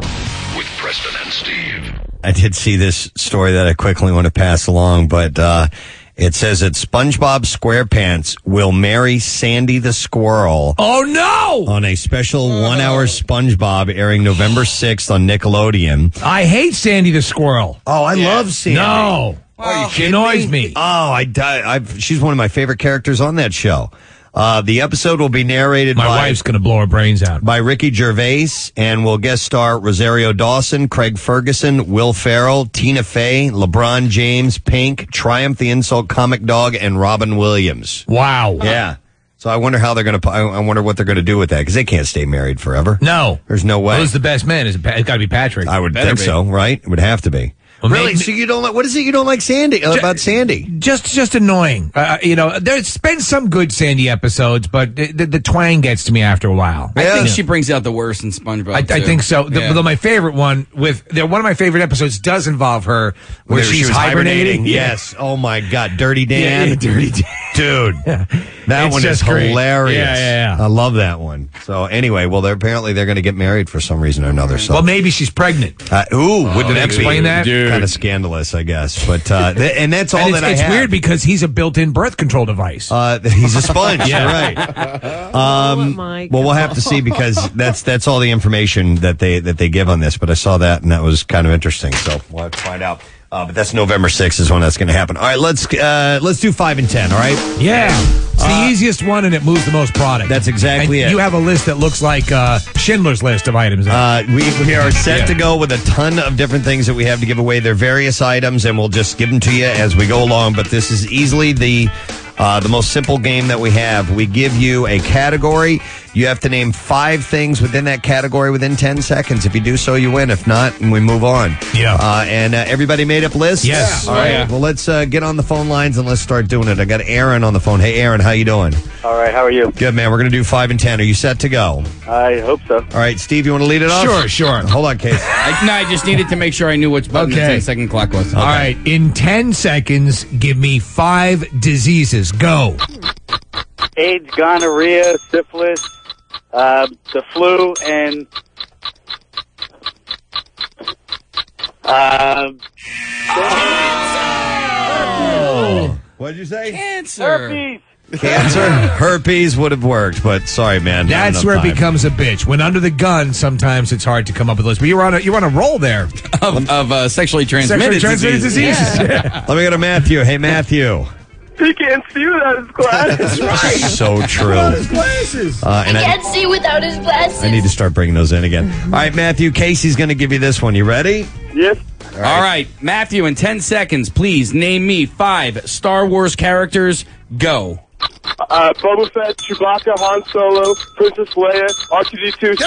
[SPEAKER 16] with Preston and Steve.
[SPEAKER 4] I did see this story that I quickly want to pass along, but uh, it says that SpongeBob SquarePants will marry Sandy the Squirrel.
[SPEAKER 5] Oh no!
[SPEAKER 4] On a special one-hour SpongeBob airing November sixth on Nickelodeon.
[SPEAKER 5] I hate Sandy the squirrel.
[SPEAKER 4] Oh, I love Sandy.
[SPEAKER 5] No. she annoys me.
[SPEAKER 4] Oh, I die. I've, she's one of my favorite characters on that show. Uh, the episode will be narrated
[SPEAKER 5] My
[SPEAKER 4] by
[SPEAKER 5] wife's going to blow her brains out.
[SPEAKER 4] by Ricky Gervais and will guest star Rosario Dawson, Craig Ferguson, Will Farrell, Tina Fey, LeBron James, Pink, Triumph the Insult Comic Dog, and Robin Williams.
[SPEAKER 5] Wow.
[SPEAKER 4] Yeah. So I wonder how they're going to. I I wonder what they're going to do with that because they can't stay married forever.
[SPEAKER 5] No,
[SPEAKER 4] there's no way.
[SPEAKER 5] Who's the best man? Is it, pa- it's got to be Patrick. I
[SPEAKER 4] would think so, right? It would have to be. really? So you don't like? What is it you don't like, Sandy? uh, about Sandy?
[SPEAKER 5] Just, just annoying. Uh, you know, there's been some good Sandy episodes, but the, the, the twang gets to me after a while.
[SPEAKER 10] I think
[SPEAKER 5] Yeah.
[SPEAKER 10] she brings out the worst in SpongeBob.
[SPEAKER 5] I, I
[SPEAKER 10] too.
[SPEAKER 5] think so. The-
[SPEAKER 10] Yeah.
[SPEAKER 5] Though my favorite one with the, one of my favorite episodes does involve her where
[SPEAKER 4] There
[SPEAKER 5] she's
[SPEAKER 4] she was
[SPEAKER 5] hibernating.
[SPEAKER 4] Yes. Oh my God, Dirty
[SPEAKER 5] Yeah,
[SPEAKER 4] Dan.
[SPEAKER 5] yeah, Dirty
[SPEAKER 4] Dan. Dude, <laughs> that
[SPEAKER 5] It's
[SPEAKER 4] one is
[SPEAKER 5] just great.
[SPEAKER 4] hilarious.
[SPEAKER 5] Yeah, yeah,
[SPEAKER 4] I love that one. So anyway, well, they're apparently they're going to get married for some reason or another. So,
[SPEAKER 5] Well, maybe she's pregnant.
[SPEAKER 4] uh, ooh, wouldn't
[SPEAKER 5] Did I
[SPEAKER 4] that
[SPEAKER 5] explain
[SPEAKER 4] be
[SPEAKER 5] that?
[SPEAKER 4] Kind of scandalous, I guess. But uh, th- and that's all
[SPEAKER 5] it's,
[SPEAKER 4] that I
[SPEAKER 5] It's
[SPEAKER 4] have.
[SPEAKER 5] weird because he's a built-in birth control device.
[SPEAKER 4] Uh, he's a sponge.
[SPEAKER 5] <laughs> Yeah.
[SPEAKER 4] You're right. Um, well, we'll have to see because that's that's all the information that they that they give on this. But I saw that and that was kind of interesting. So we'll have to find out. Uh, but that's November 6th is when that's going to happen. All right, let's uh, let's do five and ten. All right.
[SPEAKER 5] Yeah, it's the easiest one and it moves the most product. That's
[SPEAKER 4] Uh, exactly
[SPEAKER 5] and
[SPEAKER 4] it.
[SPEAKER 5] You have a list that looks like uh, Schindler's List of items.
[SPEAKER 4] Uh, we, we are set
[SPEAKER 5] Yeah.
[SPEAKER 4] to go with a ton of different things that we have to give away. They're various items, and we'll just give them to you as we go along. But this is easily the uh, the most simple game that we have. We give you a category. You have to name five things within that category within ten seconds. If you do so, you win. If not, and we move on. Yeah. Uh, and uh, everybody made up lists.
[SPEAKER 1] Yes.
[SPEAKER 4] All right.
[SPEAKER 1] Oh, yeah.
[SPEAKER 4] Well, let's uh, get on the phone lines and let's start doing it. I got Aaron on the phone. Hey, Aaron, how you doing?
[SPEAKER 14] All right, how are you?
[SPEAKER 4] Good, man. We're gonna do five and ten. Are you set to go?
[SPEAKER 14] I hope so.
[SPEAKER 4] All right, Steve, you want to lead it off?
[SPEAKER 5] Sure, sure.
[SPEAKER 4] Hold on, Case.
[SPEAKER 10] I, no, I just needed to make sure I knew which button
[SPEAKER 5] Okay.
[SPEAKER 10] the 10 second clock was.
[SPEAKER 5] All right, in ten seconds, give me five diseases. Go.
[SPEAKER 14] AIDS, gonorrhea, syphilis, uh, the flu, and
[SPEAKER 24] um,
[SPEAKER 14] uh,
[SPEAKER 4] What'd you say?
[SPEAKER 10] Oh. Cancer.
[SPEAKER 4] Cancer, <laughs> herpes would have worked, but sorry, man. not
[SPEAKER 5] That's
[SPEAKER 4] enough
[SPEAKER 5] where it
[SPEAKER 4] time.
[SPEAKER 5] becomes a bitch. When under the gun, sometimes it's hard to come up with a list. But you're on a you're on a roll there.
[SPEAKER 10] Of, of uh, sexually transmitted,
[SPEAKER 5] Sexually transmitted diseases.
[SPEAKER 4] <laughs> Let me go to Matthew. Hey, Matthew.
[SPEAKER 14] He can't see without his
[SPEAKER 4] <laughs>
[SPEAKER 14] glasses.
[SPEAKER 4] So true.
[SPEAKER 14] glasses.
[SPEAKER 4] Uh, and I,
[SPEAKER 14] see without his glasses.
[SPEAKER 4] I need to start bringing those in again. All right, Matthew. Casey's going to give you this one. You ready?
[SPEAKER 14] Yes.
[SPEAKER 10] All right. Matthew, in 10 seconds, please name me five Star Wars characters. Go.
[SPEAKER 14] Uh, Boba Fett, Chewbacca, Han Solo, Princess Leia, R2D2.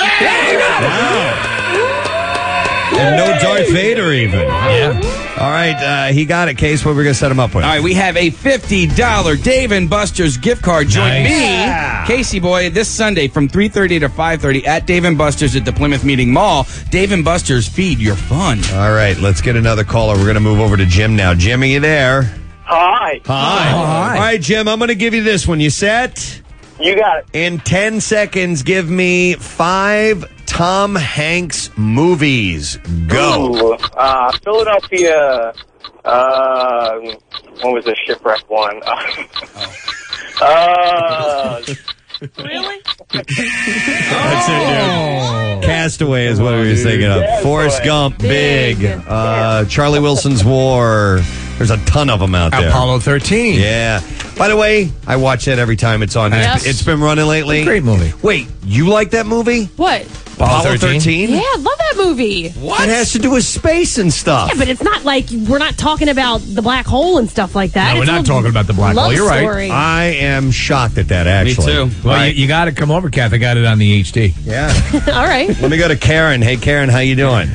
[SPEAKER 4] And no Darth Vader even. Yeah. All right, uh, he got it. Case, what we're going to set him up with?
[SPEAKER 10] All right, we have a $50 Dave and Buster's gift card. Join
[SPEAKER 4] Nice.
[SPEAKER 10] me,
[SPEAKER 4] Yeah.
[SPEAKER 10] Casey Boy, this Sunday from 3.30 to 5.30 at Dave and Buster's at the Plymouth Meeting Mall. Dave and Buster's, feed your fun.
[SPEAKER 4] All right, let's get another caller. We're going to move over to Jim now. Jim, are you there?
[SPEAKER 14] Hi.
[SPEAKER 4] Hi. All right, Jim, I'm going to give you this one. You set?
[SPEAKER 14] You got it.
[SPEAKER 4] In 10 seconds, give me five Tom Hanks movies. Go.
[SPEAKER 14] Ooh, uh, Philadelphia. Uh, what was the shipwreck one? <laughs>
[SPEAKER 5] <laughs>
[SPEAKER 14] uh, really?
[SPEAKER 4] That's
[SPEAKER 10] Oh.
[SPEAKER 4] it, dude. Castaway is what we were thinking of.
[SPEAKER 14] Yes,
[SPEAKER 4] Forrest
[SPEAKER 14] boy.
[SPEAKER 4] Gump,
[SPEAKER 14] Big.
[SPEAKER 4] big. Uh, Charlie Wilson's War. There's a ton of them out there.
[SPEAKER 5] Apollo 13.
[SPEAKER 4] Yeah. By the way, I watch that every time it's on.
[SPEAKER 5] Yes.
[SPEAKER 4] It's- it's been running lately.
[SPEAKER 5] Great movie.
[SPEAKER 4] Wait, you like that movie?
[SPEAKER 8] What?
[SPEAKER 4] Apollo 13?
[SPEAKER 8] Yeah, I love that movie.
[SPEAKER 4] It has to do with space and stuff.
[SPEAKER 8] Yeah, but it's not like we're not talking about the black hole and stuff like that.
[SPEAKER 4] No, we're
[SPEAKER 8] It's a
[SPEAKER 4] not
[SPEAKER 8] little
[SPEAKER 4] talking about the black
[SPEAKER 8] love
[SPEAKER 4] hole. You're right. Ah.
[SPEAKER 8] story.
[SPEAKER 4] I am shocked at that, actually.
[SPEAKER 5] Well,
[SPEAKER 4] Right.
[SPEAKER 5] you, you got to come over, Kath. I got it on the HD.
[SPEAKER 4] Yeah.
[SPEAKER 8] <laughs> All right.
[SPEAKER 4] Let me go to Karen. Hey, Karen, how you doing?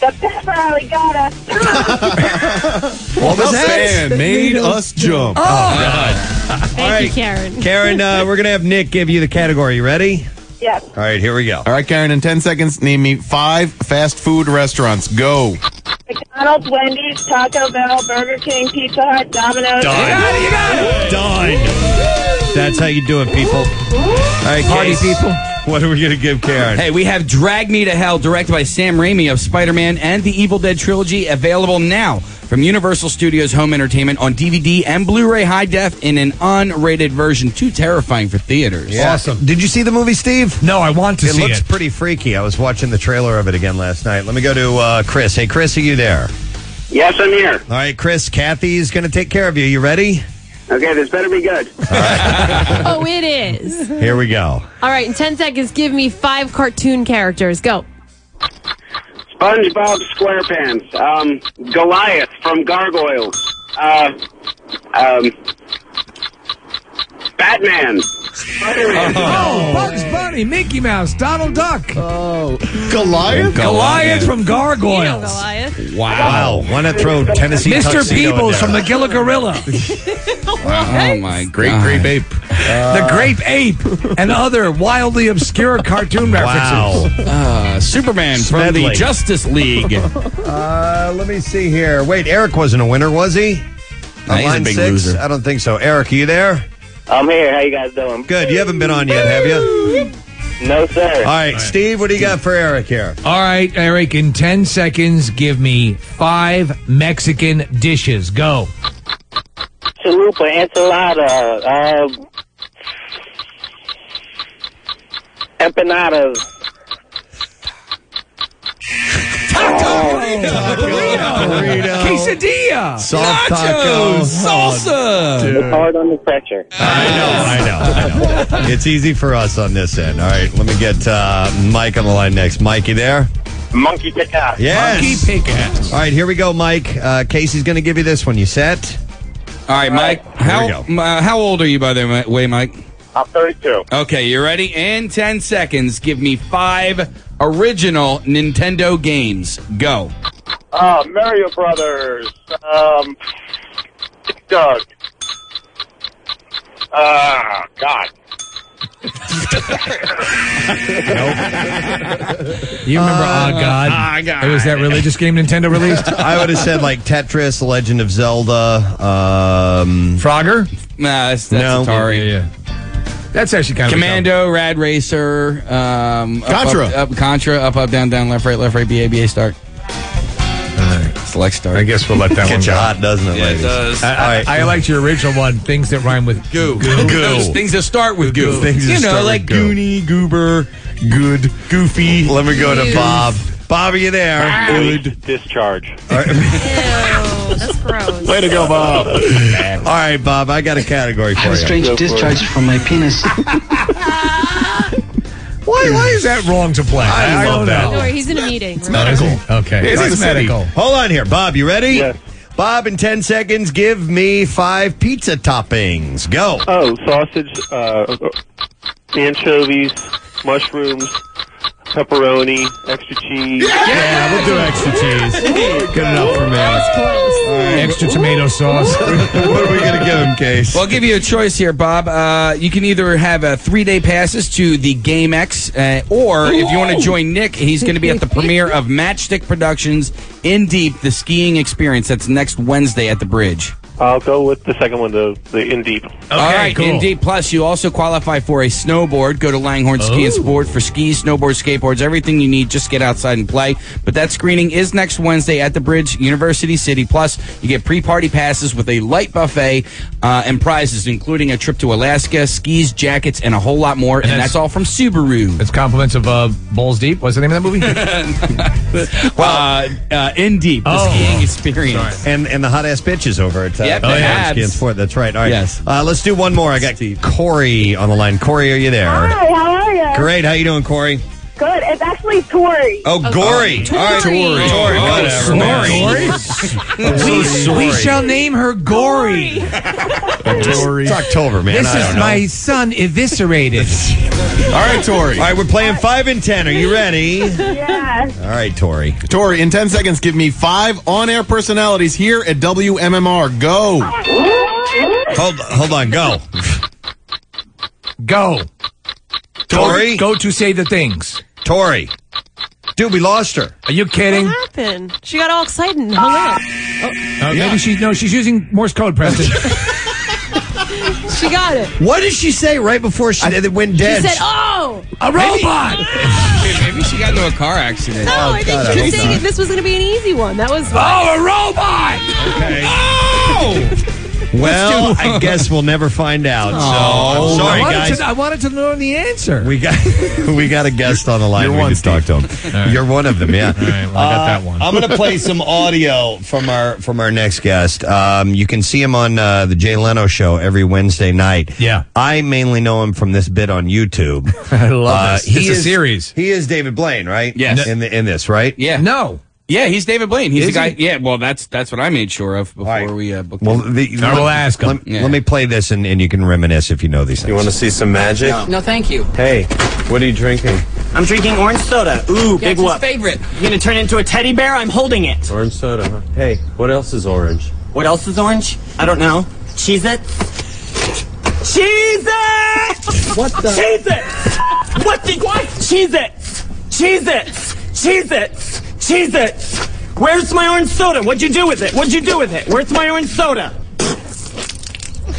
[SPEAKER 19] Definitely got
[SPEAKER 4] <laughs>
[SPEAKER 19] us.
[SPEAKER 4] What was that?
[SPEAKER 7] Man made us jump.
[SPEAKER 4] Oh,
[SPEAKER 8] Thank you, Karen.
[SPEAKER 4] Karen, uh, we're going to have Nick give you the <laughs> category. You ready?
[SPEAKER 19] Yes.
[SPEAKER 4] All right, here we go.
[SPEAKER 7] All right, Karen, in 10 seconds, name me five fast food restaurants. Go.
[SPEAKER 19] McDonald's, Wendy's, Taco Bell, Burger King, Pizza Hut, Domino's.
[SPEAKER 4] Done. Done. That's how you do it, people. All right,
[SPEAKER 10] Party
[SPEAKER 4] Case,
[SPEAKER 10] people.
[SPEAKER 4] What are we going to give Karen?
[SPEAKER 10] Hey, we have Drag Me to Hell, directed by Sam Raimi of Spider Man and the Evil Dead trilogy, available now from Universal Studios Home Entertainment on DVD and Blu ray high def in an unrated version. Too terrifying for theaters.
[SPEAKER 4] Awesome. Did you see the movie, Steve?
[SPEAKER 5] No, I want to
[SPEAKER 4] it
[SPEAKER 5] see
[SPEAKER 4] looks
[SPEAKER 5] it.
[SPEAKER 4] pretty freaky. I was watching the trailer of it again last night. Let me go to uh, Chris. Hey, Chris, are you there?
[SPEAKER 14] Yes, I'm here.
[SPEAKER 4] All right, Chris, Kathy's going to take care of you. You ready?
[SPEAKER 14] Okay, this better be good. <laughs>
[SPEAKER 8] oh, it is.
[SPEAKER 4] <laughs> Here we go.
[SPEAKER 8] All right, in 10 seconds, give me five cartoon characters. Go.
[SPEAKER 14] SpongeBob SquarePants, um, Goliath from Gargoyles, uh, um, <laughs> Batman.
[SPEAKER 5] Oh, Bugs Bunny, Mickey Mouse, Donald Duck. Oh,
[SPEAKER 7] Goliath?
[SPEAKER 5] Goliath from
[SPEAKER 8] You know
[SPEAKER 5] Gargoyles.
[SPEAKER 8] Goliath.
[SPEAKER 4] Wow. Why not throw Tennessee
[SPEAKER 5] Mr.
[SPEAKER 4] Tuxedo in
[SPEAKER 5] Peebles
[SPEAKER 4] there?
[SPEAKER 5] from the Gila
[SPEAKER 14] <laughs>
[SPEAKER 5] Gorilla.
[SPEAKER 10] Oh, my
[SPEAKER 7] Great,
[SPEAKER 10] God.
[SPEAKER 7] great ape.
[SPEAKER 5] Uh, the Grape Ape and other wildly obscure cartoon <laughs>
[SPEAKER 4] Wow.
[SPEAKER 5] references.
[SPEAKER 10] Uh, Superman from the
[SPEAKER 4] Smedley.
[SPEAKER 10] Justice League.
[SPEAKER 4] Uh, let me see here. Wait, Eric wasn't a winner, was he?
[SPEAKER 10] Nah,
[SPEAKER 4] On
[SPEAKER 10] he's a
[SPEAKER 4] line
[SPEAKER 10] big
[SPEAKER 4] six?
[SPEAKER 10] loser.
[SPEAKER 4] I don't think so. Eric, are you there?
[SPEAKER 14] I'm here. How you guys doing?
[SPEAKER 4] Good. You haven't been on yet, have you?
[SPEAKER 14] No, sir.
[SPEAKER 4] All right, Steve, what do you got for Eric here?
[SPEAKER 5] All right, Eric, in 10 seconds, give me five Mexican dishes. Go.
[SPEAKER 14] Chalupa, enchilada, uh, empanadas.
[SPEAKER 5] Burrito. <laughs> Quesadilla.
[SPEAKER 4] Soft
[SPEAKER 10] Salsa.
[SPEAKER 14] It's hard under pressure.
[SPEAKER 4] it's easy for us on this end. All right, let me get uh, Mike on the line next. Mike, you there?
[SPEAKER 14] Monkey pick out.
[SPEAKER 4] Yes.
[SPEAKER 5] Monkey pickaxe.
[SPEAKER 4] All right, here we go, Mike. Uh, Casey's going to give you this one. You set?
[SPEAKER 10] All right, Mike. How m- uh, how old are you by the mi- way, Mike?
[SPEAKER 14] I'm 32.
[SPEAKER 10] Okay, you ready? In 10 seconds, give me five original Nintendo games. Go.
[SPEAKER 14] Uh, Mario Brothers. Um, Dick Doug. Uh, God.
[SPEAKER 5] You remember,
[SPEAKER 4] Uh,
[SPEAKER 5] Ah God.
[SPEAKER 4] Ah, God.
[SPEAKER 5] It was that religious game Nintendo
[SPEAKER 4] <laughs>
[SPEAKER 5] released?
[SPEAKER 4] I would have said like Tetris, Legend of Zelda, um,
[SPEAKER 5] Frogger.
[SPEAKER 10] Nah, that's, that's
[SPEAKER 4] No.
[SPEAKER 10] Atari.
[SPEAKER 5] That's actually kind of
[SPEAKER 10] Commando, Rad Racer, um, up,
[SPEAKER 5] Contra.
[SPEAKER 10] up, up, Contra, up, up, down, down, left, right, left, right, B A B A start. Select start.
[SPEAKER 5] I guess we'll let that
[SPEAKER 4] Gets
[SPEAKER 5] one
[SPEAKER 4] you
[SPEAKER 5] go.
[SPEAKER 4] hot, doesn't it, ladies?
[SPEAKER 5] I, I-
[SPEAKER 4] All right.
[SPEAKER 5] I liked your original one, things that rhyme with goo.
[SPEAKER 4] Goo.
[SPEAKER 10] Those things that start with goo.
[SPEAKER 4] Things that
[SPEAKER 10] you
[SPEAKER 4] start
[SPEAKER 10] know,
[SPEAKER 4] with
[SPEAKER 10] like
[SPEAKER 4] goo.
[SPEAKER 10] Goonie, Goober.
[SPEAKER 4] Good. Goofy. Let me go to
[SPEAKER 10] Yes.
[SPEAKER 4] Bob. Bob, are you there?
[SPEAKER 14] Good discharge.
[SPEAKER 8] that's
[SPEAKER 14] <laughs>
[SPEAKER 8] gross.
[SPEAKER 14] Way to go, Bob.
[SPEAKER 4] All right, Bob, I got a category for you.
[SPEAKER 14] from my penis.
[SPEAKER 5] Why, why is that wrong to play?
[SPEAKER 4] I love
[SPEAKER 5] don't
[SPEAKER 4] that.
[SPEAKER 5] know.
[SPEAKER 8] Don't worry, he's in a meeting. It's
[SPEAKER 5] Okay.
[SPEAKER 4] It's
[SPEAKER 5] It is medical.
[SPEAKER 4] Hold on here. Bob, you ready? Bob, in 10 seconds, give me five pizza toppings. Go.
[SPEAKER 14] Oh, sausage, uh, anchovies, mushrooms, pepperoni, extra cheese.
[SPEAKER 4] Yeah, we'll do extra cheese. Good enough for me.
[SPEAKER 5] Extra tomato sauce.
[SPEAKER 4] <laughs> What are we going to give him, Case?
[SPEAKER 10] Well, I'll give you a choice here, Bob. Uh, you can either have a three-day passes to the GameX, uh, or if you want to join Nick, he's going to be at the premiere of Matchstick Productions in Deep, the skiing experience. That's next Wednesday at the Bridge.
[SPEAKER 14] I'll go with the second one, the, the in deep.
[SPEAKER 10] All right,
[SPEAKER 5] cool.
[SPEAKER 10] in Deep Plus, you also qualify for a snowboard. Go to Langhorne Ski and Sport for skis, snowboards, skateboards, everything you need. Just get outside and play. But that screening is next Wednesday at the Bridge, University City. Plus, you get pre-party passes with a light buffet uh, and prizes, including a trip to Alaska, skis, jackets, and a whole lot more. And,
[SPEAKER 5] that's-
[SPEAKER 10] that's, all from Subaru.
[SPEAKER 5] It's compliments of uh, Balls Deep. What's the name of that movie?
[SPEAKER 10] Well, uh, uh, in Deep, the
[SPEAKER 5] Oh.
[SPEAKER 10] skiing experience.
[SPEAKER 4] And and the hot ass bitches over at uh,
[SPEAKER 10] Yep, the
[SPEAKER 4] Langhorne
[SPEAKER 10] abs.
[SPEAKER 4] Ski and Sport. That's right. All right.
[SPEAKER 10] Yes.
[SPEAKER 4] Uh, let's do one more. I got Corey on the line. Corey, are you there?
[SPEAKER 19] Hi, how are you?
[SPEAKER 4] Great. How you doing, Corey?
[SPEAKER 19] Good. It's actually Tori.
[SPEAKER 4] Oh, Gory. All right.
[SPEAKER 8] Tori.
[SPEAKER 4] Tori. whatever, man. I'm so sorry.
[SPEAKER 5] name her Gory.
[SPEAKER 4] It's October, man. I don't know.
[SPEAKER 5] son eviscerated.
[SPEAKER 7] All right, Tori.
[SPEAKER 4] <laughs> All right, we're playing five and ten. Are you ready? All
[SPEAKER 19] Yeah.
[SPEAKER 4] right, Tori.
[SPEAKER 7] Tori, in 10 seconds, give me five on air personalities here at WMMR. Go.
[SPEAKER 4] Hold hold on.
[SPEAKER 7] <laughs>
[SPEAKER 4] Go. <laughs>
[SPEAKER 5] Go.
[SPEAKER 4] Tori.
[SPEAKER 5] Go to say the things.
[SPEAKER 4] Tori. Dude, we lost her.
[SPEAKER 5] Are you
[SPEAKER 8] What
[SPEAKER 5] kidding?
[SPEAKER 8] happened? She got all excited and hung up. Oh.
[SPEAKER 5] Uh, Maybe she no. She's using Morse code,
[SPEAKER 4] Uh,
[SPEAKER 5] Preston.
[SPEAKER 8] She got it.
[SPEAKER 4] What did she say right before she that it went
[SPEAKER 8] She
[SPEAKER 4] dead?
[SPEAKER 8] said, "Oh,
[SPEAKER 5] a robot.
[SPEAKER 10] <laughs> Maybe she got into a car accident. Oh,
[SPEAKER 8] no! I think
[SPEAKER 4] Oh, God, I
[SPEAKER 8] she
[SPEAKER 4] hope
[SPEAKER 8] was saying
[SPEAKER 4] not.
[SPEAKER 8] it- this was going to be an easy one. That was
[SPEAKER 5] Oh, a robot.
[SPEAKER 4] Oh! well, I guess we'll never find out. So I'm sorry,
[SPEAKER 5] I wanted
[SPEAKER 4] guys.
[SPEAKER 5] To, I wanted to know the answer.
[SPEAKER 4] We got we got a guest on the line. we can talk to him. You're one of them, yeah. Uh,
[SPEAKER 5] I got that one.
[SPEAKER 4] I'm going to play some audio from our from our next guest. Um, you can see him on uh, the Jay Leno show every Wednesday night.
[SPEAKER 5] Yeah.
[SPEAKER 4] I mainly know him from this bit on YouTube.
[SPEAKER 5] <laughs>
[SPEAKER 4] Uh,
[SPEAKER 5] I love this.
[SPEAKER 4] he
[SPEAKER 5] It's a
[SPEAKER 4] is-
[SPEAKER 5] series.
[SPEAKER 4] He is David Blaine, right?
[SPEAKER 10] Yes.
[SPEAKER 4] In the, in this, right?
[SPEAKER 10] Yeah.
[SPEAKER 5] No.
[SPEAKER 10] Yeah, he's David Blaine. He's
[SPEAKER 5] Is
[SPEAKER 10] the guy.
[SPEAKER 5] he?
[SPEAKER 10] Yeah, well, that's that's what I made sure of before
[SPEAKER 4] right.
[SPEAKER 10] we uh, booked.
[SPEAKER 4] Well,
[SPEAKER 10] him.
[SPEAKER 4] the,
[SPEAKER 5] I will ask him.
[SPEAKER 4] Let,
[SPEAKER 10] Yeah.
[SPEAKER 4] let me play this, and, and you can reminisce if you know these things.
[SPEAKER 18] You want to see some magic?
[SPEAKER 20] No, thank you.
[SPEAKER 18] Hey, what are you drinking?
[SPEAKER 20] I'm drinking orange soda. Ooh, Yeah, big it's his whoop. favorite. You're gonna turn into a teddy bear? I'm holding it.
[SPEAKER 18] Orange soda, huh? Hey, what else is orange?
[SPEAKER 20] What else is orange? I don't know. Cheese it. Cheese it. What the? Cheese it. What the? What? Cheese it. Cheese it. Cheese it. Cheese it. Where's my orange soda? What'd you do with it? What'd you do with it? Where's my orange soda?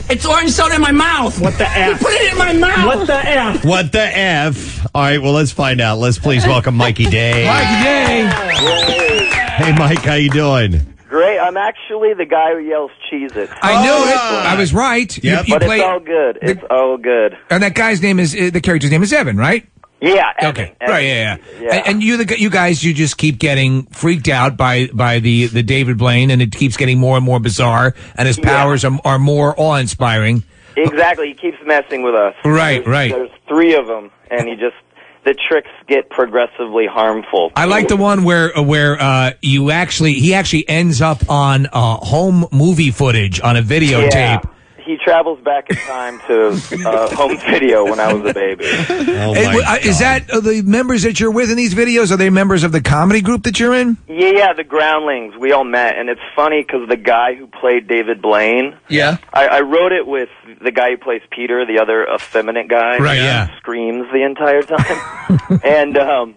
[SPEAKER 20] It's orange soda in my mouth. What the F? You put it in my mouth. What the F?
[SPEAKER 4] What the F? All right, well, let's find out. Let's please
[SPEAKER 20] <laughs>
[SPEAKER 4] welcome Mikey Day.
[SPEAKER 5] Mikey
[SPEAKER 4] Day. Hey, Mike, how you doing?
[SPEAKER 6] Great. I'm actually the guy who yells cheese it.
[SPEAKER 5] I knew it. I was right. You- you
[SPEAKER 6] Oh. but
[SPEAKER 5] play-
[SPEAKER 6] it's all good. It's all good.
[SPEAKER 5] And that guy's name is uh, the character's name is Evan, right?
[SPEAKER 6] Yeah.
[SPEAKER 5] Okay. Right. Yeah. Yeah. And, and you, the g- you guys, you just keep getting freaked out by by the the David Blaine, and it keeps getting more and more bizarre, and his powers are are more awe inspiring.
[SPEAKER 6] Exactly. He keeps messing with us.
[SPEAKER 5] Right,
[SPEAKER 6] There's-
[SPEAKER 5] right.
[SPEAKER 6] There's three of them, and he just the tricks get progressively harmful.
[SPEAKER 5] I like the one where uh, where uh, you actually he actually ends up on uh, home movie footage on a videotape.
[SPEAKER 6] Yeah. He travels back in time to uh, home video when I was a baby. Oh
[SPEAKER 5] Hey, w- uh, is that uh, the members that you're with in these videos? Are they members of the comedy group that you're in?
[SPEAKER 6] Yeah, yeah, the Groundlings. We all met, and it's funny because the guy who played David Blaine,
[SPEAKER 5] Yeah.
[SPEAKER 6] I, I wrote it with the guy who plays Peter, the other effeminate guy,
[SPEAKER 5] Right,
[SPEAKER 6] who
[SPEAKER 5] yeah.
[SPEAKER 6] screams the entire
[SPEAKER 5] <laughs>
[SPEAKER 6] time, and um,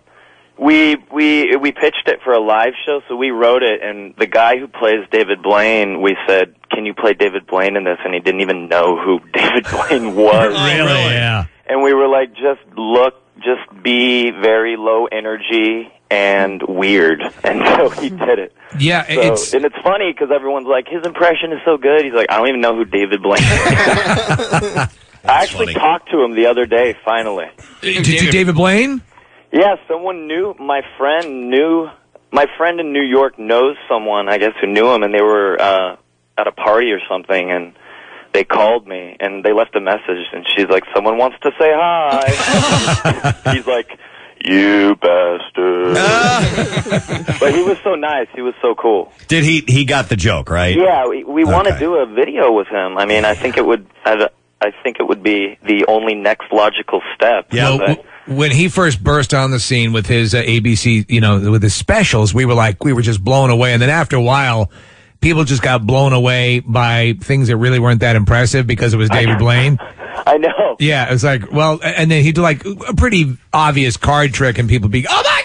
[SPEAKER 6] we we we pitched it for a live show, so we wrote it, and the guy who plays David Blaine, we said, "Can you play David Blaine in this?" And he didn't even know who <laughs> David Blaine was.
[SPEAKER 4] Yeah.
[SPEAKER 6] And we were like, just look, just be very low energy and weird. And so he did it.
[SPEAKER 5] Yeah,
[SPEAKER 6] So,
[SPEAKER 5] it's
[SPEAKER 6] and it's funny because everyone's like, his impression is so good. He's like, I don't even know who David Blaine is. <laughs> I actually talked to him the other day, finally.
[SPEAKER 5] did you David Blaine?
[SPEAKER 6] Yeah, someone knew, my friend knew, my friend in New York knows someone, I guess, who knew him, and they were uh, at a party or something, and they called me, and they left a message, and she's like, someone wants to say hi. He's like, you bastard. but he was so nice. He was so cool.
[SPEAKER 4] Did he? He got the joke, right?
[SPEAKER 6] Yeah, we, we want to
[SPEAKER 4] Okay.
[SPEAKER 6] do a video with him. I mean, I think it would. I, I think it would be the only next logical step.
[SPEAKER 5] Well,
[SPEAKER 6] But-
[SPEAKER 5] w- when he first burst on the scene with his uh, ABC, you know, with his specials, we were like, we were just blown away. And then after a while, people just got blown away by things that really weren't that impressive because it was
[SPEAKER 4] <laughs>
[SPEAKER 5] David Blaine.
[SPEAKER 6] I know.
[SPEAKER 5] Yeah, it was like, well, a- and then he'd do like a pretty obvious card trick, and people be, oh my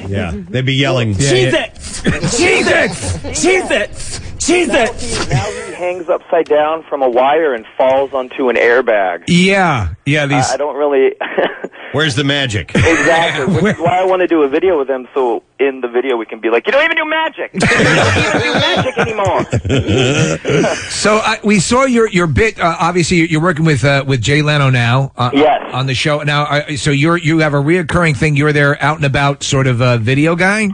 [SPEAKER 5] god!
[SPEAKER 4] Yeah, they'd be yelling,
[SPEAKER 5] Yeah, yeah.
[SPEAKER 20] Cheese it. <laughs> Cheese it. Cheese it. Cheese it.
[SPEAKER 6] Now he hangs upside down from a wire and falls onto an airbag.
[SPEAKER 5] Yeah, yeah. These.
[SPEAKER 20] Uh,
[SPEAKER 6] I, I don't really <laughs>
[SPEAKER 4] Where's the magic?
[SPEAKER 5] <laughs>
[SPEAKER 6] exactly, which is why I want to do a video with him. So in the video, we can be like, you don't even do magic. You don't even
[SPEAKER 5] <laughs>
[SPEAKER 6] do magic anymore.
[SPEAKER 5] so I, we saw your your bit. Uh, obviously, you're- you're working with uh, with Jay Leno now. Uh,
[SPEAKER 6] Yes.
[SPEAKER 5] On the show now, uh, so you're you have a reoccurring thing. You're there out and about, sort of uh, video guy.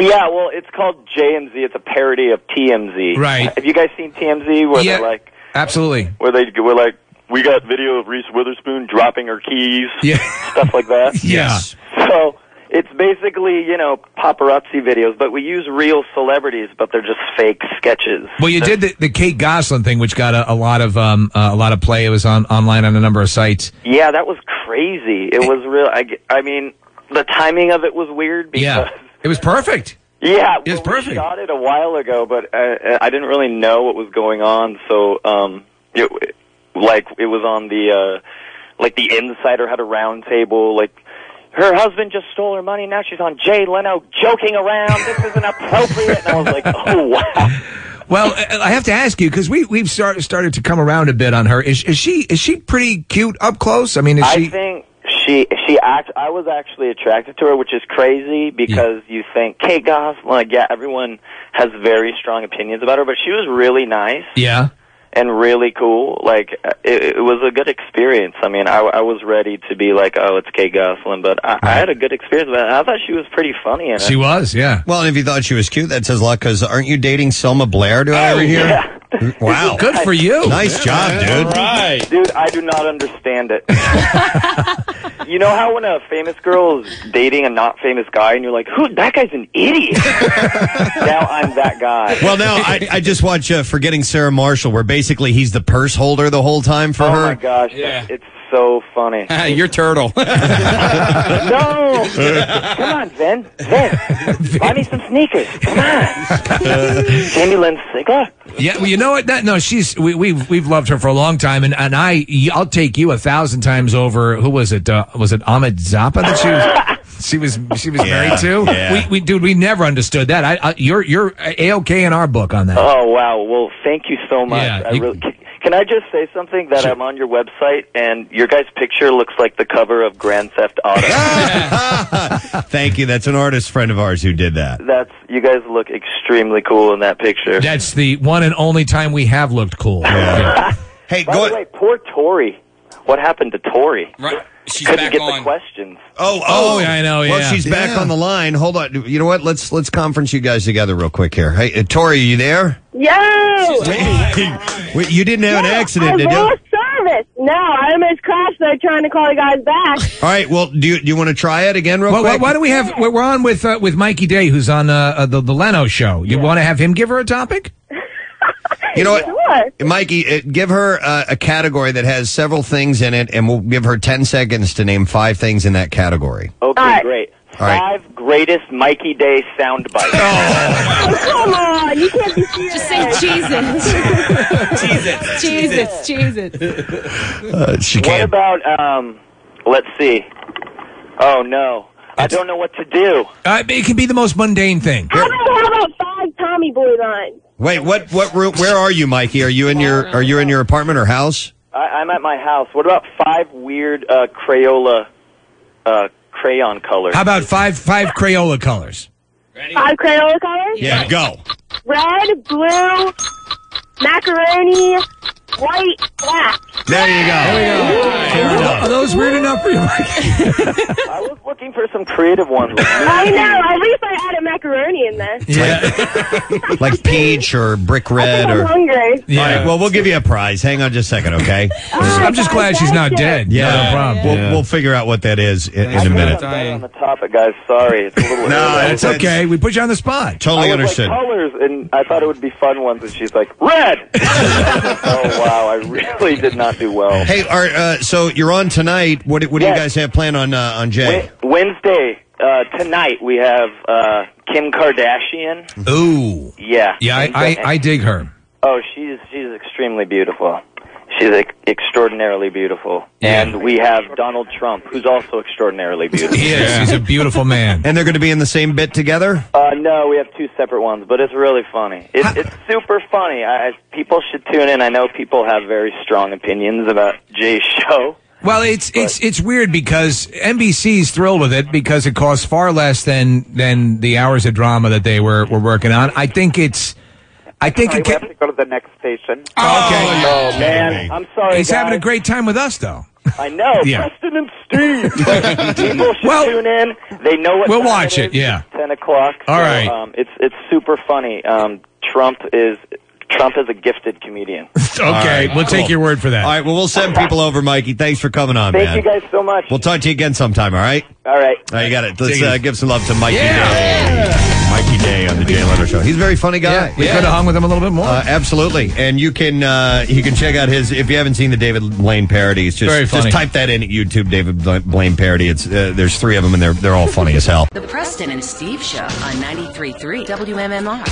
[SPEAKER 6] Yeah, well, it's called JMZ. It's a parody of TMZ.
[SPEAKER 5] Right.
[SPEAKER 6] Have you guys seen TMZ? Where
[SPEAKER 5] Yeah.
[SPEAKER 6] they're like,
[SPEAKER 5] Absolutely.
[SPEAKER 6] where they were like, we got video of Reese Witherspoon dropping her keys.
[SPEAKER 5] Yeah.
[SPEAKER 6] Stuff like
[SPEAKER 5] <laughs>
[SPEAKER 6] that.
[SPEAKER 5] Yeah.
[SPEAKER 6] So it's basically you know paparazzi videos, but we use real celebrities, but they're just fake sketches.
[SPEAKER 5] Well, you did the, the Kate Goslin thing, which got a, a lot of um, uh, a lot of play. It was on online on a number of sites.
[SPEAKER 6] Yeah, that was crazy. It was real. I, g- I mean, the timing of it was weird because.
[SPEAKER 5] Yeah. It was perfect.
[SPEAKER 6] Yeah,
[SPEAKER 5] It was
[SPEAKER 6] well,
[SPEAKER 5] perfect.
[SPEAKER 6] We shot it a while ago, but uh, I didn't really know what was going on. So, um, it, like, it was on the, uh, like, the insider had a round table. Like, her husband just stole her money. Now she's on Jay Leno joking around. This isn't appropriate. And I was like, oh, wow.
[SPEAKER 5] <laughs> Well, I I have to ask you because we we've start, started to come around a bit on her. Is, is she is she pretty cute up close? I mean, is
[SPEAKER 6] I
[SPEAKER 5] she?
[SPEAKER 6] think she she act. I was actually attracted to her, which is crazy because you think Kate Goslin. Like, yeah, everyone has very strong opinions about her, but she was really nice.
[SPEAKER 5] yeah.
[SPEAKER 6] and really cool. Like uh, it, it was a good experience. I mean, I, I was ready to be like, oh, it's Kate Goslin, but I, I had a good experience. But I thought she was pretty funny in it.
[SPEAKER 5] was, yeah.
[SPEAKER 4] Well, and if you thought she was cute, that says a lot. Because aren't you dating Selma Blair? Do
[SPEAKER 6] Oh,
[SPEAKER 4] I ever hear?
[SPEAKER 6] <laughs>
[SPEAKER 4] Wow,
[SPEAKER 5] Good for you.
[SPEAKER 4] Nice job, dude.
[SPEAKER 6] right, dude. I do not understand it. <laughs> you know how when a famous girl is dating a not famous guy, and you're like, who? That guy's an
[SPEAKER 4] <laughs>
[SPEAKER 6] idiot. now I'm that guy.
[SPEAKER 4] Well, now I, I just watch uh, Forgetting Sarah Marshall, where basically he's the purse holder the whole time for
[SPEAKER 6] oh
[SPEAKER 4] her.
[SPEAKER 6] my gosh, that- it's so funny.
[SPEAKER 10] You're turtle.
[SPEAKER 6] no, come on, Vin,
[SPEAKER 5] <laughs>
[SPEAKER 6] Vin, buy me some sneakers. Come on,
[SPEAKER 5] <laughs>
[SPEAKER 6] Jamie Lynn Sigler.
[SPEAKER 5] Yeah, well, you know what? That, no, she's we, we've we've loved her for a long time, and and I I'll take you a thousand times over. Who was it? Uh, was it Ahmed Zappa that she was? She was she was married to.
[SPEAKER 6] yeah.
[SPEAKER 5] We, we dude, we never understood that. I, I you're you're a okay in our book on that.
[SPEAKER 6] Oh wow! Well, thank you so much.
[SPEAKER 5] Yeah,
[SPEAKER 6] I
[SPEAKER 5] you-
[SPEAKER 6] really, can, Can I just say something that I'm on your website and your guys' picture looks like the cover of Grand Theft Auto?
[SPEAKER 4] Thank you. That's an artist friend of ours who did that.
[SPEAKER 6] That's you guys look extremely cool in that picture.
[SPEAKER 5] That's the one and only time we have looked cool.
[SPEAKER 6] hey, By the way, poor Tori. What happened to Tori? Right. She's Couldn't get the questions.
[SPEAKER 4] Oh,
[SPEAKER 5] oh, yeah, I know.
[SPEAKER 4] Well,
[SPEAKER 5] yeah.
[SPEAKER 4] she's back
[SPEAKER 5] Yeah.
[SPEAKER 4] on the line. Hold on. You know what? Let's let's conference you guys together real quick here. Hey, uh, Tori, are you there?
[SPEAKER 2] Yo!
[SPEAKER 4] <laughs> Wait, you didn't have an
[SPEAKER 2] I
[SPEAKER 4] accident, did you? All
[SPEAKER 2] lost service. No, I almost crashed though trying to call you guys back.
[SPEAKER 4] right. Well, do you, do you want to try it again real
[SPEAKER 5] Well, why,
[SPEAKER 4] quick?
[SPEAKER 5] why do we have? We're we're on with uh, with Mikey Day, who's on uh, uh, the the Leno show. You want to have him give her a topic?
[SPEAKER 4] You know what, Mikey? Uh, give her uh, a category that has several things in it, and we'll give her ten seconds to name five things in that category.
[SPEAKER 6] Okay, great.
[SPEAKER 4] All right.
[SPEAKER 6] Five greatest Mikey Day sound bites.
[SPEAKER 4] Oh.
[SPEAKER 2] Come on, you can't be serious. Just
[SPEAKER 5] <laughs>
[SPEAKER 2] say
[SPEAKER 6] Jesus.
[SPEAKER 2] Jesus. Jesus. Jesus.
[SPEAKER 4] Uh, she
[SPEAKER 6] What about um? Let's see. Oh no, I don't know what to do.
[SPEAKER 5] Uh, it can be the most mundane thing.
[SPEAKER 2] How about, how about five Tommy Boy lines?
[SPEAKER 4] Wait, what? What room? Where are you, Mikey? Are you in your Are you in your apartment or house?
[SPEAKER 6] I, I'm at my house. What about five weird uh, Crayola uh, crayon colors?
[SPEAKER 5] How about five five Crayola colors?
[SPEAKER 2] Five Crayola colors?
[SPEAKER 4] go.
[SPEAKER 2] Red, blue, macaroni, white, black.
[SPEAKER 4] There you go.
[SPEAKER 5] Are those weird enough for you, Mikey?
[SPEAKER 6] Looking for some creative
[SPEAKER 5] <laughs>
[SPEAKER 6] ones.
[SPEAKER 2] I know. At least I added macaroni in there.
[SPEAKER 4] like peach or brick red
[SPEAKER 2] I'm
[SPEAKER 4] or.
[SPEAKER 2] hungry. Oh,
[SPEAKER 4] All right, well, we'll give you a prize. Hang on just a second, okay?
[SPEAKER 5] <laughs> I'm just glad she's not dead.
[SPEAKER 4] Yeah,
[SPEAKER 5] No, no problem.
[SPEAKER 4] We'll,
[SPEAKER 5] Yeah.
[SPEAKER 4] we'll figure out what that is in, in a minute.
[SPEAKER 6] on the topic, guys. Sorry, it's a little.
[SPEAKER 4] No, it's okay.
[SPEAKER 5] We put you on the spot.
[SPEAKER 4] Totally
[SPEAKER 6] I was
[SPEAKER 4] understood.
[SPEAKER 6] Like colors, and I thought it would be fun ones, and she's like
[SPEAKER 4] <laughs>
[SPEAKER 6] red. oh wow, I really did not do well.
[SPEAKER 4] Hey, are, uh, so you're on tonight. What, do- what do you
[SPEAKER 6] Yes.
[SPEAKER 4] guys have planned on uh, on Jay?
[SPEAKER 6] Wednesday uh, tonight we have uh, Kim Kardashian.
[SPEAKER 5] Ooh.
[SPEAKER 6] Yeah.
[SPEAKER 5] Yeah, I, I, I dig her.
[SPEAKER 6] Oh, she's she's extremely beautiful. She's ex- extraordinarily beautiful.
[SPEAKER 5] Yeah.
[SPEAKER 6] And we have Donald Trump, who's also extraordinarily beautiful.
[SPEAKER 5] He is. He's a beautiful man.
[SPEAKER 4] And they're going to be in the same bit together?
[SPEAKER 6] Uh, no, we have two separate ones, but it's really funny. It, it's super funny. I, I, people should tune in. I know people have very strong opinions about Jay's show.
[SPEAKER 5] Well, it's it's it's weird because NBC's thrilled with it because it costs far less than than the hours of drama that they were were working on. I think it's. I think it can,
[SPEAKER 21] Go to the next station.
[SPEAKER 5] okay.
[SPEAKER 6] Oh man, I'm sorry.
[SPEAKER 5] He's having a
[SPEAKER 6] guys.
[SPEAKER 5] great time with us, though.
[SPEAKER 6] I
[SPEAKER 21] Oh,
[SPEAKER 6] know.
[SPEAKER 5] Yeah.
[SPEAKER 6] Preston and
[SPEAKER 5] <laughs>
[SPEAKER 6] Steve. But people should tune in. They know what.
[SPEAKER 5] we'll
[SPEAKER 6] time
[SPEAKER 5] watch it,
[SPEAKER 6] is.
[SPEAKER 5] yeah.
[SPEAKER 6] It's Ten o'clock.
[SPEAKER 5] All
[SPEAKER 6] so,
[SPEAKER 5] right.
[SPEAKER 6] Um, it's it's super funny. Um, Trump is Trump is a gifted comedian.
[SPEAKER 5] <laughs> Okay, we'll take your word for that.
[SPEAKER 4] All right, well, we'll send people over, Mikey. Thanks for coming on,
[SPEAKER 6] Thank
[SPEAKER 4] man.
[SPEAKER 6] you guys so much.
[SPEAKER 4] We'll talk to you again sometime, all right?
[SPEAKER 6] All right.
[SPEAKER 4] All right, you got it. Let's
[SPEAKER 5] Take it
[SPEAKER 4] uh,
[SPEAKER 5] easy.
[SPEAKER 4] give some love to Mikey Day. Mikey Day on the Jay Leno Show. He's a very funny guy.
[SPEAKER 5] Yeah, we could have hung with him a little bit more.
[SPEAKER 4] Uh, absolutely, and you can uh, you can check out his if you haven't seen the David Blaine parodies. Just
[SPEAKER 5] Very funny.
[SPEAKER 4] just type that in at YouTube David Bla- Blaine parody. It's uh, there's three of them and they're they're all funny as hell.
[SPEAKER 23] The Preston and Steve Show on 93.3 WMMR.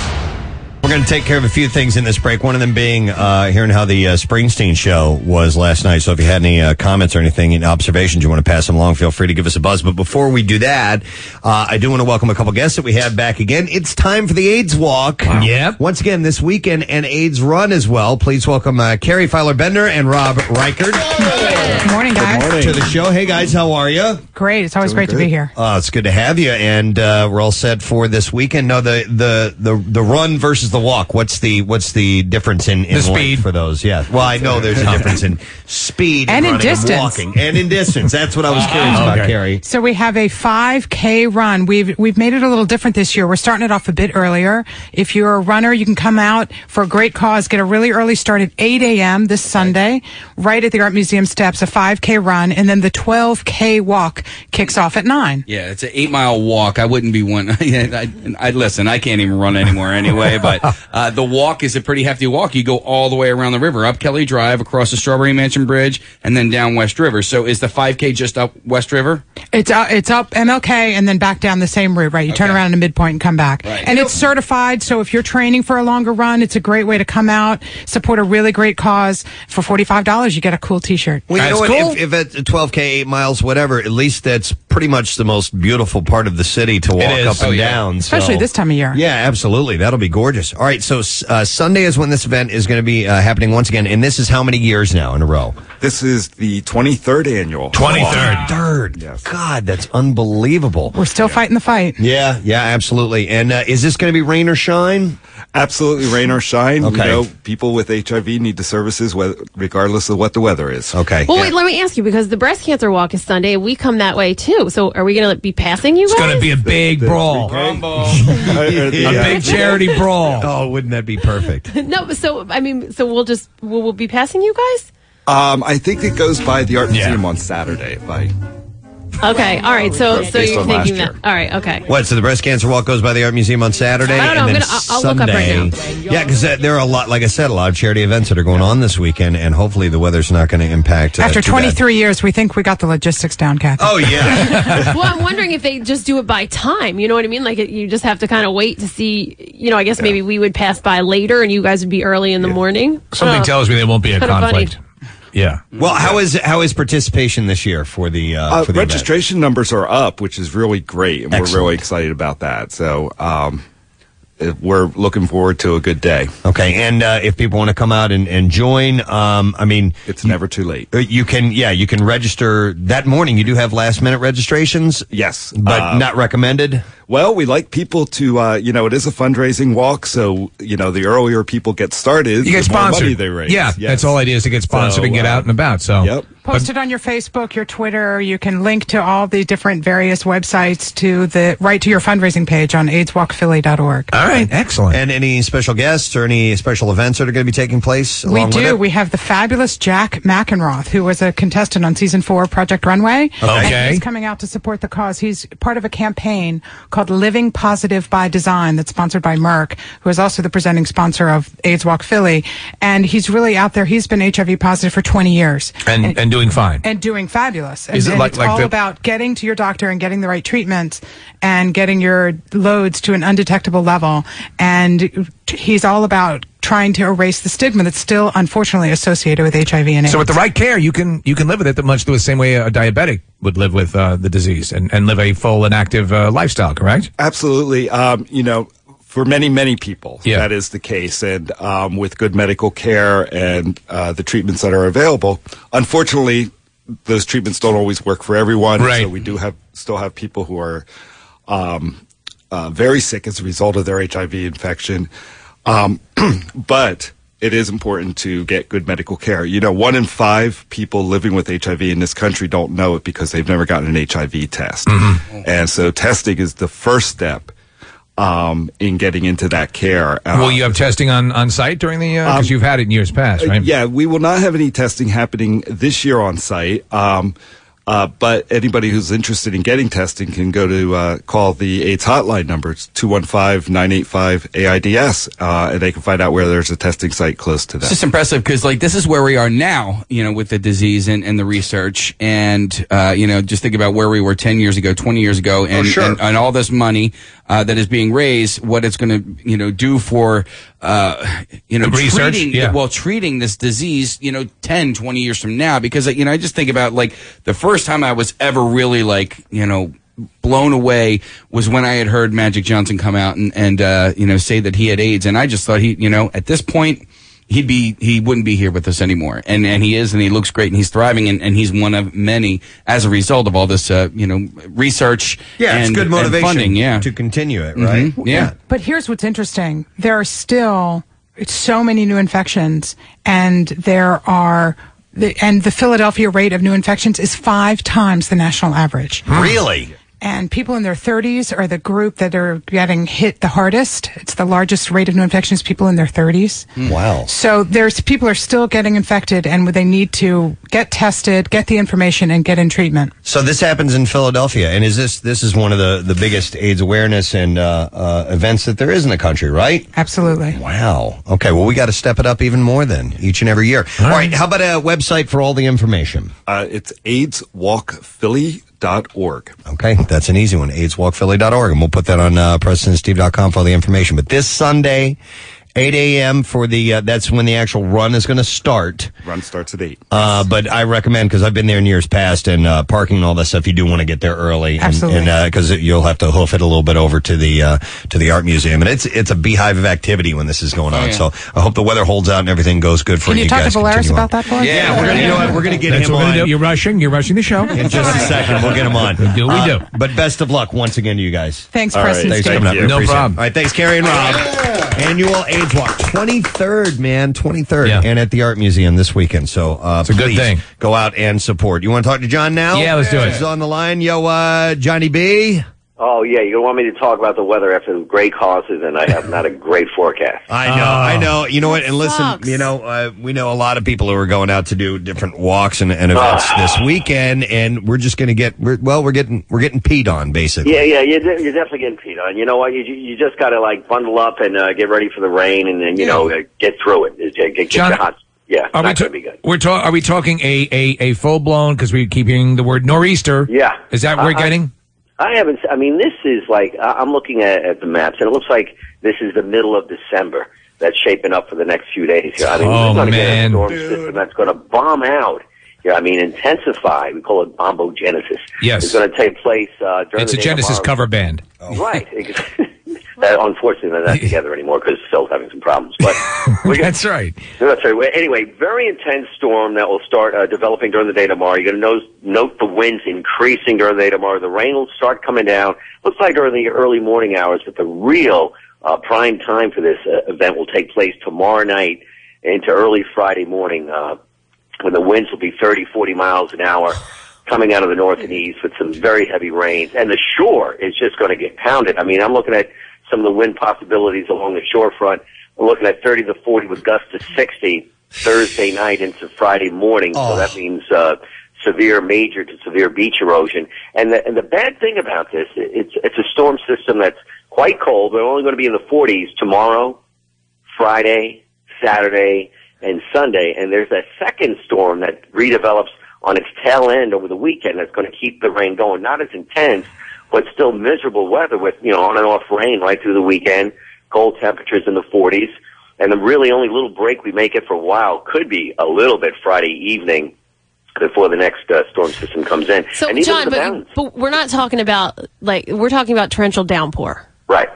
[SPEAKER 4] We're going to take care of a few things in this break. One of them being uh, hearing how the uh, Springsteen show was last night. So if you had any uh, comments or anything, and observations you want to pass them along, feel free to give us a buzz. But before we do that, uh, I do want to welcome a couple guests that we have back again. It's time for the AIDS Walk. Yep. Once again this weekend and AIDS Run as well. Please welcome uh, Carrie Filer Bender and Rob Reichard.
[SPEAKER 25] Good morning, guys.
[SPEAKER 4] To the show. Hey guys, how are you?
[SPEAKER 25] Great. It's always great to be here.
[SPEAKER 4] Uh, it's good to have you, and uh, we're all set for this weekend. No, the the the the run versus the walk. What's the what's the difference in, in
[SPEAKER 5] The
[SPEAKER 4] length
[SPEAKER 5] speed.
[SPEAKER 4] for those? Yeah. Well, I know there's a
[SPEAKER 25] <laughs>
[SPEAKER 4] difference in speed
[SPEAKER 25] And in
[SPEAKER 4] running
[SPEAKER 25] distance.
[SPEAKER 4] walking, and in distance. That's what I was curious
[SPEAKER 25] Oh,
[SPEAKER 4] about,
[SPEAKER 5] okay.
[SPEAKER 4] Carrie.
[SPEAKER 25] So we have a 5K run. We've we've made it a little different this year. We're starting it off a bit earlier. If you're a runner, you can come out for a great cause. Get a really early start at 8 a.m. this Sunday, right at the Art Museum steps. A 5K run, and then the 12K walk kicks off at nine.
[SPEAKER 10] Yeah, it's an eight mile walk. I wouldn't be one. <laughs> I, I, I listen. I can't even run anymore anyway. But uh, the walk is a pretty hefty walk. You go all the way around the river, up Kelly Drive, across the Strawberry Mansion Bridge, and then down West River. So is the five k just up West River?
[SPEAKER 25] It's uh, it's up MLK and then back down the same route, right? You turn around in a midpoint and come back. And it's certified, so if you're training for a longer run, it's a great way to come out, support a really great cause. For $45, you get a cool t-shirt.
[SPEAKER 4] Well, you know what? If, if it's 12K, 8 miles, whatever, at least that's pretty much the most beautiful part of the city to walk
[SPEAKER 25] is.
[SPEAKER 4] up and
[SPEAKER 25] Oh, yeah.
[SPEAKER 4] down.
[SPEAKER 25] Especially
[SPEAKER 4] so-
[SPEAKER 25] this time of year.
[SPEAKER 4] Yeah, absolutely. That'll be gorgeous. All right, so uh, Sunday is when this event is going to be uh, happening once again, and this is how many years now in a row?
[SPEAKER 3] This is the 23rd annual.
[SPEAKER 4] 23rd. Third. God, that's unbelievable.
[SPEAKER 25] We're still fighting the fight.
[SPEAKER 4] Yeah, yeah, absolutely. And uh, is this going to be rain or shine?
[SPEAKER 3] Absolutely, rain or shine.
[SPEAKER 4] Okay.
[SPEAKER 3] You know, people with HIV need the services whe- regardless of what the weather is.
[SPEAKER 4] Okay.
[SPEAKER 8] Well, wait, let me ask you because the breast cancer walk is Sunday. We come that way too. So are we going to be passing you
[SPEAKER 5] It's
[SPEAKER 8] guys?
[SPEAKER 5] going to be a big brawl.
[SPEAKER 4] <laughs>
[SPEAKER 5] a big charity brawl.
[SPEAKER 4] Oh, wouldn't that be perfect?
[SPEAKER 8] <laughs> no, but so I mean, so we'll just we'll, we'll be passing you guys.
[SPEAKER 3] Um, I think it goes by the art museum on Saturday. Like,
[SPEAKER 8] Okay, all right. So so
[SPEAKER 4] Based
[SPEAKER 8] you're
[SPEAKER 4] on last
[SPEAKER 8] thinking that. All right, okay.
[SPEAKER 4] What? So the breast cancer walk goes by the art museum on Saturday,
[SPEAKER 8] I don't know,
[SPEAKER 4] and
[SPEAKER 8] I'm
[SPEAKER 4] then
[SPEAKER 8] gonna- I'll- I'll look up
[SPEAKER 4] Sunday.
[SPEAKER 8] right
[SPEAKER 4] yeah, because there are a lot, like I said, a lot of charity events that are going on this weekend, and hopefully the weather's not going to impact. Uh,
[SPEAKER 25] After
[SPEAKER 4] too bad.
[SPEAKER 25] 23 years, we think we got the logistics down, Kathy.
[SPEAKER 4] Oh yeah.
[SPEAKER 8] <laughs> well, I'm wondering if they just do it by time. You know what I mean? Like it, you just have to kind of wait to see. You know, I guess maybe we would pass by later and you guys would be early in the morning.
[SPEAKER 5] Something
[SPEAKER 8] Oh.
[SPEAKER 5] tells me there won't be a
[SPEAKER 8] Kinda funny.
[SPEAKER 5] conflict. Yeah.
[SPEAKER 4] Well, how is how is participation this year for the uh,
[SPEAKER 3] uh,
[SPEAKER 4] for the event?
[SPEAKER 3] registration numbers are up, which is really great, and we're
[SPEAKER 4] Excellent.
[SPEAKER 3] really excited about that. So, um, uh, we're looking forward to a good day.
[SPEAKER 4] Okay, and uh, if people want to come out and, and join, um, I mean, Uh,
[SPEAKER 3] it's never too late.
[SPEAKER 4] You can, yeah, you can register that morning. You do have last minute registrations,
[SPEAKER 3] yes,
[SPEAKER 4] but
[SPEAKER 3] Uh,
[SPEAKER 4] not recommended.
[SPEAKER 3] Well, we like people to, uh, you know, it is a fundraising walk, so you know, the earlier people get started,
[SPEAKER 5] You get
[SPEAKER 3] the more
[SPEAKER 5] sponsored.
[SPEAKER 3] money they raise. uh,
[SPEAKER 5] Yeah, that's all it is to get sponsored and get out and about. So,
[SPEAKER 3] yep.
[SPEAKER 25] <laughs> Post it on your Facebook, your Twitter. You can link to all the different various websites to the right to your fundraising page on AIDSWalkPhilly.org.
[SPEAKER 5] All right, excellent.
[SPEAKER 4] And any special guests or any special events that are going to be taking place?
[SPEAKER 25] We
[SPEAKER 4] along With
[SPEAKER 25] do.
[SPEAKER 4] it?
[SPEAKER 25] We have the fabulous Jack McEnroth, who was a contestant on season four of Project Runway.
[SPEAKER 4] Okay.
[SPEAKER 25] And he's coming out to support the cause. He's part of a campaign called Living Positive by Design that's sponsored by Merck, who is also the presenting sponsor of AIDS Walk Philly. And he's really out there. He's been HIV positive for 20 years.
[SPEAKER 5] and, and doing fine.
[SPEAKER 25] And doing fabulous. And,
[SPEAKER 5] Is it
[SPEAKER 25] and
[SPEAKER 5] like-
[SPEAKER 25] it's
[SPEAKER 5] like
[SPEAKER 25] all
[SPEAKER 5] the-
[SPEAKER 25] about getting to your doctor and getting the right treatments and getting your loads to an undetectable level. And t- he's all about trying to erase the stigma that's still unfortunately associated with HIV and AIDS.
[SPEAKER 5] So with the right care, you can you can live with it the much the same way a diabetic would live with uh, the disease and, and live a full and active uh, lifestyle. Correct?
[SPEAKER 3] Absolutely. Um, you know, for many, many people, that is the case. And um, with good medical care and uh, the treatments that are available, unfortunately, those treatments don't always work for everyone.
[SPEAKER 5] Right.
[SPEAKER 3] So we do have still have people who are um, uh, very sick as a result of their HIV infection. Um, <clears throat> but it is important to get good medical care. You know, one in five people living with HIV in this country don't know it because they've never gotten an HIV test. And so testing is the first step um, in getting into that care. Uh,
[SPEAKER 5] Will you have testing on, on site during the because
[SPEAKER 3] Um,
[SPEAKER 5] you've had it in years past,
[SPEAKER 3] uh,
[SPEAKER 5] right?
[SPEAKER 3] Yeah, we will not have any testing happening this year on site. Um, uh, but anybody who's interested in getting testing can go to uh, call the AIDS hotline number. It's 215 985 AIDS, uh, and they can find out where there's a testing site close to
[SPEAKER 10] It's
[SPEAKER 3] them.
[SPEAKER 10] just impressive because, like, this is where we are now, you know, with the disease and, and the research. And, uh, you know, just think about where we were 10 years ago, 20 years
[SPEAKER 5] Oh,
[SPEAKER 10] ago, and,
[SPEAKER 9] sure.
[SPEAKER 10] and, and all this money uh, that is being raised, what it's going to, you know, do for, uh, you know,
[SPEAKER 5] The research,
[SPEAKER 10] treating,
[SPEAKER 5] yeah.
[SPEAKER 10] well, treating this disease, you know, 10, 20 years from now. Because, you know, I just think about, like, the first time I was ever really, like, you know, blown away was when I had heard Magic Johnson come out and, and uh, you know, say that he had AIDS. And I just thought he, you know, at this point, he'd be he wouldn't be here with us anymore and and he is and he looks great and he's thriving and, and he's one of many as a result of all this uh, you know research
[SPEAKER 4] Yeah, it's
[SPEAKER 10] and-
[SPEAKER 4] good
[SPEAKER 10] and
[SPEAKER 4] motivation
[SPEAKER 10] funding yeah
[SPEAKER 4] to continue it right
[SPEAKER 10] Mhm, yeah
[SPEAKER 25] But here's what's interesting. There are still so many new infections and there are the, and the Philadelphia rate of new infections is five times the national average.
[SPEAKER 4] Really?
[SPEAKER 25] And people in their 30s are the group that are getting hit the hardest. It's the largest rate of new infections people in their 30s.
[SPEAKER 10] Hmm.
[SPEAKER 4] Wow.
[SPEAKER 25] So there's people are still getting infected and they need to get tested, get the information and get in treatment.
[SPEAKER 4] So this happens in Philadelphia, and is this this is one of the the biggest AIDS awareness and uh, uh, events that there is in the country, right?
[SPEAKER 25] Absolutely.
[SPEAKER 4] Wow. Okay. Well, we got to step it up even more then, each and every year. All right. How about a website for all the information?
[SPEAKER 3] Uh, it's AIDSWalkPhilly.org.
[SPEAKER 4] Okay, that's an easy one. AIDSWalkPhilly.org, and we'll put that on uh, PresidentSteve.com for all the information. But this Sunday 8 a.m. for the, uh, that's when the actual run is going to start.
[SPEAKER 3] Run starts at 8.
[SPEAKER 4] Uh, but I recommend because I've been there in years past and uh, parking and all that stuff. You do want to get there early,
[SPEAKER 9] Absolutely.
[SPEAKER 4] because you'll have to hoof it a little bit over to the uh, to the art museum, and it's it's a beehive of activity when this is going
[SPEAKER 9] Oh,
[SPEAKER 4] on.
[SPEAKER 9] yeah.
[SPEAKER 4] So I hope the weather holds out and everything goes good for
[SPEAKER 25] Can
[SPEAKER 4] you,
[SPEAKER 25] you talk to
[SPEAKER 4] guys.
[SPEAKER 25] Valeris
[SPEAKER 4] Continue on.
[SPEAKER 25] about that, boy?
[SPEAKER 4] Yeah, we're gonna- you know what, we're gonna get
[SPEAKER 5] That's
[SPEAKER 4] him
[SPEAKER 5] what we're gonna
[SPEAKER 4] on.
[SPEAKER 5] do. You're rushing. You're rushing the show.
[SPEAKER 4] <laughs> in just a second. We'll get him on. Uh,
[SPEAKER 5] We do. We do.
[SPEAKER 4] But best of luck once again to you guys.
[SPEAKER 5] Thanks,
[SPEAKER 4] All
[SPEAKER 5] Preston
[SPEAKER 4] Thanks for
[SPEAKER 5] Steve.
[SPEAKER 4] coming up. We
[SPEAKER 5] No
[SPEAKER 4] appreciate it.
[SPEAKER 5] problem.
[SPEAKER 4] All right. Thanks, Carrie and Rob. Annual AIDS Walk, 23rd, man, 23rd, and at the Art Museum this weekend. So uh,
[SPEAKER 5] It's a good
[SPEAKER 4] please
[SPEAKER 5] thing.
[SPEAKER 4] Go out and support. You want to talk to John now?
[SPEAKER 11] Yeah, let's do it.
[SPEAKER 4] He's on the line. Yo, uh, Johnny B.
[SPEAKER 11] Oh yeah, you want me to talk about the weather after the great causes, and I have not a great forecast.
[SPEAKER 5] Oh.
[SPEAKER 4] I know, I know. You know what? And listen, you know, uh, we know a lot of people who are going out to do different walks and, and events this weekend, and we're just going to get we're, well, we're getting we're getting peed on basically.
[SPEAKER 11] Yeah, yeah, you're, de- you're definitely getting peed on. You know what? You you just got to like bundle up and uh, get ready for the rain, and then you know uh, get through it. Get, get, get
[SPEAKER 5] John,
[SPEAKER 11] the hot. Yeah, it's
[SPEAKER 5] Are
[SPEAKER 11] not gonna
[SPEAKER 5] we, ta-
[SPEAKER 11] be good.
[SPEAKER 5] we're ta- are we talking a, a, a full blown because we keep hearing the word nor'easter?
[SPEAKER 11] Yeah.
[SPEAKER 5] Is that what we're
[SPEAKER 4] Uh,
[SPEAKER 11] Uh-huh.
[SPEAKER 5] getting?
[SPEAKER 11] I haven't. I mean, this is like I- I'm looking at, at the maps, and it looks like this is the middle of December. That's shaping up for the next few days here. I mean,
[SPEAKER 5] Oh,
[SPEAKER 11] we're going to get a
[SPEAKER 5] man.
[SPEAKER 11] storm system that's going to bomb out. here. I mean, intensify. We call it bombogenesis.
[SPEAKER 5] Yes.
[SPEAKER 11] it's going to take place. Uh, during
[SPEAKER 5] It's a
[SPEAKER 11] the day
[SPEAKER 5] Genesis
[SPEAKER 11] tomorrow.
[SPEAKER 5] cover band.
[SPEAKER 4] Oh.
[SPEAKER 11] Right. Ex- that, unfortunately, they're
[SPEAKER 5] <laughs>
[SPEAKER 11] not together anymore because Phil's having some problems. But
[SPEAKER 5] <laughs> That's right.
[SPEAKER 11] no, that's right. Well, Anyway, very intense storm that will start uh, developing during the day tomorrow. You're going to note, note the winds increasing during the day tomorrow. The rain will start coming down. Looks like during the early morning hours, but the real uh, prime time for this uh, event will take place tomorrow night into early Friday morning uh, when the winds will be 30, 40 miles an hour coming out of the north and east with some very heavy rains. And the shore is just going to get pounded. I mean, I'm looking at some of the wind possibilities along the shorefront. We're looking at 30 to 40 with gusts to 60 Thursday night into Friday morning. So that means uh, severe, major to severe beach erosion. And the, and the bad thing about this, it- it's it's a storm system that's quite cold. They're only going to be in the 40s tomorrow, Friday, Saturday, and Sunday. And there's that second storm that redevelops on its tail end over the weekend that's going to keep the rain going. Not as intense, but still miserable weather with, you know, on and off rain right through the weekend, cold temperatures in the 40s. And the really only little break we make it for a while could be a little bit Friday evening before the next uh, storm system comes in.
[SPEAKER 8] So,
[SPEAKER 11] and even
[SPEAKER 8] John,
[SPEAKER 11] the mountains-
[SPEAKER 8] but, but we're not talking about like we're talking about torrential downpour.
[SPEAKER 11] Right.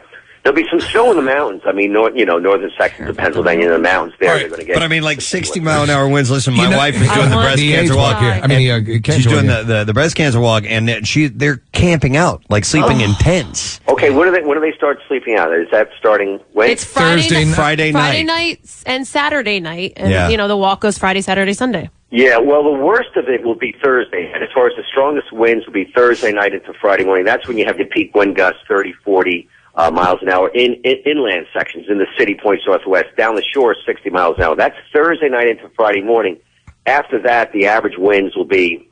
[SPEAKER 11] There'll be some snow in the mountains. I mean, nor- you know, northern sections of Pennsylvania, the mountains there, they're going to get.
[SPEAKER 4] But I mean, like 60 mile an hour winds. Listen, my
[SPEAKER 11] You know-
[SPEAKER 4] wife is
[SPEAKER 11] I
[SPEAKER 4] doing the
[SPEAKER 11] want
[SPEAKER 4] breast
[SPEAKER 11] the
[SPEAKER 4] cancer
[SPEAKER 11] AIDS
[SPEAKER 4] walk
[SPEAKER 11] walk.
[SPEAKER 4] here.
[SPEAKER 11] I mean,
[SPEAKER 5] uh, cancer
[SPEAKER 4] she's doing
[SPEAKER 5] walk,
[SPEAKER 4] the, the, the breast cancer walk, and that she they're camping out, like sleeping
[SPEAKER 11] Oh.
[SPEAKER 4] in tents.
[SPEAKER 11] Okay, when do they when do they start sleeping out? Is that starting when?
[SPEAKER 8] It's Friday night,
[SPEAKER 4] Friday night.
[SPEAKER 8] Friday night and Saturday night, and
[SPEAKER 11] Yeah.
[SPEAKER 8] you know the walk goes Friday, Saturday, Sunday.
[SPEAKER 11] Yeah, well, the worst of it will be Thursday. And as far as the strongest winds will be Thursday night into Friday morning. That's when you have the peak wind gusts, 30, 40 uh, miles an hour in, in inland sections, in the city points northwest, down the shore, 60 miles an hour. That's Thursday night into Friday morning. After that, the average winds will be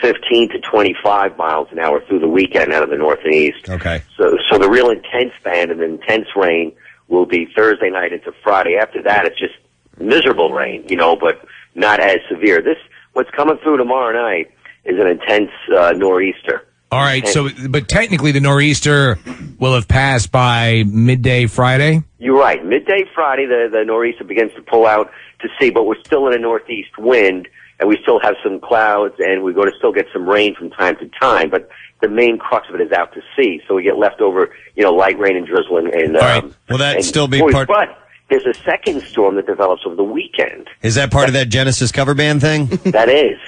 [SPEAKER 11] 15 to 25 miles an hour through the weekend out of the north and east.
[SPEAKER 4] Okay.
[SPEAKER 11] So, so the real intense band and the intense rain will be Thursday night into Friday. After that, it's just miserable rain, you know, but not as severe. This what's coming through tomorrow night is an intense uh, nor'easter.
[SPEAKER 5] <laughs> All right.
[SPEAKER 11] Okay.
[SPEAKER 5] So, but technically, the nor'easter will have passed by midday Friday.
[SPEAKER 11] You're right. Midday Friday, the, the nor'easter begins to pull out to sea, but we're still in a northeast wind, and we still have some clouds, and we're going to still get some rain from time to time. But the main crux of it is out to sea, so we get left over, you know, light rain and drizzle and. and um,
[SPEAKER 4] Will that
[SPEAKER 11] and
[SPEAKER 4] still be
[SPEAKER 11] poise.
[SPEAKER 4] part-
[SPEAKER 11] But there's a second storm that develops over the weekend.
[SPEAKER 4] Is that part of that Genesis cover band thing?
[SPEAKER 11] <laughs> That is.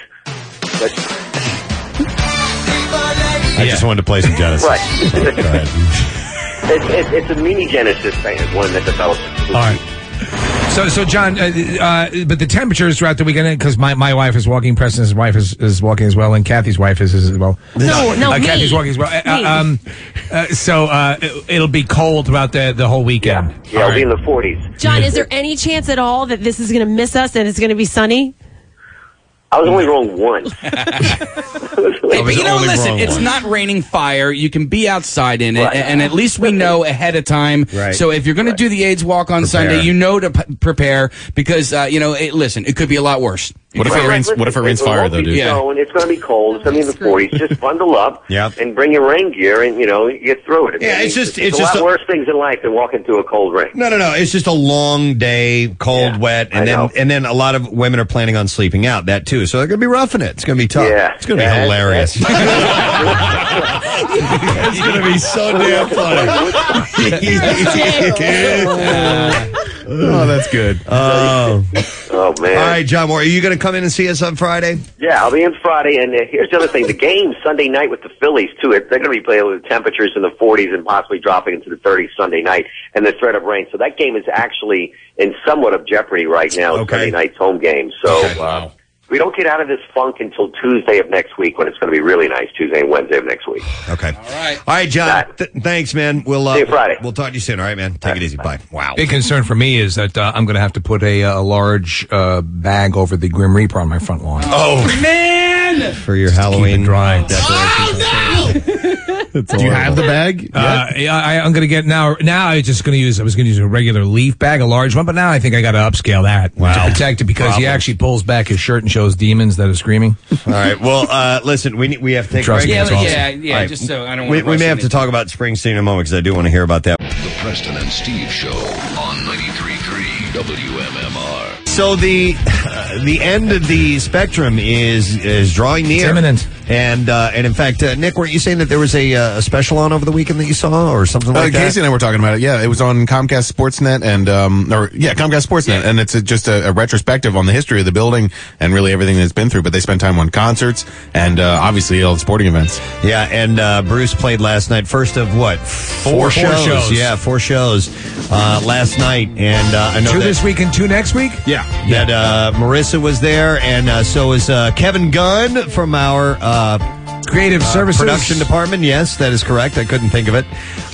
[SPEAKER 4] I just wanted to play some Genesis.
[SPEAKER 11] Right. <laughs> it's, it's, it's a mini Genesis thing, is one that develops. All
[SPEAKER 5] right. So, so John, uh, uh, but the temperatures throughout the weekend because my, my wife is walking, Preston's wife is, is walking as well, and Kathy's wife is, is as well.
[SPEAKER 20] No, no,
[SPEAKER 5] uh,
[SPEAKER 20] me.
[SPEAKER 5] Kathy's walking as well. Uh,
[SPEAKER 20] Me.
[SPEAKER 5] Uh, um, uh, so uh, it, it'll be cold throughout the, the whole weekend.
[SPEAKER 11] Yeah, it'll be in the 40s.
[SPEAKER 8] John, is there any chance at all that this is going to miss us and it's going to be sunny?
[SPEAKER 11] I was only wrong once.
[SPEAKER 10] Hey, but you know,
[SPEAKER 11] only
[SPEAKER 10] listen,
[SPEAKER 11] wrong
[SPEAKER 10] it's
[SPEAKER 11] one.
[SPEAKER 10] not raining fire. You can be outside in it,
[SPEAKER 11] Right.
[SPEAKER 10] and at least we know ahead of time.
[SPEAKER 11] Right.
[SPEAKER 10] So if you're going to do the AIDS walk on Sunday, you know to p- prepare because uh, you know, it, listen, it could be a lot worse.
[SPEAKER 7] <laughs> What if it rains? What if it rains fire though, dude?
[SPEAKER 11] Yeah. Going. It's going to be cold. It's going to be in the 40s. Just bundle up
[SPEAKER 7] <laughs> Yep.
[SPEAKER 11] and bring your rain gear, and you know you get through it.
[SPEAKER 4] Yeah,
[SPEAKER 11] I mean,
[SPEAKER 4] it's just- it's
[SPEAKER 11] a
[SPEAKER 4] just
[SPEAKER 11] lot
[SPEAKER 4] a-
[SPEAKER 11] worse things in life than walking through a cold rain.
[SPEAKER 4] No, no, no. It's just a long day, cold, wet, and then and then a lot of women are planning on sleeping out. That too, so they're going to be roughing it. It's going to be tough.
[SPEAKER 11] Yeah.
[SPEAKER 4] It's going to be
[SPEAKER 11] Yeah.
[SPEAKER 4] hilarious. <laughs>
[SPEAKER 20] it's
[SPEAKER 4] gonna be so damn
[SPEAKER 20] <laughs>
[SPEAKER 7] oh, that's good.
[SPEAKER 4] <laughs> Oh.
[SPEAKER 11] oh man!
[SPEAKER 4] All right, John Moore, are you going to come in and see us on Friday?
[SPEAKER 11] Yeah, I'll be in Friday. And uh, here's the other thing: the game Sunday night with the Phillies too. They're going to be playing with temperatures in the 40s and possibly dropping into the 30s Sunday night, and the threat of rain. So that game is actually in somewhat of jeopardy right now. It's Sunday night's home game. So uh, we don't get out of this funk until Tuesday of next week when it's going to be really nice. Tuesday and Wednesday of next week.
[SPEAKER 4] Okay. All right. All right, John. Th- thanks, man. We'll uh,
[SPEAKER 11] See you Friday.
[SPEAKER 4] We'll talk to you soon. All right, man. Take it easy. Bye. Wow.
[SPEAKER 5] Big concern for me is that uh, I'm going to have to put a, uh, a large uh, bag over the Grim Reaper on my front lawn.
[SPEAKER 4] Oh
[SPEAKER 10] man!
[SPEAKER 4] For your Halloween dry
[SPEAKER 9] Oh,
[SPEAKER 7] Do you have the bag?
[SPEAKER 5] Uh, yeah, I, I'm gonna get now. Now I just gonna use. I was gonna use a regular leaf bag, a large one, but now I think I gotta upscale that
[SPEAKER 4] Wow.
[SPEAKER 5] to protect it because he
[SPEAKER 4] Problems.
[SPEAKER 5] actually pulls back his shirt and shows demons that are screaming.
[SPEAKER 4] All right. Well, uh, listen, <laughs> we need, we have to take
[SPEAKER 5] Trust
[SPEAKER 4] a break.
[SPEAKER 5] me, Yeah, it's
[SPEAKER 10] awesome. yeah, yeah,
[SPEAKER 4] All right.
[SPEAKER 10] just so I don't
[SPEAKER 4] We,
[SPEAKER 10] wanna
[SPEAKER 4] we
[SPEAKER 10] rush
[SPEAKER 4] may have to
[SPEAKER 10] anything.
[SPEAKER 4] talk about Springsteen in a moment because I do want to hear about that.
[SPEAKER 16] The Preston and Steve Show on 93.3 <laughs> WMMR.
[SPEAKER 4] So the <sighs> the end of the spectrum is is drawing near.
[SPEAKER 5] It's imminent.
[SPEAKER 4] And uh, and in fact, uh, Nick, weren't you saying that there was a, uh, a special on over the weekend that you saw or something
[SPEAKER 7] Uh,
[SPEAKER 4] like that?
[SPEAKER 7] Casey and I were talking about it. Yeah, it was on Comcast Sportsnet and um, or yeah, Comcast Sportsnet, and it's a, just a, a retrospective on the history of the building and really everything that's been through. But they spent time on concerts and uh, obviously all the sporting events.
[SPEAKER 4] Yeah, and uh, Bruce played last night. First of what? Four,
[SPEAKER 7] Four shows.
[SPEAKER 4] Yeah, four shows uh, last night, and uh, I know
[SPEAKER 5] two
[SPEAKER 4] that-
[SPEAKER 5] this week and two next week.
[SPEAKER 7] Yeah.
[SPEAKER 4] that uh, Marissa was there, and uh, so is uh, Kevin Gunn from our uh,
[SPEAKER 5] creative services
[SPEAKER 4] production department. Yes, that is correct. I couldn't think of it.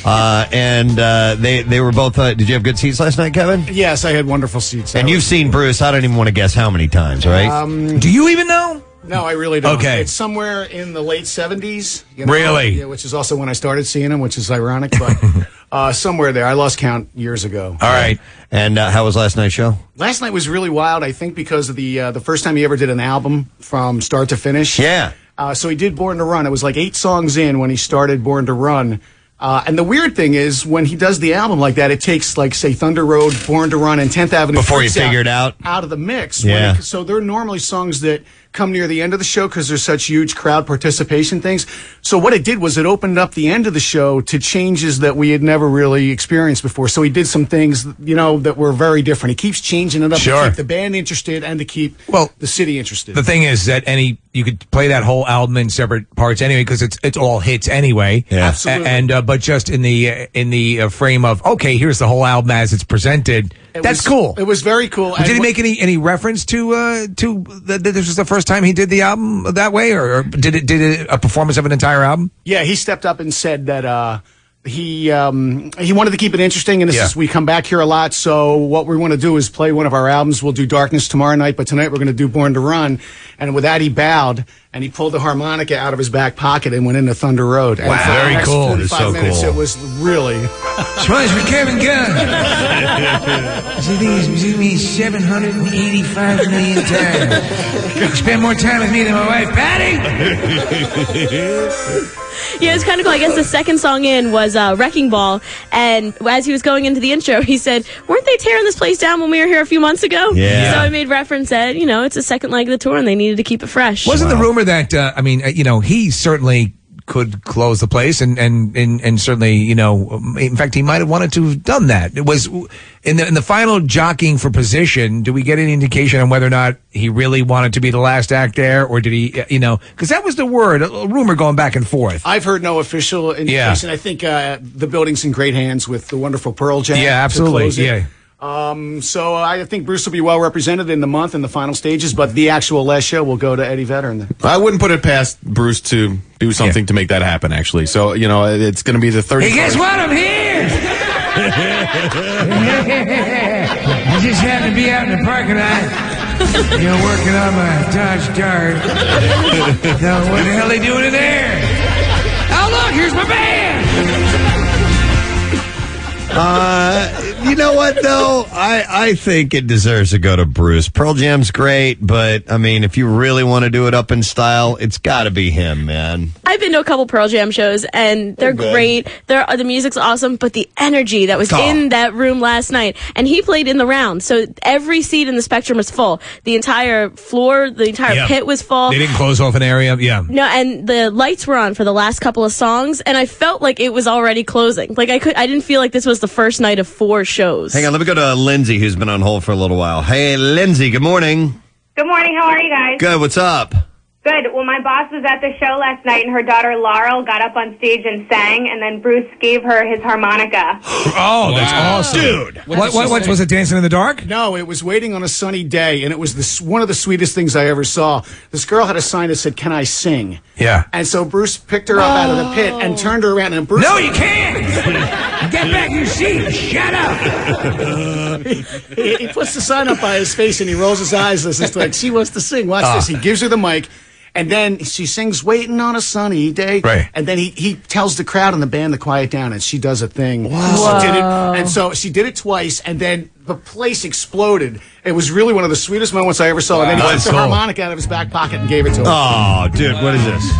[SPEAKER 4] Uh, and uh, they they were both. Uh, did you have good seats last night, Kevin?
[SPEAKER 9] Yes, I had wonderful seats.
[SPEAKER 4] And you've seen Bruce. I don't even want to guess how many times, right?
[SPEAKER 9] Um,
[SPEAKER 5] Do you even know?
[SPEAKER 9] No, I really don't.
[SPEAKER 4] Okay.
[SPEAKER 9] It's somewhere in the late 70s. you
[SPEAKER 4] Really?
[SPEAKER 9] Yeah, which is also when I started seeing him, which is ironic, but uh, somewhere there. I lost count years ago.
[SPEAKER 4] All right. And uh, how was last night's show?
[SPEAKER 9] Last night was really wild, I think, because of the uh, the first time he ever did an album from start to finish.
[SPEAKER 4] Yeah.
[SPEAKER 9] Uh, so he did Born to Run. It was like eight songs in when he started Born to Run. Uh, and the weird thing is, when he does the album like that, it takes like say Thunder Road, Born to Run, and Tenth Avenue
[SPEAKER 4] Before you
[SPEAKER 9] Freaks Out
[SPEAKER 4] figure it out?
[SPEAKER 9] out of the mix.
[SPEAKER 4] Yeah.
[SPEAKER 9] When it- so they're normally songs that come near the end of the show because there's such huge crowd participation things. So what it did was it opened up the end of the show to changes that we had never really experienced before. So he did some things, you know, that were very different. He keeps changing it up
[SPEAKER 5] Sure.
[SPEAKER 9] to keep the band interested and to keep the city interested.
[SPEAKER 5] The thing is that any you could play that whole album in separate parts anyway because it's it's all hits anyway.
[SPEAKER 9] Yeah. Absolutely.
[SPEAKER 5] A- And uh, but just in the uh, in the uh, frame of okay, here's the whole album as it's presented.
[SPEAKER 9] It
[SPEAKER 5] That's
[SPEAKER 9] was-
[SPEAKER 5] cool.
[SPEAKER 9] It was very cool.
[SPEAKER 5] Did
[SPEAKER 9] And
[SPEAKER 5] he
[SPEAKER 9] wh-
[SPEAKER 5] make any any reference to uh to that that this was the first time he did the album that way, or, or did it did it a performance of an entire album?
[SPEAKER 9] Yeah, he stepped up and said that uh, he um, he wanted to keep it interesting, and this
[SPEAKER 5] Yeah.
[SPEAKER 9] is, we come back here a lot. So what we want to do is play one of our albums. We'll do Darkness tomorrow night, but tonight we're going to do Born to Run. And with that, he bowed and he pulled the harmonica out of his back pocket and went into Thunder Road. And
[SPEAKER 5] Wow.
[SPEAKER 9] for the
[SPEAKER 5] Very
[SPEAKER 9] next
[SPEAKER 5] cool. That is
[SPEAKER 9] 45
[SPEAKER 5] so
[SPEAKER 9] minutes,
[SPEAKER 5] cool.
[SPEAKER 9] it was really.
[SPEAKER 5] Smiles with Kevin <laughs> Gunn. See these, see me 785 million times. Spend more time with me than my wife, <laughs> Patty.
[SPEAKER 12] Yeah, it's kind of cool. I guess the second song in was uh, Wrecking Ball. And as he was going into the intro, he said, Weren't they tearing this place down when we were here a few months ago?
[SPEAKER 5] Yeah.
[SPEAKER 12] So I made reference that, you know, it's a second leg of the tour and they needed to keep it fresh.
[SPEAKER 5] Wasn't the rumor that uh, I mean, uh, you know, he certainly could close the place, and and and, and certainly, you know, um, in fact, he might have wanted to have done that. It was in the in the final jockeying for position. Do we get any indication on whether or not he really wanted to be the last act there, or did he, uh, you know, because that was the word, a a rumor going back and forth.
[SPEAKER 9] I've heard no official indication. I think uh, the building's in great hands with the wonderful Pearl Jam.
[SPEAKER 5] Yeah,
[SPEAKER 9] to
[SPEAKER 5] absolutely.
[SPEAKER 9] close it.
[SPEAKER 5] Yeah.
[SPEAKER 9] Um, so I think Bruce will be well represented in the month in the final stages, but the actual last show will go to Eddie Vedder. And
[SPEAKER 7] I wouldn't put it past Bruce to do something to make that happen. Actually, so you know it's going to be the thirty.
[SPEAKER 20] Hey, guess what? I'm
[SPEAKER 5] <laughs>
[SPEAKER 20] here.
[SPEAKER 5] I just happened to be out in the parking lot, you know, working on my Dodge Dart. Now, what the hell they doing in there? Oh, look, here's my band.
[SPEAKER 4] Uh, you know what though? I I think it deserves to go to Bruce. Pearl Jam's great, but I mean, if you really want to do it up in style, it's got to be him, man.
[SPEAKER 12] I've been to a couple Pearl Jam shows, and they're
[SPEAKER 4] Okay.
[SPEAKER 12] great. They're the music's awesome, but the energy that was
[SPEAKER 4] Oh.
[SPEAKER 12] in that room last night, and he played in the round, so every seat in the spectrum was full. The entire floor, the entire
[SPEAKER 5] Yeah.
[SPEAKER 12] pit was full.
[SPEAKER 5] They didn't close off an area. Yeah.
[SPEAKER 12] No, and the lights were on for the last couple of songs, and I felt like it was already closing. Like I could, I didn't feel like this was the first night of four shows.
[SPEAKER 4] Hang on, let me go to Lindsay, who's been on hold for a little while. Hey, Lindsay, good morning.
[SPEAKER 13] Good morning. How are you guys?
[SPEAKER 4] Good, what's up?
[SPEAKER 13] Good. Well, my boss was at the show last night, and her daughter Laurel got up on stage and sang, and then Bruce gave her his harmonica. <laughs>
[SPEAKER 5] Oh, that's awesome, dude. What, what, what, was it? Dancing in the Dark?
[SPEAKER 9] No, it was Waiting on a Sunny Day, and it was this, one of the sweetest things I ever saw. This girl had a sign that said, Can I sing?
[SPEAKER 5] Yeah.
[SPEAKER 9] And so Bruce picked her up out of the pit and turned her around and Bruce.
[SPEAKER 20] No, you can't! Get back in your seat! Shut up!
[SPEAKER 9] he, he puts the sign up by his face and he rolls his eyes, listens to it. She wants to sing. Watch
[SPEAKER 5] Ah.
[SPEAKER 9] this. He gives her the mic. And then she sings "Waiting on a Sunny Day,"
[SPEAKER 5] Right.
[SPEAKER 9] and then he, he tells the crowd and the band to quiet down, and she does a thing.
[SPEAKER 20] Wow.
[SPEAKER 9] She did it,
[SPEAKER 20] Wow.
[SPEAKER 9] and so she did it twice, and then the place exploded. It was really one of the sweetest moments I ever saw. And then he
[SPEAKER 4] Wow.
[SPEAKER 9] took the
[SPEAKER 4] Nice.
[SPEAKER 9] harmonica out of his back pocket and gave it to her.
[SPEAKER 4] Oh, dude, what is this?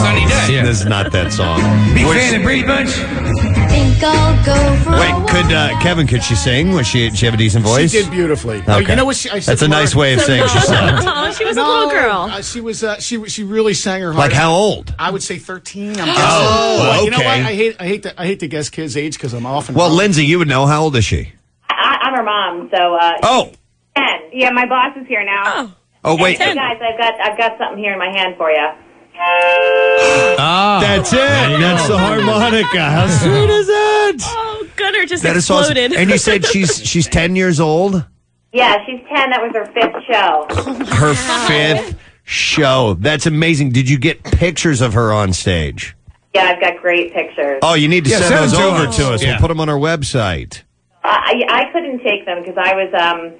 [SPEAKER 4] Sunny Day. This is not that song.
[SPEAKER 5] Big
[SPEAKER 4] Which-
[SPEAKER 5] fan of Brady Bunch.
[SPEAKER 20] Think I'll go for
[SPEAKER 4] Wait, could uh, Kevin? Could she sing? Was she? Did she have a decent voice?
[SPEAKER 9] She did beautifully. Oh,
[SPEAKER 4] Okay.
[SPEAKER 9] You know what? She, I said
[SPEAKER 4] That's a
[SPEAKER 9] to Mark-
[SPEAKER 4] nice way of saying she
[SPEAKER 12] <laughs>
[SPEAKER 9] <laughs>
[SPEAKER 4] sucked.
[SPEAKER 12] Oh, she was a
[SPEAKER 9] No,
[SPEAKER 12] little girl.
[SPEAKER 9] uh, she was. Uh, she she really sang her heart.
[SPEAKER 4] Like how old?
[SPEAKER 9] I would say thirteen. I'm guessing.
[SPEAKER 4] Oh,
[SPEAKER 9] You know what?
[SPEAKER 4] okay.
[SPEAKER 9] I hate I hate to, I hate to guess kids' age because I'm often
[SPEAKER 4] Well, Lindsay, you would know. How old is she?
[SPEAKER 13] I, I'm her mom, so. Uh,
[SPEAKER 4] Oh.
[SPEAKER 13] Ten. Yeah, my boss is here now.
[SPEAKER 4] Oh wait.
[SPEAKER 13] Hey, guys, I've got I've got something here in my hand for you.
[SPEAKER 23] Ah.
[SPEAKER 4] Oh, that's it. That's the harmonica. How sweet is that?
[SPEAKER 12] Oh, Gunner just
[SPEAKER 4] That is awesome.
[SPEAKER 12] exploded.
[SPEAKER 4] And you
[SPEAKER 12] <laughs>
[SPEAKER 4] said
[SPEAKER 19] <laughs>
[SPEAKER 4] she's she's ten years old.
[SPEAKER 13] Yeah, she's ten. That was her fifth show.
[SPEAKER 4] Her fifth show. That's amazing. Did you get pictures of her on stage?
[SPEAKER 13] Yeah, I've got great pictures.
[SPEAKER 4] Oh, you need to
[SPEAKER 13] Yeah,
[SPEAKER 4] send
[SPEAKER 13] send
[SPEAKER 4] those
[SPEAKER 13] them to
[SPEAKER 4] over
[SPEAKER 13] us.
[SPEAKER 4] to us.
[SPEAKER 13] Yeah.
[SPEAKER 4] We'll put them on our website.
[SPEAKER 13] I, I couldn't take them because I was um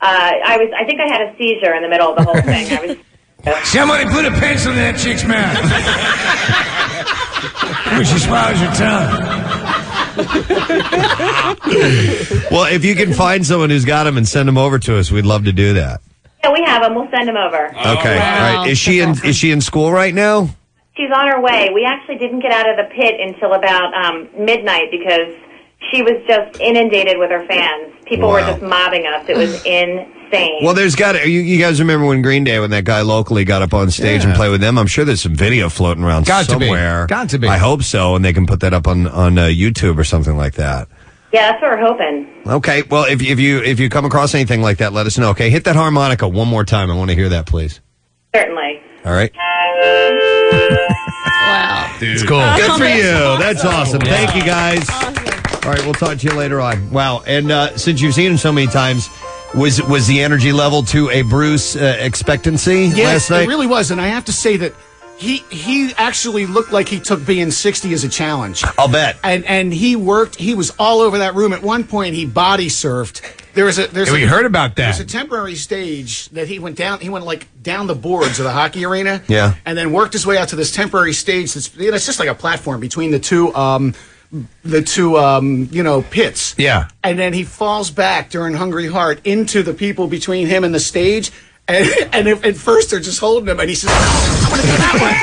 [SPEAKER 13] uh I was I think I had a seizure in the middle of the whole thing. I was <laughs>
[SPEAKER 20] Somebody put a pencil in that chick's mouth. when she swallows her tongue.
[SPEAKER 4] Well, if you can find someone who's got them and send them over to us, we'd love to do that.
[SPEAKER 13] yeah we have them. We'll send them over.
[SPEAKER 12] Oh,
[SPEAKER 19] Oh,
[SPEAKER 4] Okay. All right. Is she in? Is she in school right now?
[SPEAKER 13] She's on her way. We actually didn't get out of the pit until about um, midnight because she was just inundated with her fans. People were
[SPEAKER 4] Wow.
[SPEAKER 13] just mobbing us. It was insane.
[SPEAKER 4] Well, there's got to, you, you guys remember when Green Day, when that guy locally got up on stage and played with them? I'm sure there's some video floating around
[SPEAKER 5] Got to be.
[SPEAKER 4] somewhere.
[SPEAKER 5] Got to be.
[SPEAKER 4] I hope so, and they can put that up on on uh, YouTube or something like that.
[SPEAKER 13] yeah, that's what we're hoping.
[SPEAKER 4] Okay. Well, if if you if you come across anything like that, let us know. Okay. Hit that harmonica one more time. I want to hear that, please.
[SPEAKER 13] Certainly.
[SPEAKER 4] All right.
[SPEAKER 13] Wow.
[SPEAKER 4] It's cool.
[SPEAKER 13] Oh,
[SPEAKER 4] Good for
[SPEAKER 13] that's
[SPEAKER 4] you.
[SPEAKER 13] awesome.
[SPEAKER 4] That's awesome. Thank you guys. All right, we'll talk to you later on. Wow. And uh, since you've seen him so many times, was was the energy level to a Bruce uh, expectancy last
[SPEAKER 9] Yes,
[SPEAKER 4] night?
[SPEAKER 9] it really was, and I have to say that he he actually looked like he took being sixty as a challenge.
[SPEAKER 4] I'll bet.
[SPEAKER 9] And and he worked. He was all over that room. At one point, he body surfed. There was a there's
[SPEAKER 5] Yeah, we
[SPEAKER 9] a,
[SPEAKER 5] heard about that.
[SPEAKER 9] There's a temporary stage that he went down. He went like down the boards of the hockey arena. <laughs>
[SPEAKER 4] Yeah.
[SPEAKER 9] and then worked his way out to this temporary stage. That's you know, it's just like a platform between the two um the two um you know pits.
[SPEAKER 5] Yeah.
[SPEAKER 9] And then he falls back during Hungry Heart into the people between him and the stage. And, <laughs> and if, at first they're just holding him, and he says, "No, "I want to go
[SPEAKER 20] <laughs>
[SPEAKER 9] that way."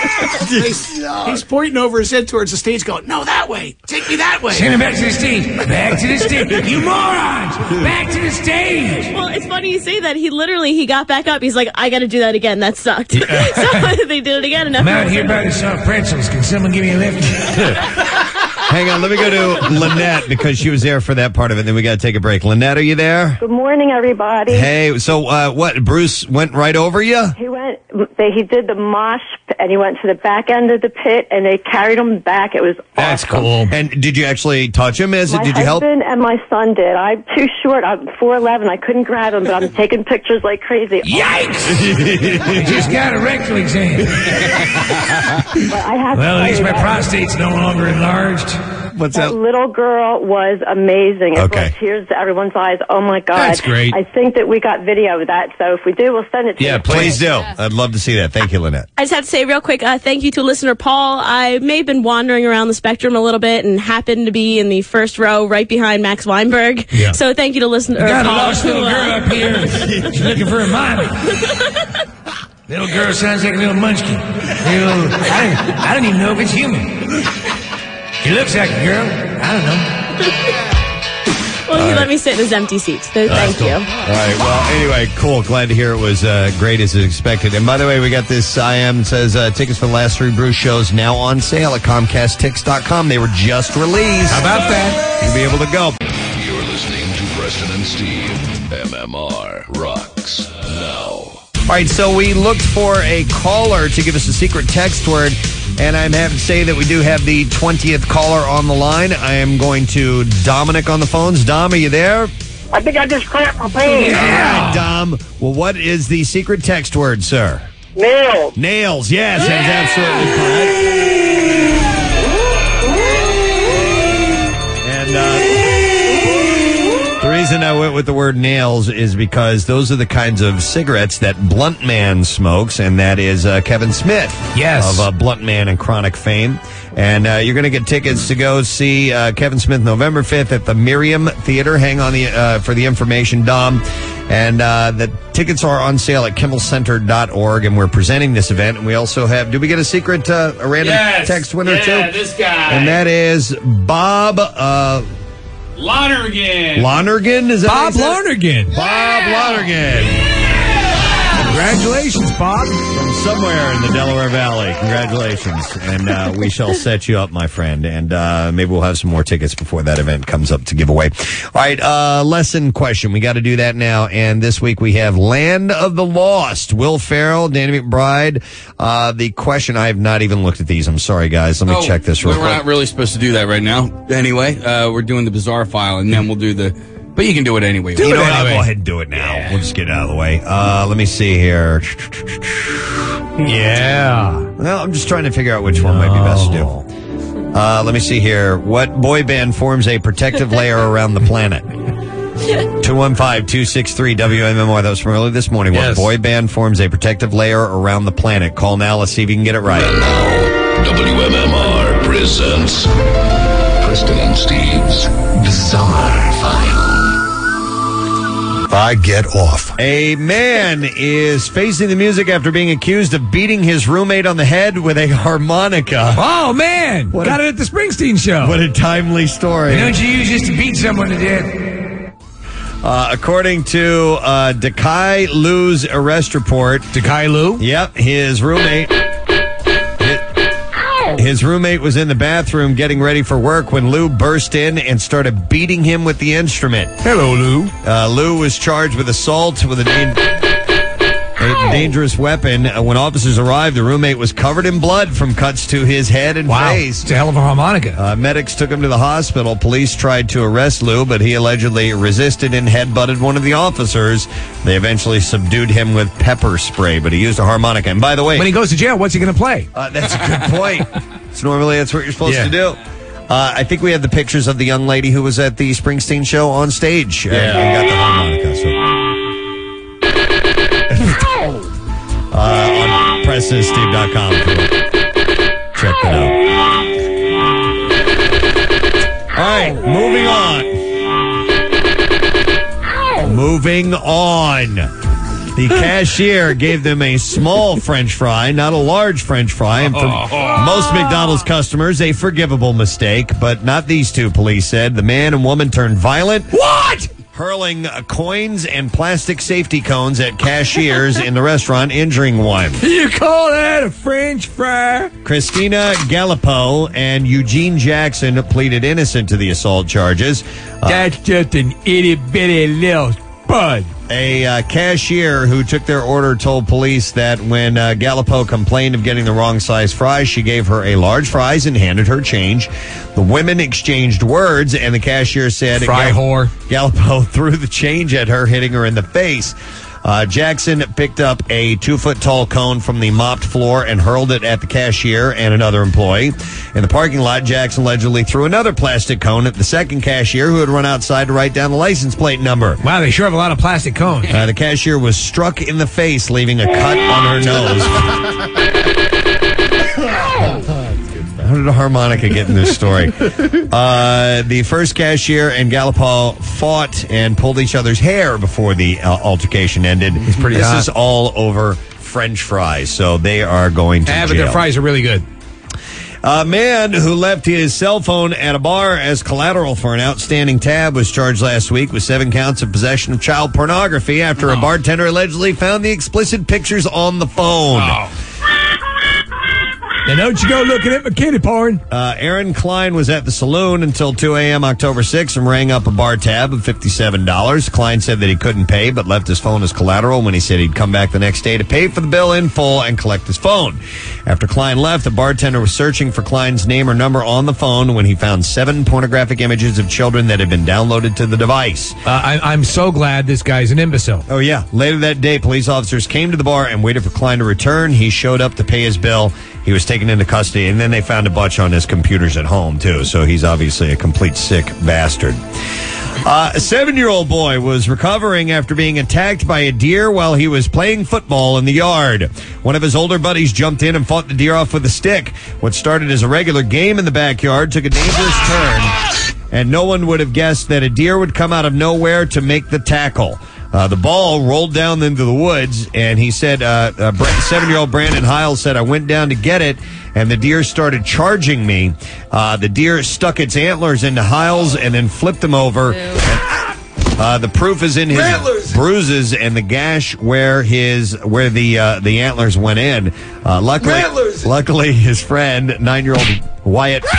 [SPEAKER 9] he's, he's pointing over his head towards the stage, going, "No, that way! Take me that way!"
[SPEAKER 20] Send him back to the stage. Back to the
[SPEAKER 4] <laughs>
[SPEAKER 20] stage. You morons! Back to the stage.
[SPEAKER 12] Well, it's funny you say that. He literally he got back up. He's like, I got to do that again. That sucked. <laughs> so they did it again. And
[SPEAKER 20] I'm
[SPEAKER 12] everyone
[SPEAKER 20] out
[SPEAKER 12] was
[SPEAKER 20] here
[SPEAKER 12] like,
[SPEAKER 20] by the soft pretzels. Can someone give me a lift?
[SPEAKER 4] Hang on, let me go to Lynette because she was there for that part of it. Then we got to take a break. Lynette, are you there?
[SPEAKER 15] <laughs> Good morning, everybody.
[SPEAKER 4] Hey, so uh, what? Bruce went right over you?
[SPEAKER 15] He went. They, he did the mosh, pit, and he went to the back end of the pit, and they carried him back. It was
[SPEAKER 4] That's cool. And did you actually touch him? As
[SPEAKER 15] my
[SPEAKER 4] did you help?
[SPEAKER 15] husband and my son did. I'm too short. I'm four eleven. I couldn't grab him, but
[SPEAKER 4] <laughs>
[SPEAKER 15] I'm taking pictures like crazy.
[SPEAKER 20] I just got a rectal exam.
[SPEAKER 15] I have
[SPEAKER 20] Well, at
[SPEAKER 15] to tell
[SPEAKER 20] least
[SPEAKER 15] you
[SPEAKER 20] my
[SPEAKER 15] that-
[SPEAKER 20] prostate's no longer enlarged.
[SPEAKER 4] What's
[SPEAKER 15] that little girl was amazing. It
[SPEAKER 20] Okay.
[SPEAKER 15] brought tears to everyone's eyes. Oh my god,
[SPEAKER 4] That's great.
[SPEAKER 15] I think that we got video of that. So if we do, we'll send it. to
[SPEAKER 4] Yeah,
[SPEAKER 15] you.
[SPEAKER 4] please do. I'd love love to see that. Thank you, Lynette.
[SPEAKER 12] I just have to say real quick, uh, thank you to listener Paul. I may have been wandering around the spectrum a little bit and happened to be in the first row right behind Max Weinberg.
[SPEAKER 20] Yeah.
[SPEAKER 12] So thank you to listener
[SPEAKER 20] got a
[SPEAKER 12] Paul.
[SPEAKER 20] lost little
[SPEAKER 12] who,
[SPEAKER 20] girl
[SPEAKER 12] uh,
[SPEAKER 20] up here. She's looking for a
[SPEAKER 23] <laughs>
[SPEAKER 20] mommy. Little girl sounds like a little munchkin. Little, I, don't, I don't even know if it's human. She looks like a girl. I don't know.
[SPEAKER 12] well, he
[SPEAKER 4] All
[SPEAKER 12] let me sit in his empty seat. So thank you.
[SPEAKER 4] All right. Well, anyway, cool. Glad to hear it was uh, great as expected. And by the way, we got this IM says uh, tickets for the last three Bruce shows now on sale at ComcastTix.com. They were just released. How about that? You'll be able to go.
[SPEAKER 16] You're listening to Preston and Steve. MMR rocks now.
[SPEAKER 4] All right, so we looked for a caller to give us a secret text word, and I'm happy to say that we do have the 20th caller on the line. I am going to Dominic on the phones. Dom, are you there?
[SPEAKER 20] I think I just crapped my pants.
[SPEAKER 4] All right, Dom. Well, what is the secret text word, sir?
[SPEAKER 20] Nail.
[SPEAKER 4] Nails, yes, that's absolutely correct. And uh, the reason I went with the word nails is because those are the kinds of cigarettes that Blunt Man smokes, and that is uh, Kevin Smith.
[SPEAKER 5] Yes.
[SPEAKER 4] Of uh, Blunt Man and Chronic fame. And uh, you're going to get tickets to go see uh, Kevin Smith November 5th at the Miriam Theater. Hang on the uh, for the information, Dom. And uh, the tickets are on sale at kimmelcenter.org, and we're presenting this event. And we also have, do we get a secret, uh, a random
[SPEAKER 10] Yes.
[SPEAKER 4] text winner
[SPEAKER 10] Yeah,
[SPEAKER 4] too?
[SPEAKER 10] this guy.
[SPEAKER 4] And that is Bob uh,
[SPEAKER 10] Lonergan.
[SPEAKER 4] Lonergan. Is that
[SPEAKER 10] Bob
[SPEAKER 4] Lonergan. Bob Lonergan. Congratulations, Bob. From somewhere in the Delaware Valley. Congratulations. And uh, we
[SPEAKER 10] <laughs>
[SPEAKER 4] shall set you up, my friend. And uh, maybe we'll have some more tickets before that event comes up to give away. All right, uh, lesson question. We got to do that now. And this week we have Land of the Lost. Will Farrell, Danny McBride. Uh, the question, I have not even looked at these. I'm sorry, guys. Let me
[SPEAKER 10] Oh,
[SPEAKER 4] check this real
[SPEAKER 10] we're
[SPEAKER 4] quick.
[SPEAKER 10] not really supposed to do that right now. Anyway, uh, we're doing the bizarre file, and then we'll do the. But you can do it anyway.
[SPEAKER 4] you know what? I'll go ahead and do it now. We'll just get it out of the way. Uh, let me see here. Yeah. Well, I'm just trying to figure out which one might be best to do. Uh, let me see here. What boy band forms a protective layer around the planet? 215-263-WMMR. That was from earlier this morning.
[SPEAKER 16] Yes.
[SPEAKER 4] What boy band forms a protective layer around the planet? Call now. Let's see if you can get it right.
[SPEAKER 16] WMMR presents Preston and Steve's Bizarre File.
[SPEAKER 4] I get off. A man is facing the music after being accused of beating his roommate on the head with a harmonica.
[SPEAKER 5] Oh man,
[SPEAKER 4] What
[SPEAKER 5] got
[SPEAKER 4] a-
[SPEAKER 5] it at the Springsteen show.
[SPEAKER 4] What a timely story.
[SPEAKER 5] Why don't you use this to beat someone to death?
[SPEAKER 4] Uh, according to uh, Dekai Lou's arrest report, Dekai Lou. Yep, his roommate. hi- His roommate was in the bathroom getting ready for work when Lou burst in and started beating him with the instrument. Hello, Lou. Uh, Lou was charged with assault with a. A dangerous weapon. Uh, When officers arrived, the roommate was covered in blood from cuts to his head and face. It's a hell of a harmonica. Uh, medics took him to the hospital. Police tried to arrest Lou, but he allegedly resisted and headbutted one of the officers. They eventually subdued him with pepper spray, but he used a harmonica. And by the way,
[SPEAKER 5] When he goes to jail, what's he going to play?
[SPEAKER 4] Uh, that's a good point. so normally that's what you're supposed to do. Uh, I think we had the pictures of the young lady who was at the Springsteen show on stage. Yeah, got the harmonica. So. uh, on PressSteve.com. Check that out. <laughs> All right, moving on. Moving on. The cashier gave them a small French fry, not a large French fry, and for most McDonald's customers, a forgivable mistake, but not these two, police said. The man and woman turned violent. What? Hurling uh, coins and plastic safety cones at cashiers in the restaurant, injuring one.
[SPEAKER 5] You call that a French fry?
[SPEAKER 4] Christina Gallipo and Eugene Jackson pleaded innocent to the assault charges. Uh, That's just an itty bitty little bud. A uh, cashier who took their order told police that when uh, Gallipo complained of getting the wrong size fries, she gave her a large fries and handed her change. The women exchanged words, and the cashier said, <laughs>
[SPEAKER 5] Fry
[SPEAKER 4] whore. Gallipo threw the change at her, hitting her in the face. Uh, Jackson picked up a two foot tall cone from the mopped floor and hurled it at the cashier and another employee. In the parking lot, Jackson allegedly threw another plastic cone at the second cashier who had run outside to write down the license plate number.
[SPEAKER 5] Wow, they sure have a lot of plastic cones.
[SPEAKER 4] Uh, the cashier was struck in the face, leaving a cut on her
[SPEAKER 16] <laughs>
[SPEAKER 4] nose. How did a harmonica get in this
[SPEAKER 5] <laughs>
[SPEAKER 4] story? uh, the first cashier and Gallipaugh fought and pulled each other's hair before the uh, altercation ended. It's
[SPEAKER 5] pretty
[SPEAKER 4] This
[SPEAKER 5] hot.
[SPEAKER 4] is all over French fries, so they are going to
[SPEAKER 5] Yeah, but
[SPEAKER 4] jail.
[SPEAKER 5] their fries are really good.
[SPEAKER 4] A man who left his cell phone at a bar as collateral for an outstanding tab was charged last week with seven counts of possession of child pornography after a
[SPEAKER 5] Oh.
[SPEAKER 4] bartender allegedly found the explicit pictures on the phone.
[SPEAKER 5] Oh.
[SPEAKER 4] Now don't you go looking at McKinney porn. Uh, Aaron Klein was at the saloon until 2 a.m. October 6th and rang up a bar tab of $57. Klein said that he couldn't pay but left his phone as collateral when he said he'd come back the next day to pay for the bill in full and collect his phone. After Klein left, the bartender was searching for Klein's name or number on the phone when he found seven pornographic images of children that had been downloaded to the device.
[SPEAKER 5] Uh, I, I'm so glad this guy's an imbecile.
[SPEAKER 4] Oh, yeah. Later that day, police officers came to the bar and waited for Klein to return. He showed up to pay his bill. He was taken into custody, and then they found a bunch on his computers at home, too. So he's obviously a complete sick bastard. Uh, a seven year old boy was recovering after being attacked by a deer while he was playing football in the yard. One of his older buddies jumped in and fought the deer off with a stick. What started as a regular game in the backyard took a dangerous turn and no one would have guessed that a deer would come out of nowhere to make the tackle. Uh, the ball rolled down into the woods, and he said, uh, uh, Bra- seven-year-old Brandon Hiles said, I went down to get it, and the deer started charging me. Uh, the deer stuck its antlers into Hiles and then flipped him over. Uh, the proof is in his bruises and the gash where his where the uh, the antlers went in. Uh, luckily, luckily, his friend, nine-year-old Wyatt <laughs>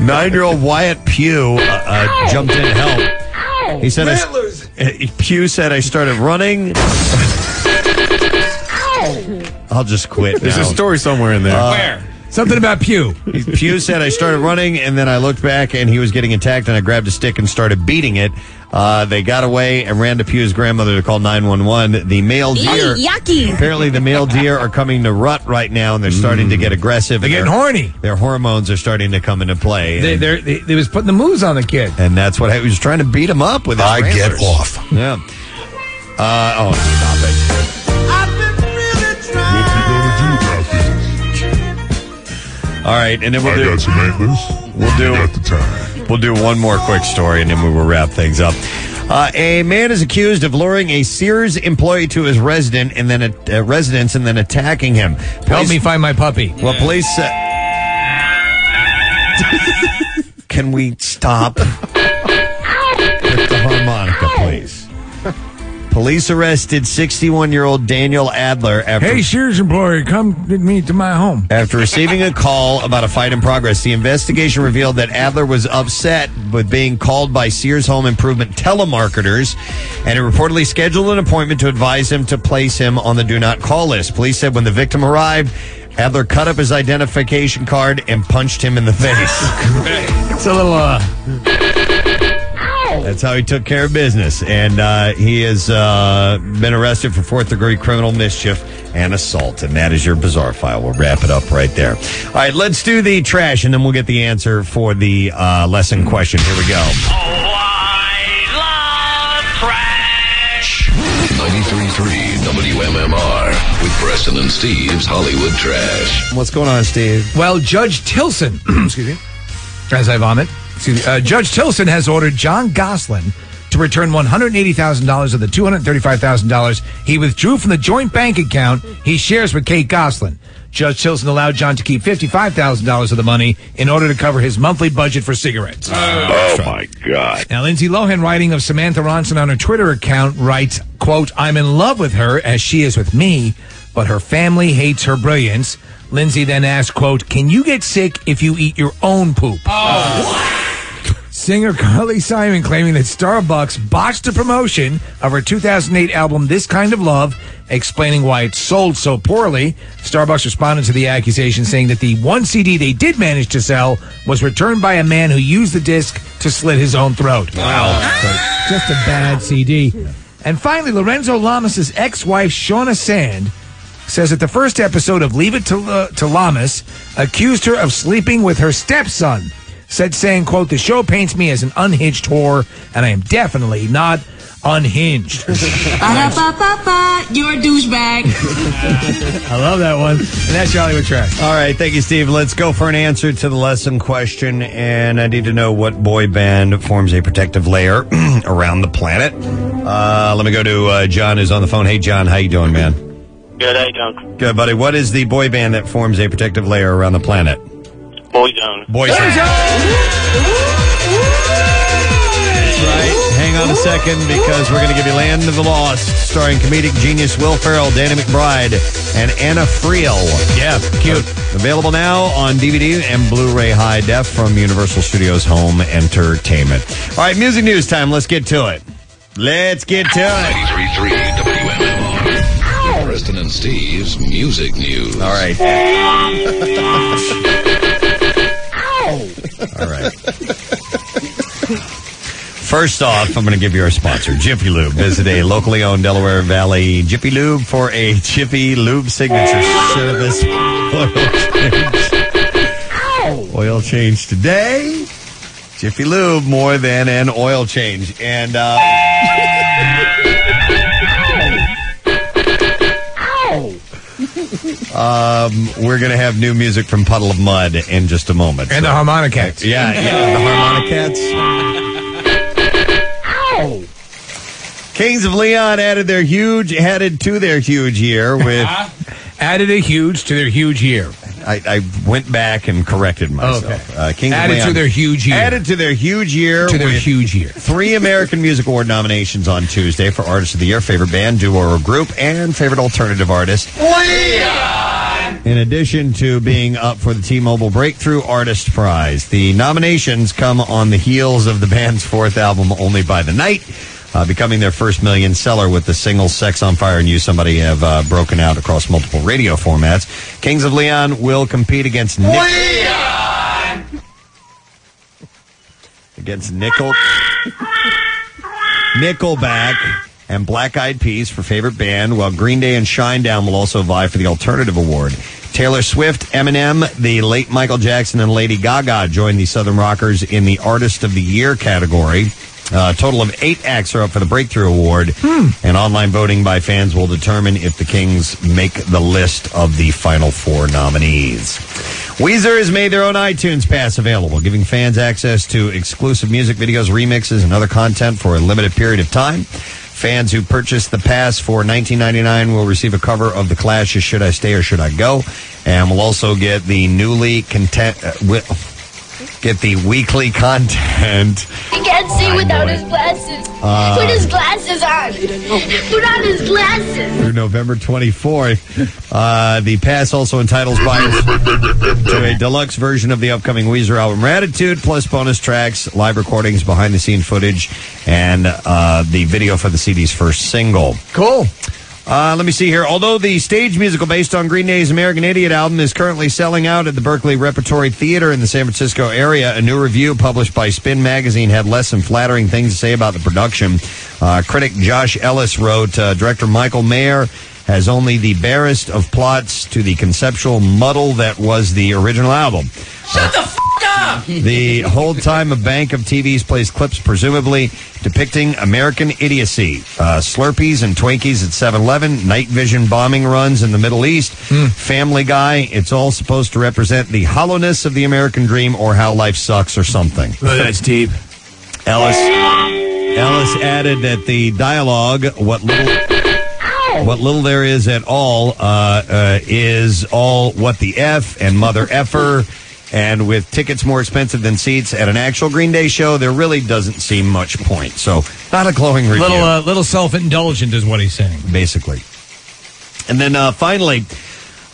[SPEAKER 4] Nine-year-old Wyatt Pugh uh, uh, jumped in to help. He said, I, Uh, "Pugh said I started running. I'll just quit."
[SPEAKER 7] There's a
[SPEAKER 4] story somewhere in
[SPEAKER 7] there.
[SPEAKER 4] Where? Something about Pew. Pew said I started running, and then I looked back, and he was getting attacked, and I grabbed a stick and started beating it. Uh, they got away and ran to Pew's grandmother to call 911. The male deer.
[SPEAKER 12] Eee, yucky.
[SPEAKER 4] Apparently, the male deer are coming to rut right now, and they're starting to get aggressive. They're
[SPEAKER 5] getting horny.
[SPEAKER 4] Their hormones are starting to come into play.
[SPEAKER 5] They, they're, they, they was putting the moves on the kid.
[SPEAKER 4] And that's what I was trying to beat him up with. His
[SPEAKER 5] I get
[SPEAKER 4] wranglers.
[SPEAKER 5] off.
[SPEAKER 4] Yeah. Uh, oh, stop it. All right, and then we'll do. got some antlers. We'll do. the time. We'll do one more quick story, and then we will wrap things up. Uh, a man is accused of luring a Sears employee to his resident and then a, uh, residence and then attacking him. Help me
[SPEAKER 5] find my puppy.
[SPEAKER 4] Well, police. Uh, can we stop with the harmonica, please? Police arrested 61-year-old Daniel Adler after
[SPEAKER 5] Hey, Sears employee, come with me to my home.
[SPEAKER 4] after receiving a call about a fight in progress, the investigation revealed that Adler was upset with being called by Sears Home Improvement telemarketers and had reportedly scheduled an appointment to advise him to place him on the do not call list. Police said when the victim arrived, Adler cut up his identification card and punched him in the face.
[SPEAKER 5] <laughs> It's a little, uh,
[SPEAKER 4] That's how he took care of business. And uh, he has uh, been arrested for fourth degree criminal mischief and assault. And that is your bizarre file. We'll wrap it up right there. All right, let's do the trash and then we'll get the answer for the uh, lesson question. Here we go.
[SPEAKER 16] 93.3 WMMR with Preston and Steve's Hollywood Trash.
[SPEAKER 4] What's going on, Steve?
[SPEAKER 5] Well, Judge Tilson, <clears throat> excuse me, as I vomit, excuse me, uh, Judge Tilson has ordered John Goslin to return $180,000 of the $235,000 he withdrew from the joint bank account he shares with Kate Goslin. Judge Tilson allowed John to keep $55,000 of the money in order to cover his monthly budget for cigarettes.
[SPEAKER 1] Oh, my God.
[SPEAKER 5] Now, Lindsay Lohan, writing of Samantha Ronson on her Twitter account, writes, quote, I'm in love with her as she is with me, but her family hates her brilliance. Lindsay then asks, quote, can you get sick if you eat your own poop? Singer Carly Simon claiming that Starbucks botched the promotion of her 2008 album This Kind of Love, explaining why it sold so poorly. Starbucks responded to the accusation saying that the one CD they did manage to sell was returned by a man who used the disc to slit his own throat. Wow. Just a bad CD. And finally, Lorenzo Lamas' ex wife, Shauna Sand, says that the first episode of Leave It to, uh, to Lamas accused her of sleeping with her stepson. Said saying, quote, the show paints me as an unhinged whore, and I am definitely not unhinged.
[SPEAKER 14] Ba-da-ba-ba-ba, you're a douchebag.
[SPEAKER 5] I love that one. And that's Charlie with Trash.
[SPEAKER 4] All right, thank you, Steve. Let's go for an answer to the lesson question, and I need to know what boy band forms a protective layer <clears throat> around the planet. Uh, let me go to uh, John, who's on the phone. Hey, John, how you doing, man?
[SPEAKER 17] Good, I don't.
[SPEAKER 4] Good, buddy. What is the boy band that forms a protective layer around the planet?
[SPEAKER 17] Boy, don't.
[SPEAKER 4] Boy right. Hang on a second because we're going to give you Land of the Lost, starring comedic genius Will Ferrell, Danny McBride, and Anna Friel. Yeah, cute. Available now on DVD and Blu-ray high def from Universal Studios Home Entertainment. All right, music news time. Let's get to it. Let's get to it.
[SPEAKER 16] 93.3 WMMR. Preston and Steve's music news. All
[SPEAKER 4] right. All right. First off, I'm going to give you our sponsor, Jiffy Lube. Visit a locally owned Delaware Valley Jiffy Lube for a Jiffy Lube signature service <laughs> oil change. Oh. Oil change today. Jiffy Lube more than an oil change. And uh, <laughs> um, we're going to have new music from Puddle of Mud in just a moment.
[SPEAKER 5] And the Harmonica Cats.
[SPEAKER 4] Yeah, yeah, the Harmonica Cats. Kings of Leon added their huge added to their huge year with
[SPEAKER 5] added a huge to their huge year.
[SPEAKER 4] I, I went back and corrected myself.
[SPEAKER 5] Okay.
[SPEAKER 4] Uh, Kings
[SPEAKER 5] Added
[SPEAKER 4] of Leon
[SPEAKER 5] to their huge year.
[SPEAKER 4] Added to their huge year.
[SPEAKER 5] <laughs> To their
[SPEAKER 4] with
[SPEAKER 5] huge year.
[SPEAKER 4] Three American Music Award nominations on Tuesday for Artist of the Year, Favorite Band, Duo, or Group, and Favorite Alternative Artist. In addition to being up for the T Mobile Breakthrough Artist Prize, the nominations come on the heels of the band's fourth album, Only by the Night, uh, becoming their first million seller with the single Sex on Fire and You Somebody have uh, broken out across multiple radio formats. Kings of Leon will compete against Nick. Against Nickel. Nickelback and Black Eyed Peas for favorite band, while Green Day and Shinedown will also vie for the alternative award. Taylor Swift, Eminem, the late Michael Jackson, and Lady Gaga join the Southern Rockers in the Artist of the Year category. Uh, a total of eight acts are up for the Breakthrough Award, and online voting by fans will determine if the Kings make the list of the final four nominees. Weezer has made their own iTunes Pass available, giving fans access to exclusive music videos, remixes, and other content for a limited period of time. Fans who purchase the pass for $19.99 will receive a cover of The Clash's Should I Stay or Should I Go? And will also get the newly content. Uh, wi- get the weekly content.
[SPEAKER 22] He can't see without his glasses.
[SPEAKER 4] Uh,
[SPEAKER 22] Put his glasses on. Put on his glasses.
[SPEAKER 4] Through November 24th. Uh, the pass also entitles buyers to a deluxe version of the upcoming Weezer album Ratitude, plus bonus tracks, live recordings, behind the scene footage, and uh, the video for the CD's first single. Cool. Uh, let me see here. Although the stage musical based on Green Day's American Idiot album is currently selling out at the Berkeley Repertory Theater in the San Francisco area, a new review published by Spin Magazine had less than flattering things to say about the production. Uh, critic Josh Ellis wrote, uh, director Michael Mayer has only the barest of plots to the conceptual muddle that was the original album. Shut the f- up! The whole time a bank of TVs plays clips, presumably depicting American idiocy, uh, Slurpees and Twinkies at 7 Eleven, night vision bombing runs in the Middle East,
[SPEAKER 5] Hmm.
[SPEAKER 4] Family Guy. It's all supposed to represent the hollowness of the American dream or how life sucks or something.
[SPEAKER 5] that's deep.
[SPEAKER 4] Ellis Ellis added that the dialogue, what little what little there is at all, uh, uh, is all what the f and mother effer. And with tickets more expensive than seats at an actual Green Day show, there really doesn't seem much point. So, not a glowing review
[SPEAKER 5] Little, uh, little self indulgent is what he's saying.
[SPEAKER 4] basically. And then uh, finally,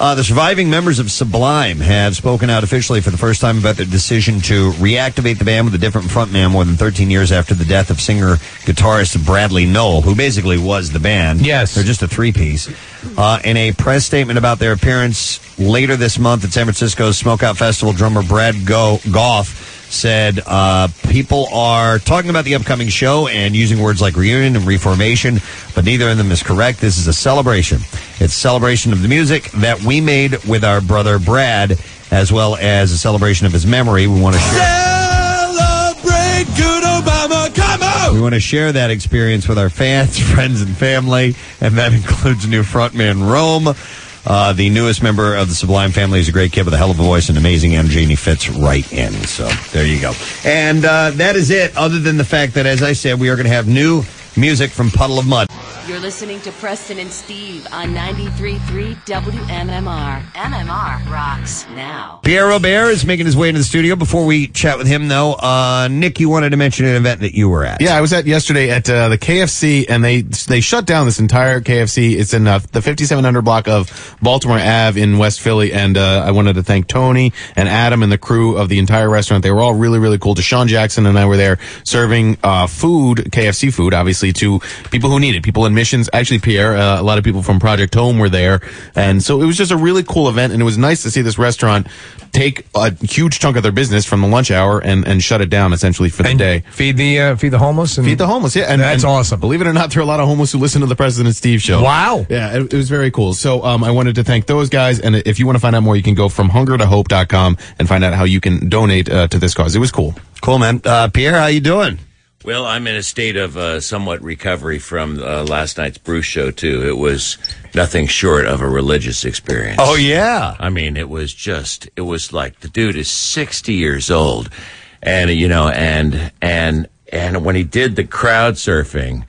[SPEAKER 4] uh, the surviving members of Sublime have spoken out officially for the first time about their decision to reactivate the band with a different frontman more than 13 years after the death of singer guitarist Bradley Knoll, who basically was the band. Yes. They're just a three piece. Uh, in a press statement about their appearance later this month at San Francisco's Smokeout Festival, drummer Brad Go- Goff said uh, people are talking about the upcoming show and using words like reunion and reformation, but neither of them is correct. This is a celebration. It's a celebration of the music that we made with our brother Brad, as well as a celebration of his memory. We want to
[SPEAKER 20] Celebrate good Obama. Come on!
[SPEAKER 4] We want to share that experience with our fans, <laughs> friends, and family, and that includes new frontman Rome. Uh, the newest member of the Sublime family is a great kid with a hell of a voice and amazing energy, and he fits right in. So there you go. And uh, that is it, other than the fact that, as I said, we are going to have new music from Puddle of Mud.
[SPEAKER 23] You're listening to Preston and Steve on 93.3 WMMR. MMR rocks now.
[SPEAKER 4] Pierre Robert is making his way into the studio. Before we chat with him, though, uh, Nick, you wanted to mention an event that you were at.
[SPEAKER 7] Yeah, I was at yesterday at uh, the KFC, and they they shut down this entire KFC. It's in uh, the 5700 block of Baltimore Ave in West Philly, and uh, I wanted to thank Tony and Adam and the crew of the entire restaurant. They were all really really cool. Deshaun Jackson and I were there serving uh, food, KFC food, obviously to people who need it, people in missions. Actually, Pierre, uh, a lot of people from Project Home were there, and so it was just a really cool event, and it was nice to see this restaurant take a huge chunk of their business from the lunch hour and and shut it down essentially for the day.
[SPEAKER 5] Feed the uh, feed the homeless. And
[SPEAKER 7] Feed the homeless, yeah, and
[SPEAKER 5] that's
[SPEAKER 7] and
[SPEAKER 5] awesome.
[SPEAKER 7] Believe it or not, there are a lot of homeless who listen to the President Steve show.
[SPEAKER 5] Wow.
[SPEAKER 7] yeah, it, it was very cool. So um, I wanted to thank those guys, and if you want to find out more, you can go from hunger to hope.com and find out how you can donate uh, to this cause. It was cool.
[SPEAKER 4] Cool, man. Uh, Pierre, how you doing?
[SPEAKER 2] Well, I'm in a state of uh, somewhat recovery from uh, last night's Bruce show too. It was nothing short of a religious experience.
[SPEAKER 4] Oh, yeah.
[SPEAKER 2] I mean, it was just it was like the dude is 60 years old, and you know, and and and when he did the crowd surfing,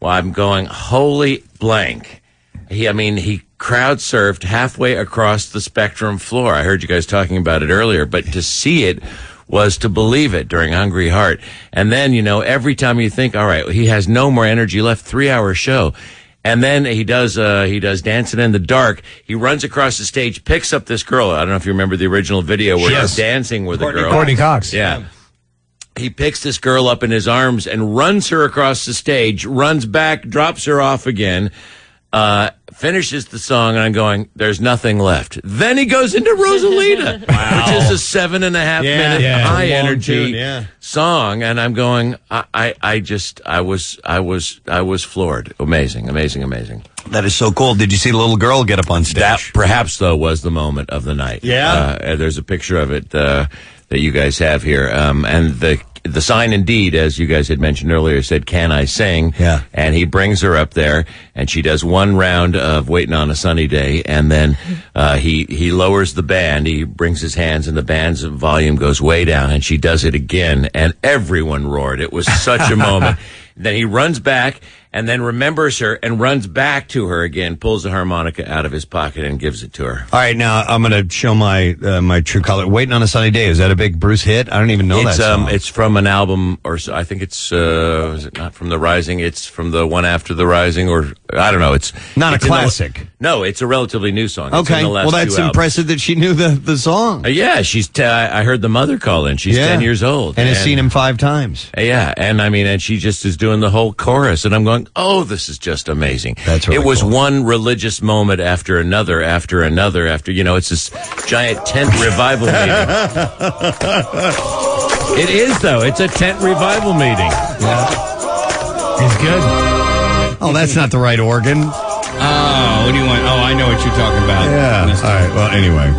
[SPEAKER 2] well, I'm going holy blank. He, I mean, he crowd surfed halfway across the spectrum floor. I heard you guys talking about it earlier, but to see it was to believe it during Hungry Heart. And then, you know, every time you think, all right, he has no more energy left, three hour show. And then he does, uh, he does dancing in the dark. He runs across the stage, picks up this girl. I don't know if you remember the original video where
[SPEAKER 5] Yes.
[SPEAKER 2] he's dancing with
[SPEAKER 5] Courtney
[SPEAKER 2] a girl.
[SPEAKER 5] Cox. Courtney Cox.
[SPEAKER 2] Yeah. He picks this girl up in his arms and runs her across the stage, runs back, drops her off again, uh, finishes the song, and I'm going, there's nothing left. Then he goes into Rosalina, which is a seven and a half
[SPEAKER 20] Yeah,
[SPEAKER 2] minute
[SPEAKER 20] yeah.
[SPEAKER 2] high
[SPEAKER 20] Long
[SPEAKER 2] energy
[SPEAKER 20] tune, yeah.
[SPEAKER 2] song. And I'm going, I, I, I just, I was, I was, I was floored. Amazing, amazing, amazing.
[SPEAKER 4] That is so cool. Did you see the little girl get up on stage?
[SPEAKER 2] That perhaps though was the moment of the night.
[SPEAKER 4] Yeah.
[SPEAKER 2] Uh, and there's a picture of it uh, that you guys have here, um, and the the sign indeed, as you guys had mentioned earlier, said "Can I sing?"
[SPEAKER 5] <laughs>
[SPEAKER 2] Yeah. And he brings her up there, and she does one round of "Waiting on a Sunny Day," and then uh, he he lowers the band. He brings his hands, and the band's volume goes way down, and she does it again, and everyone roared. It was such a moment. Then he runs back and then remembers her and runs back to her again, pulls the harmonica out of his pocket and gives it to her.
[SPEAKER 4] All right, now I'm going to show my uh, my true color. Waiting on a sunny day. Is that a big Bruce hit? I don't even know
[SPEAKER 2] it's,
[SPEAKER 4] that song.
[SPEAKER 2] Um, it's from an album, or so, I think it's uh, is it not from the Rising? It's from the one after the Rising, or I don't know. It's
[SPEAKER 4] Not a
[SPEAKER 2] it's in the-
[SPEAKER 4] classic.
[SPEAKER 2] no, it's a relatively new song. It's in
[SPEAKER 4] okay,
[SPEAKER 2] the last
[SPEAKER 4] well that's
[SPEAKER 2] two albums.
[SPEAKER 4] impressive that she knew the the song
[SPEAKER 2] Uh, yeah, she's. T- I I heard the mother call in. She's
[SPEAKER 4] Yeah.
[SPEAKER 2] ten years old,
[SPEAKER 4] and has seen him five times.
[SPEAKER 2] Yeah, and I mean, and she just is doing the whole chorus, and I'm going, "Oh, this is just amazing." That's
[SPEAKER 4] really
[SPEAKER 2] It was one religious moment after another, after another, after you know, it's this giant tent revival meeting.
[SPEAKER 4] <laughs>
[SPEAKER 2] It is though. It's a tent revival meeting.
[SPEAKER 4] He's good. Oh, that's not the right organ.
[SPEAKER 2] Oh, what do you want? Oh, I know what you're talking about.
[SPEAKER 4] Yeah. All right. Well, anyway.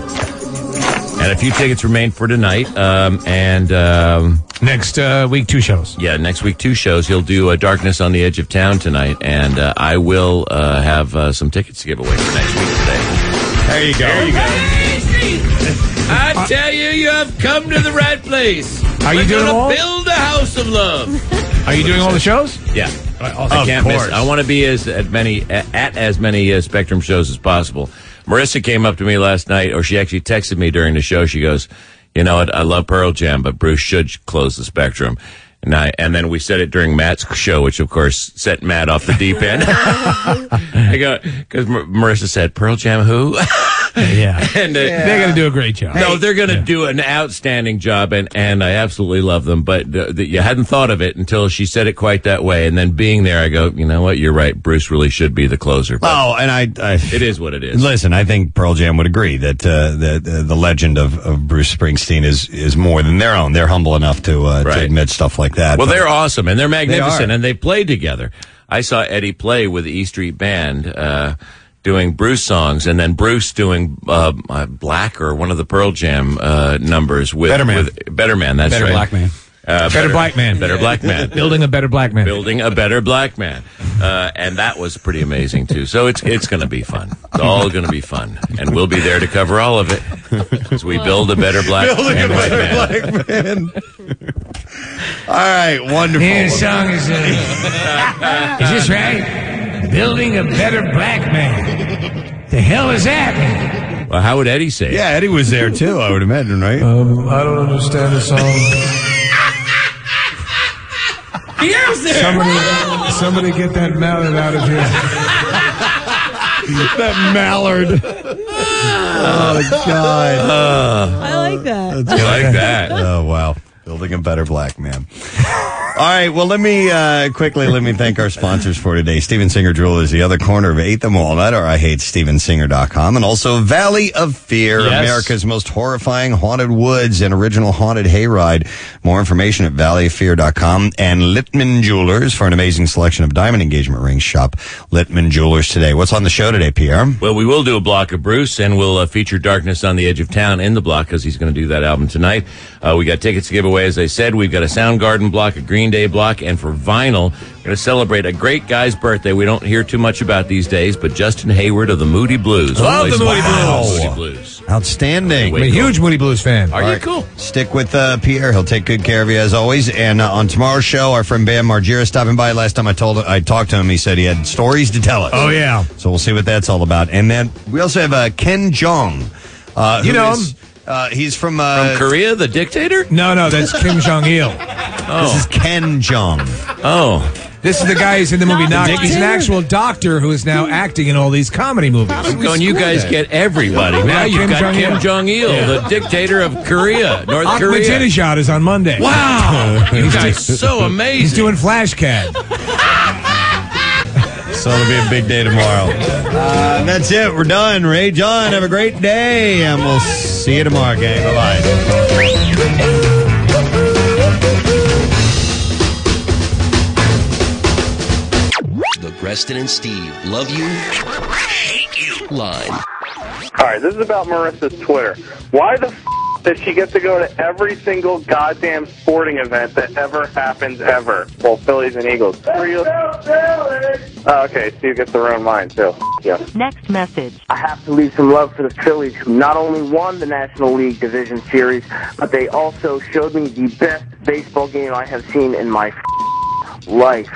[SPEAKER 2] And a few tickets remain for tonight. Um, and um,
[SPEAKER 5] next uh, week, two shows.
[SPEAKER 2] Yeah, next week, two shows. He'll do uh, Darkness on the Edge of Town tonight, and uh, I will uh, have uh, some tickets to give away for next week today.
[SPEAKER 4] There you go.
[SPEAKER 2] There you go. <laughs> I tell you, you have come to the right place.
[SPEAKER 5] Are you
[SPEAKER 2] We're
[SPEAKER 5] doing
[SPEAKER 2] gonna
[SPEAKER 5] all?
[SPEAKER 2] Build a house of love.
[SPEAKER 5] Are you doing all the shows?
[SPEAKER 2] Yeah,
[SPEAKER 5] Of
[SPEAKER 2] I can't miss.
[SPEAKER 5] course.
[SPEAKER 2] I want to be as at many at as many uh, Spectrum shows as possible. Marissa came up to me last night, or she actually texted me during the show. She goes, "You know what? I love Pearl Jam, but Bruce should close the Spectrum." And I and then we said it during Matt's show, which of course set <laughs> Matt off the deep end. I go because Marissa said Pearl Jam who.
[SPEAKER 5] Yeah.
[SPEAKER 2] <laughs> and uh,
[SPEAKER 5] They're going to do a great job.
[SPEAKER 2] No, they're going to do an outstanding job, and, and I absolutely love them. But uh, th- you hadn't thought of it until she said it quite that way. And then being there, I go, you know what? You're right. Bruce really should be the closer. But
[SPEAKER 4] Oh, and I, I
[SPEAKER 2] it is what it is.
[SPEAKER 4] Listen, I think Pearl Jam would agree that uh, the the- the legend of, of Bruce Springsteen is is more than their own. They're humble enough to uh, to admit stuff like that.
[SPEAKER 2] Well,
[SPEAKER 4] But-
[SPEAKER 2] they're awesome and they're magnificent,
[SPEAKER 4] They are.
[SPEAKER 2] and they played together. I saw Eddie play with the E Street Band uh, doing Bruce songs, and then Bruce doing uh, uh, Black or one of the Pearl Jam uh, numbers with
[SPEAKER 5] Better Man.
[SPEAKER 2] With Better Man, that's
[SPEAKER 5] Better
[SPEAKER 2] right.
[SPEAKER 5] Black Man.
[SPEAKER 2] Uh,
[SPEAKER 5] Better Black Man.
[SPEAKER 2] Better Black Man.
[SPEAKER 5] Building a better black man.
[SPEAKER 2] Building a better black man, uh, and that was pretty amazing too. So it's it's going to be fun. It's all going to be fun, and we'll be there to cover all of it as we build a better black
[SPEAKER 4] Building
[SPEAKER 2] and
[SPEAKER 4] a
[SPEAKER 2] white man.
[SPEAKER 4] better black man. <laughs> All right, wonderful.
[SPEAKER 5] His song is,
[SPEAKER 4] <laughs>
[SPEAKER 5] uh, is this right? Building a better black man. The hell is that?
[SPEAKER 2] Well, how would Eddie say? it?
[SPEAKER 4] Yeah, Eddie was there too. I would imagine, right?
[SPEAKER 5] Um, I don't understand the song.
[SPEAKER 20] He is there. Somebody, somebody get that mallet out of here.
[SPEAKER 4] <laughs> that mallard. oh God!
[SPEAKER 12] I
[SPEAKER 2] <laughs>
[SPEAKER 12] like that.
[SPEAKER 4] That's
[SPEAKER 2] I like
[SPEAKER 4] good.
[SPEAKER 2] that.
[SPEAKER 4] Oh wow! Building a better black man. All right. Well, let me uh, quickly let me thank our sponsors for today. Steven Singer Jewel is the other corner of Ate Them Walnut or I Hate Stevensinger.com and also Valley of Fear,
[SPEAKER 6] Yes.
[SPEAKER 4] America's most horrifying haunted woods and original haunted hayride. More information at valleyfear.com and Littman Jewelers for an amazing selection of diamond engagement rings. Shop Littman Jewelers today. What's on the show today, Pierre?
[SPEAKER 2] Well, we will do a block of Bruce, and we'll uh, feature Darkness on the Edge of Town in the block because he's going to do that album tonight. Uh, we got tickets to give away, as I said. We've got a Soundgarden block, a Green Day block, and for vinyl, we're going to celebrate a great guy's birthday. We don't hear too much about these days, but Justin Hayward of the Moody Blues.
[SPEAKER 4] Love
[SPEAKER 2] Plays
[SPEAKER 4] the Moody
[SPEAKER 2] wow.
[SPEAKER 4] Blues.
[SPEAKER 2] Moody Blues.
[SPEAKER 4] Outstanding.
[SPEAKER 2] I'm a huge
[SPEAKER 5] Moody Blues fan.
[SPEAKER 2] Are you cool?
[SPEAKER 4] Stick with uh, Pierre. He'll take good care of you as always. And uh, on tomorrow's show, our friend Bam Margera stopping by. Last time I told I talked to him, he said he had stories to tell us.
[SPEAKER 5] Oh, yeah.
[SPEAKER 4] So we'll see what that's all about. And then we also have uh, Ken Jong. Uh,
[SPEAKER 5] You
[SPEAKER 4] who
[SPEAKER 5] know
[SPEAKER 4] is-
[SPEAKER 5] him.
[SPEAKER 4] Uh, he's from uh,
[SPEAKER 2] Korea, the dictator?
[SPEAKER 5] No, no, that's Kim Jong Il.
[SPEAKER 4] This is Ken Jong.
[SPEAKER 2] Oh.
[SPEAKER 5] This is the guy who's in the movie
[SPEAKER 2] Not
[SPEAKER 5] Knock.
[SPEAKER 2] the
[SPEAKER 5] He's an
[SPEAKER 2] dictator.
[SPEAKER 5] actual doctor who is now acting in all these comedy movies.
[SPEAKER 2] I'm going, you guys get everybody. Now you've got Kim Jong Il, the dictator of Korea, North Korea.
[SPEAKER 5] Ahmadinejad is on Monday. <laughs>
[SPEAKER 2] Wow. You guys are so amazing.
[SPEAKER 5] He's doing Flash Cat.
[SPEAKER 4] So it'll be a big day tomorrow. Uh, and that's it. We're done. Ray John, have a great day. And we'll see you tomorrow, gang. Bye bye.
[SPEAKER 16] The Preston and Steve love you, hate you line.
[SPEAKER 18] All right, this is about Marissa's Twitter. Why the f- does she get to go to every single goddamn sporting event that ever happens ever? Well, Phillies and Eagles. Real- Oh, okay, so you get their own mind too. Yeah.
[SPEAKER 19] Next message.
[SPEAKER 18] I have to leave some love for the Phillies, who not only won the National League Division Series, but they also showed me the best baseball game I have seen in my f- life.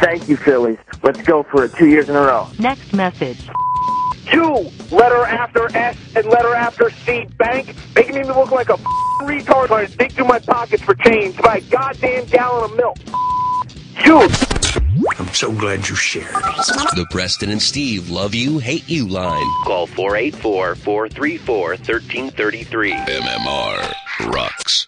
[SPEAKER 18] Thank you, Phillies. Let's go for it two years in a row.
[SPEAKER 19] Next message.
[SPEAKER 18] Two letter after S and letter after C bank, making me look like a f- retard trying to dig through my pockets for change to buy a goddamn gallon of milk. Two.
[SPEAKER 16] I'm so glad you shared. The Preston and Steve love you, hate you line. Call 484 434 1333. MMR rocks.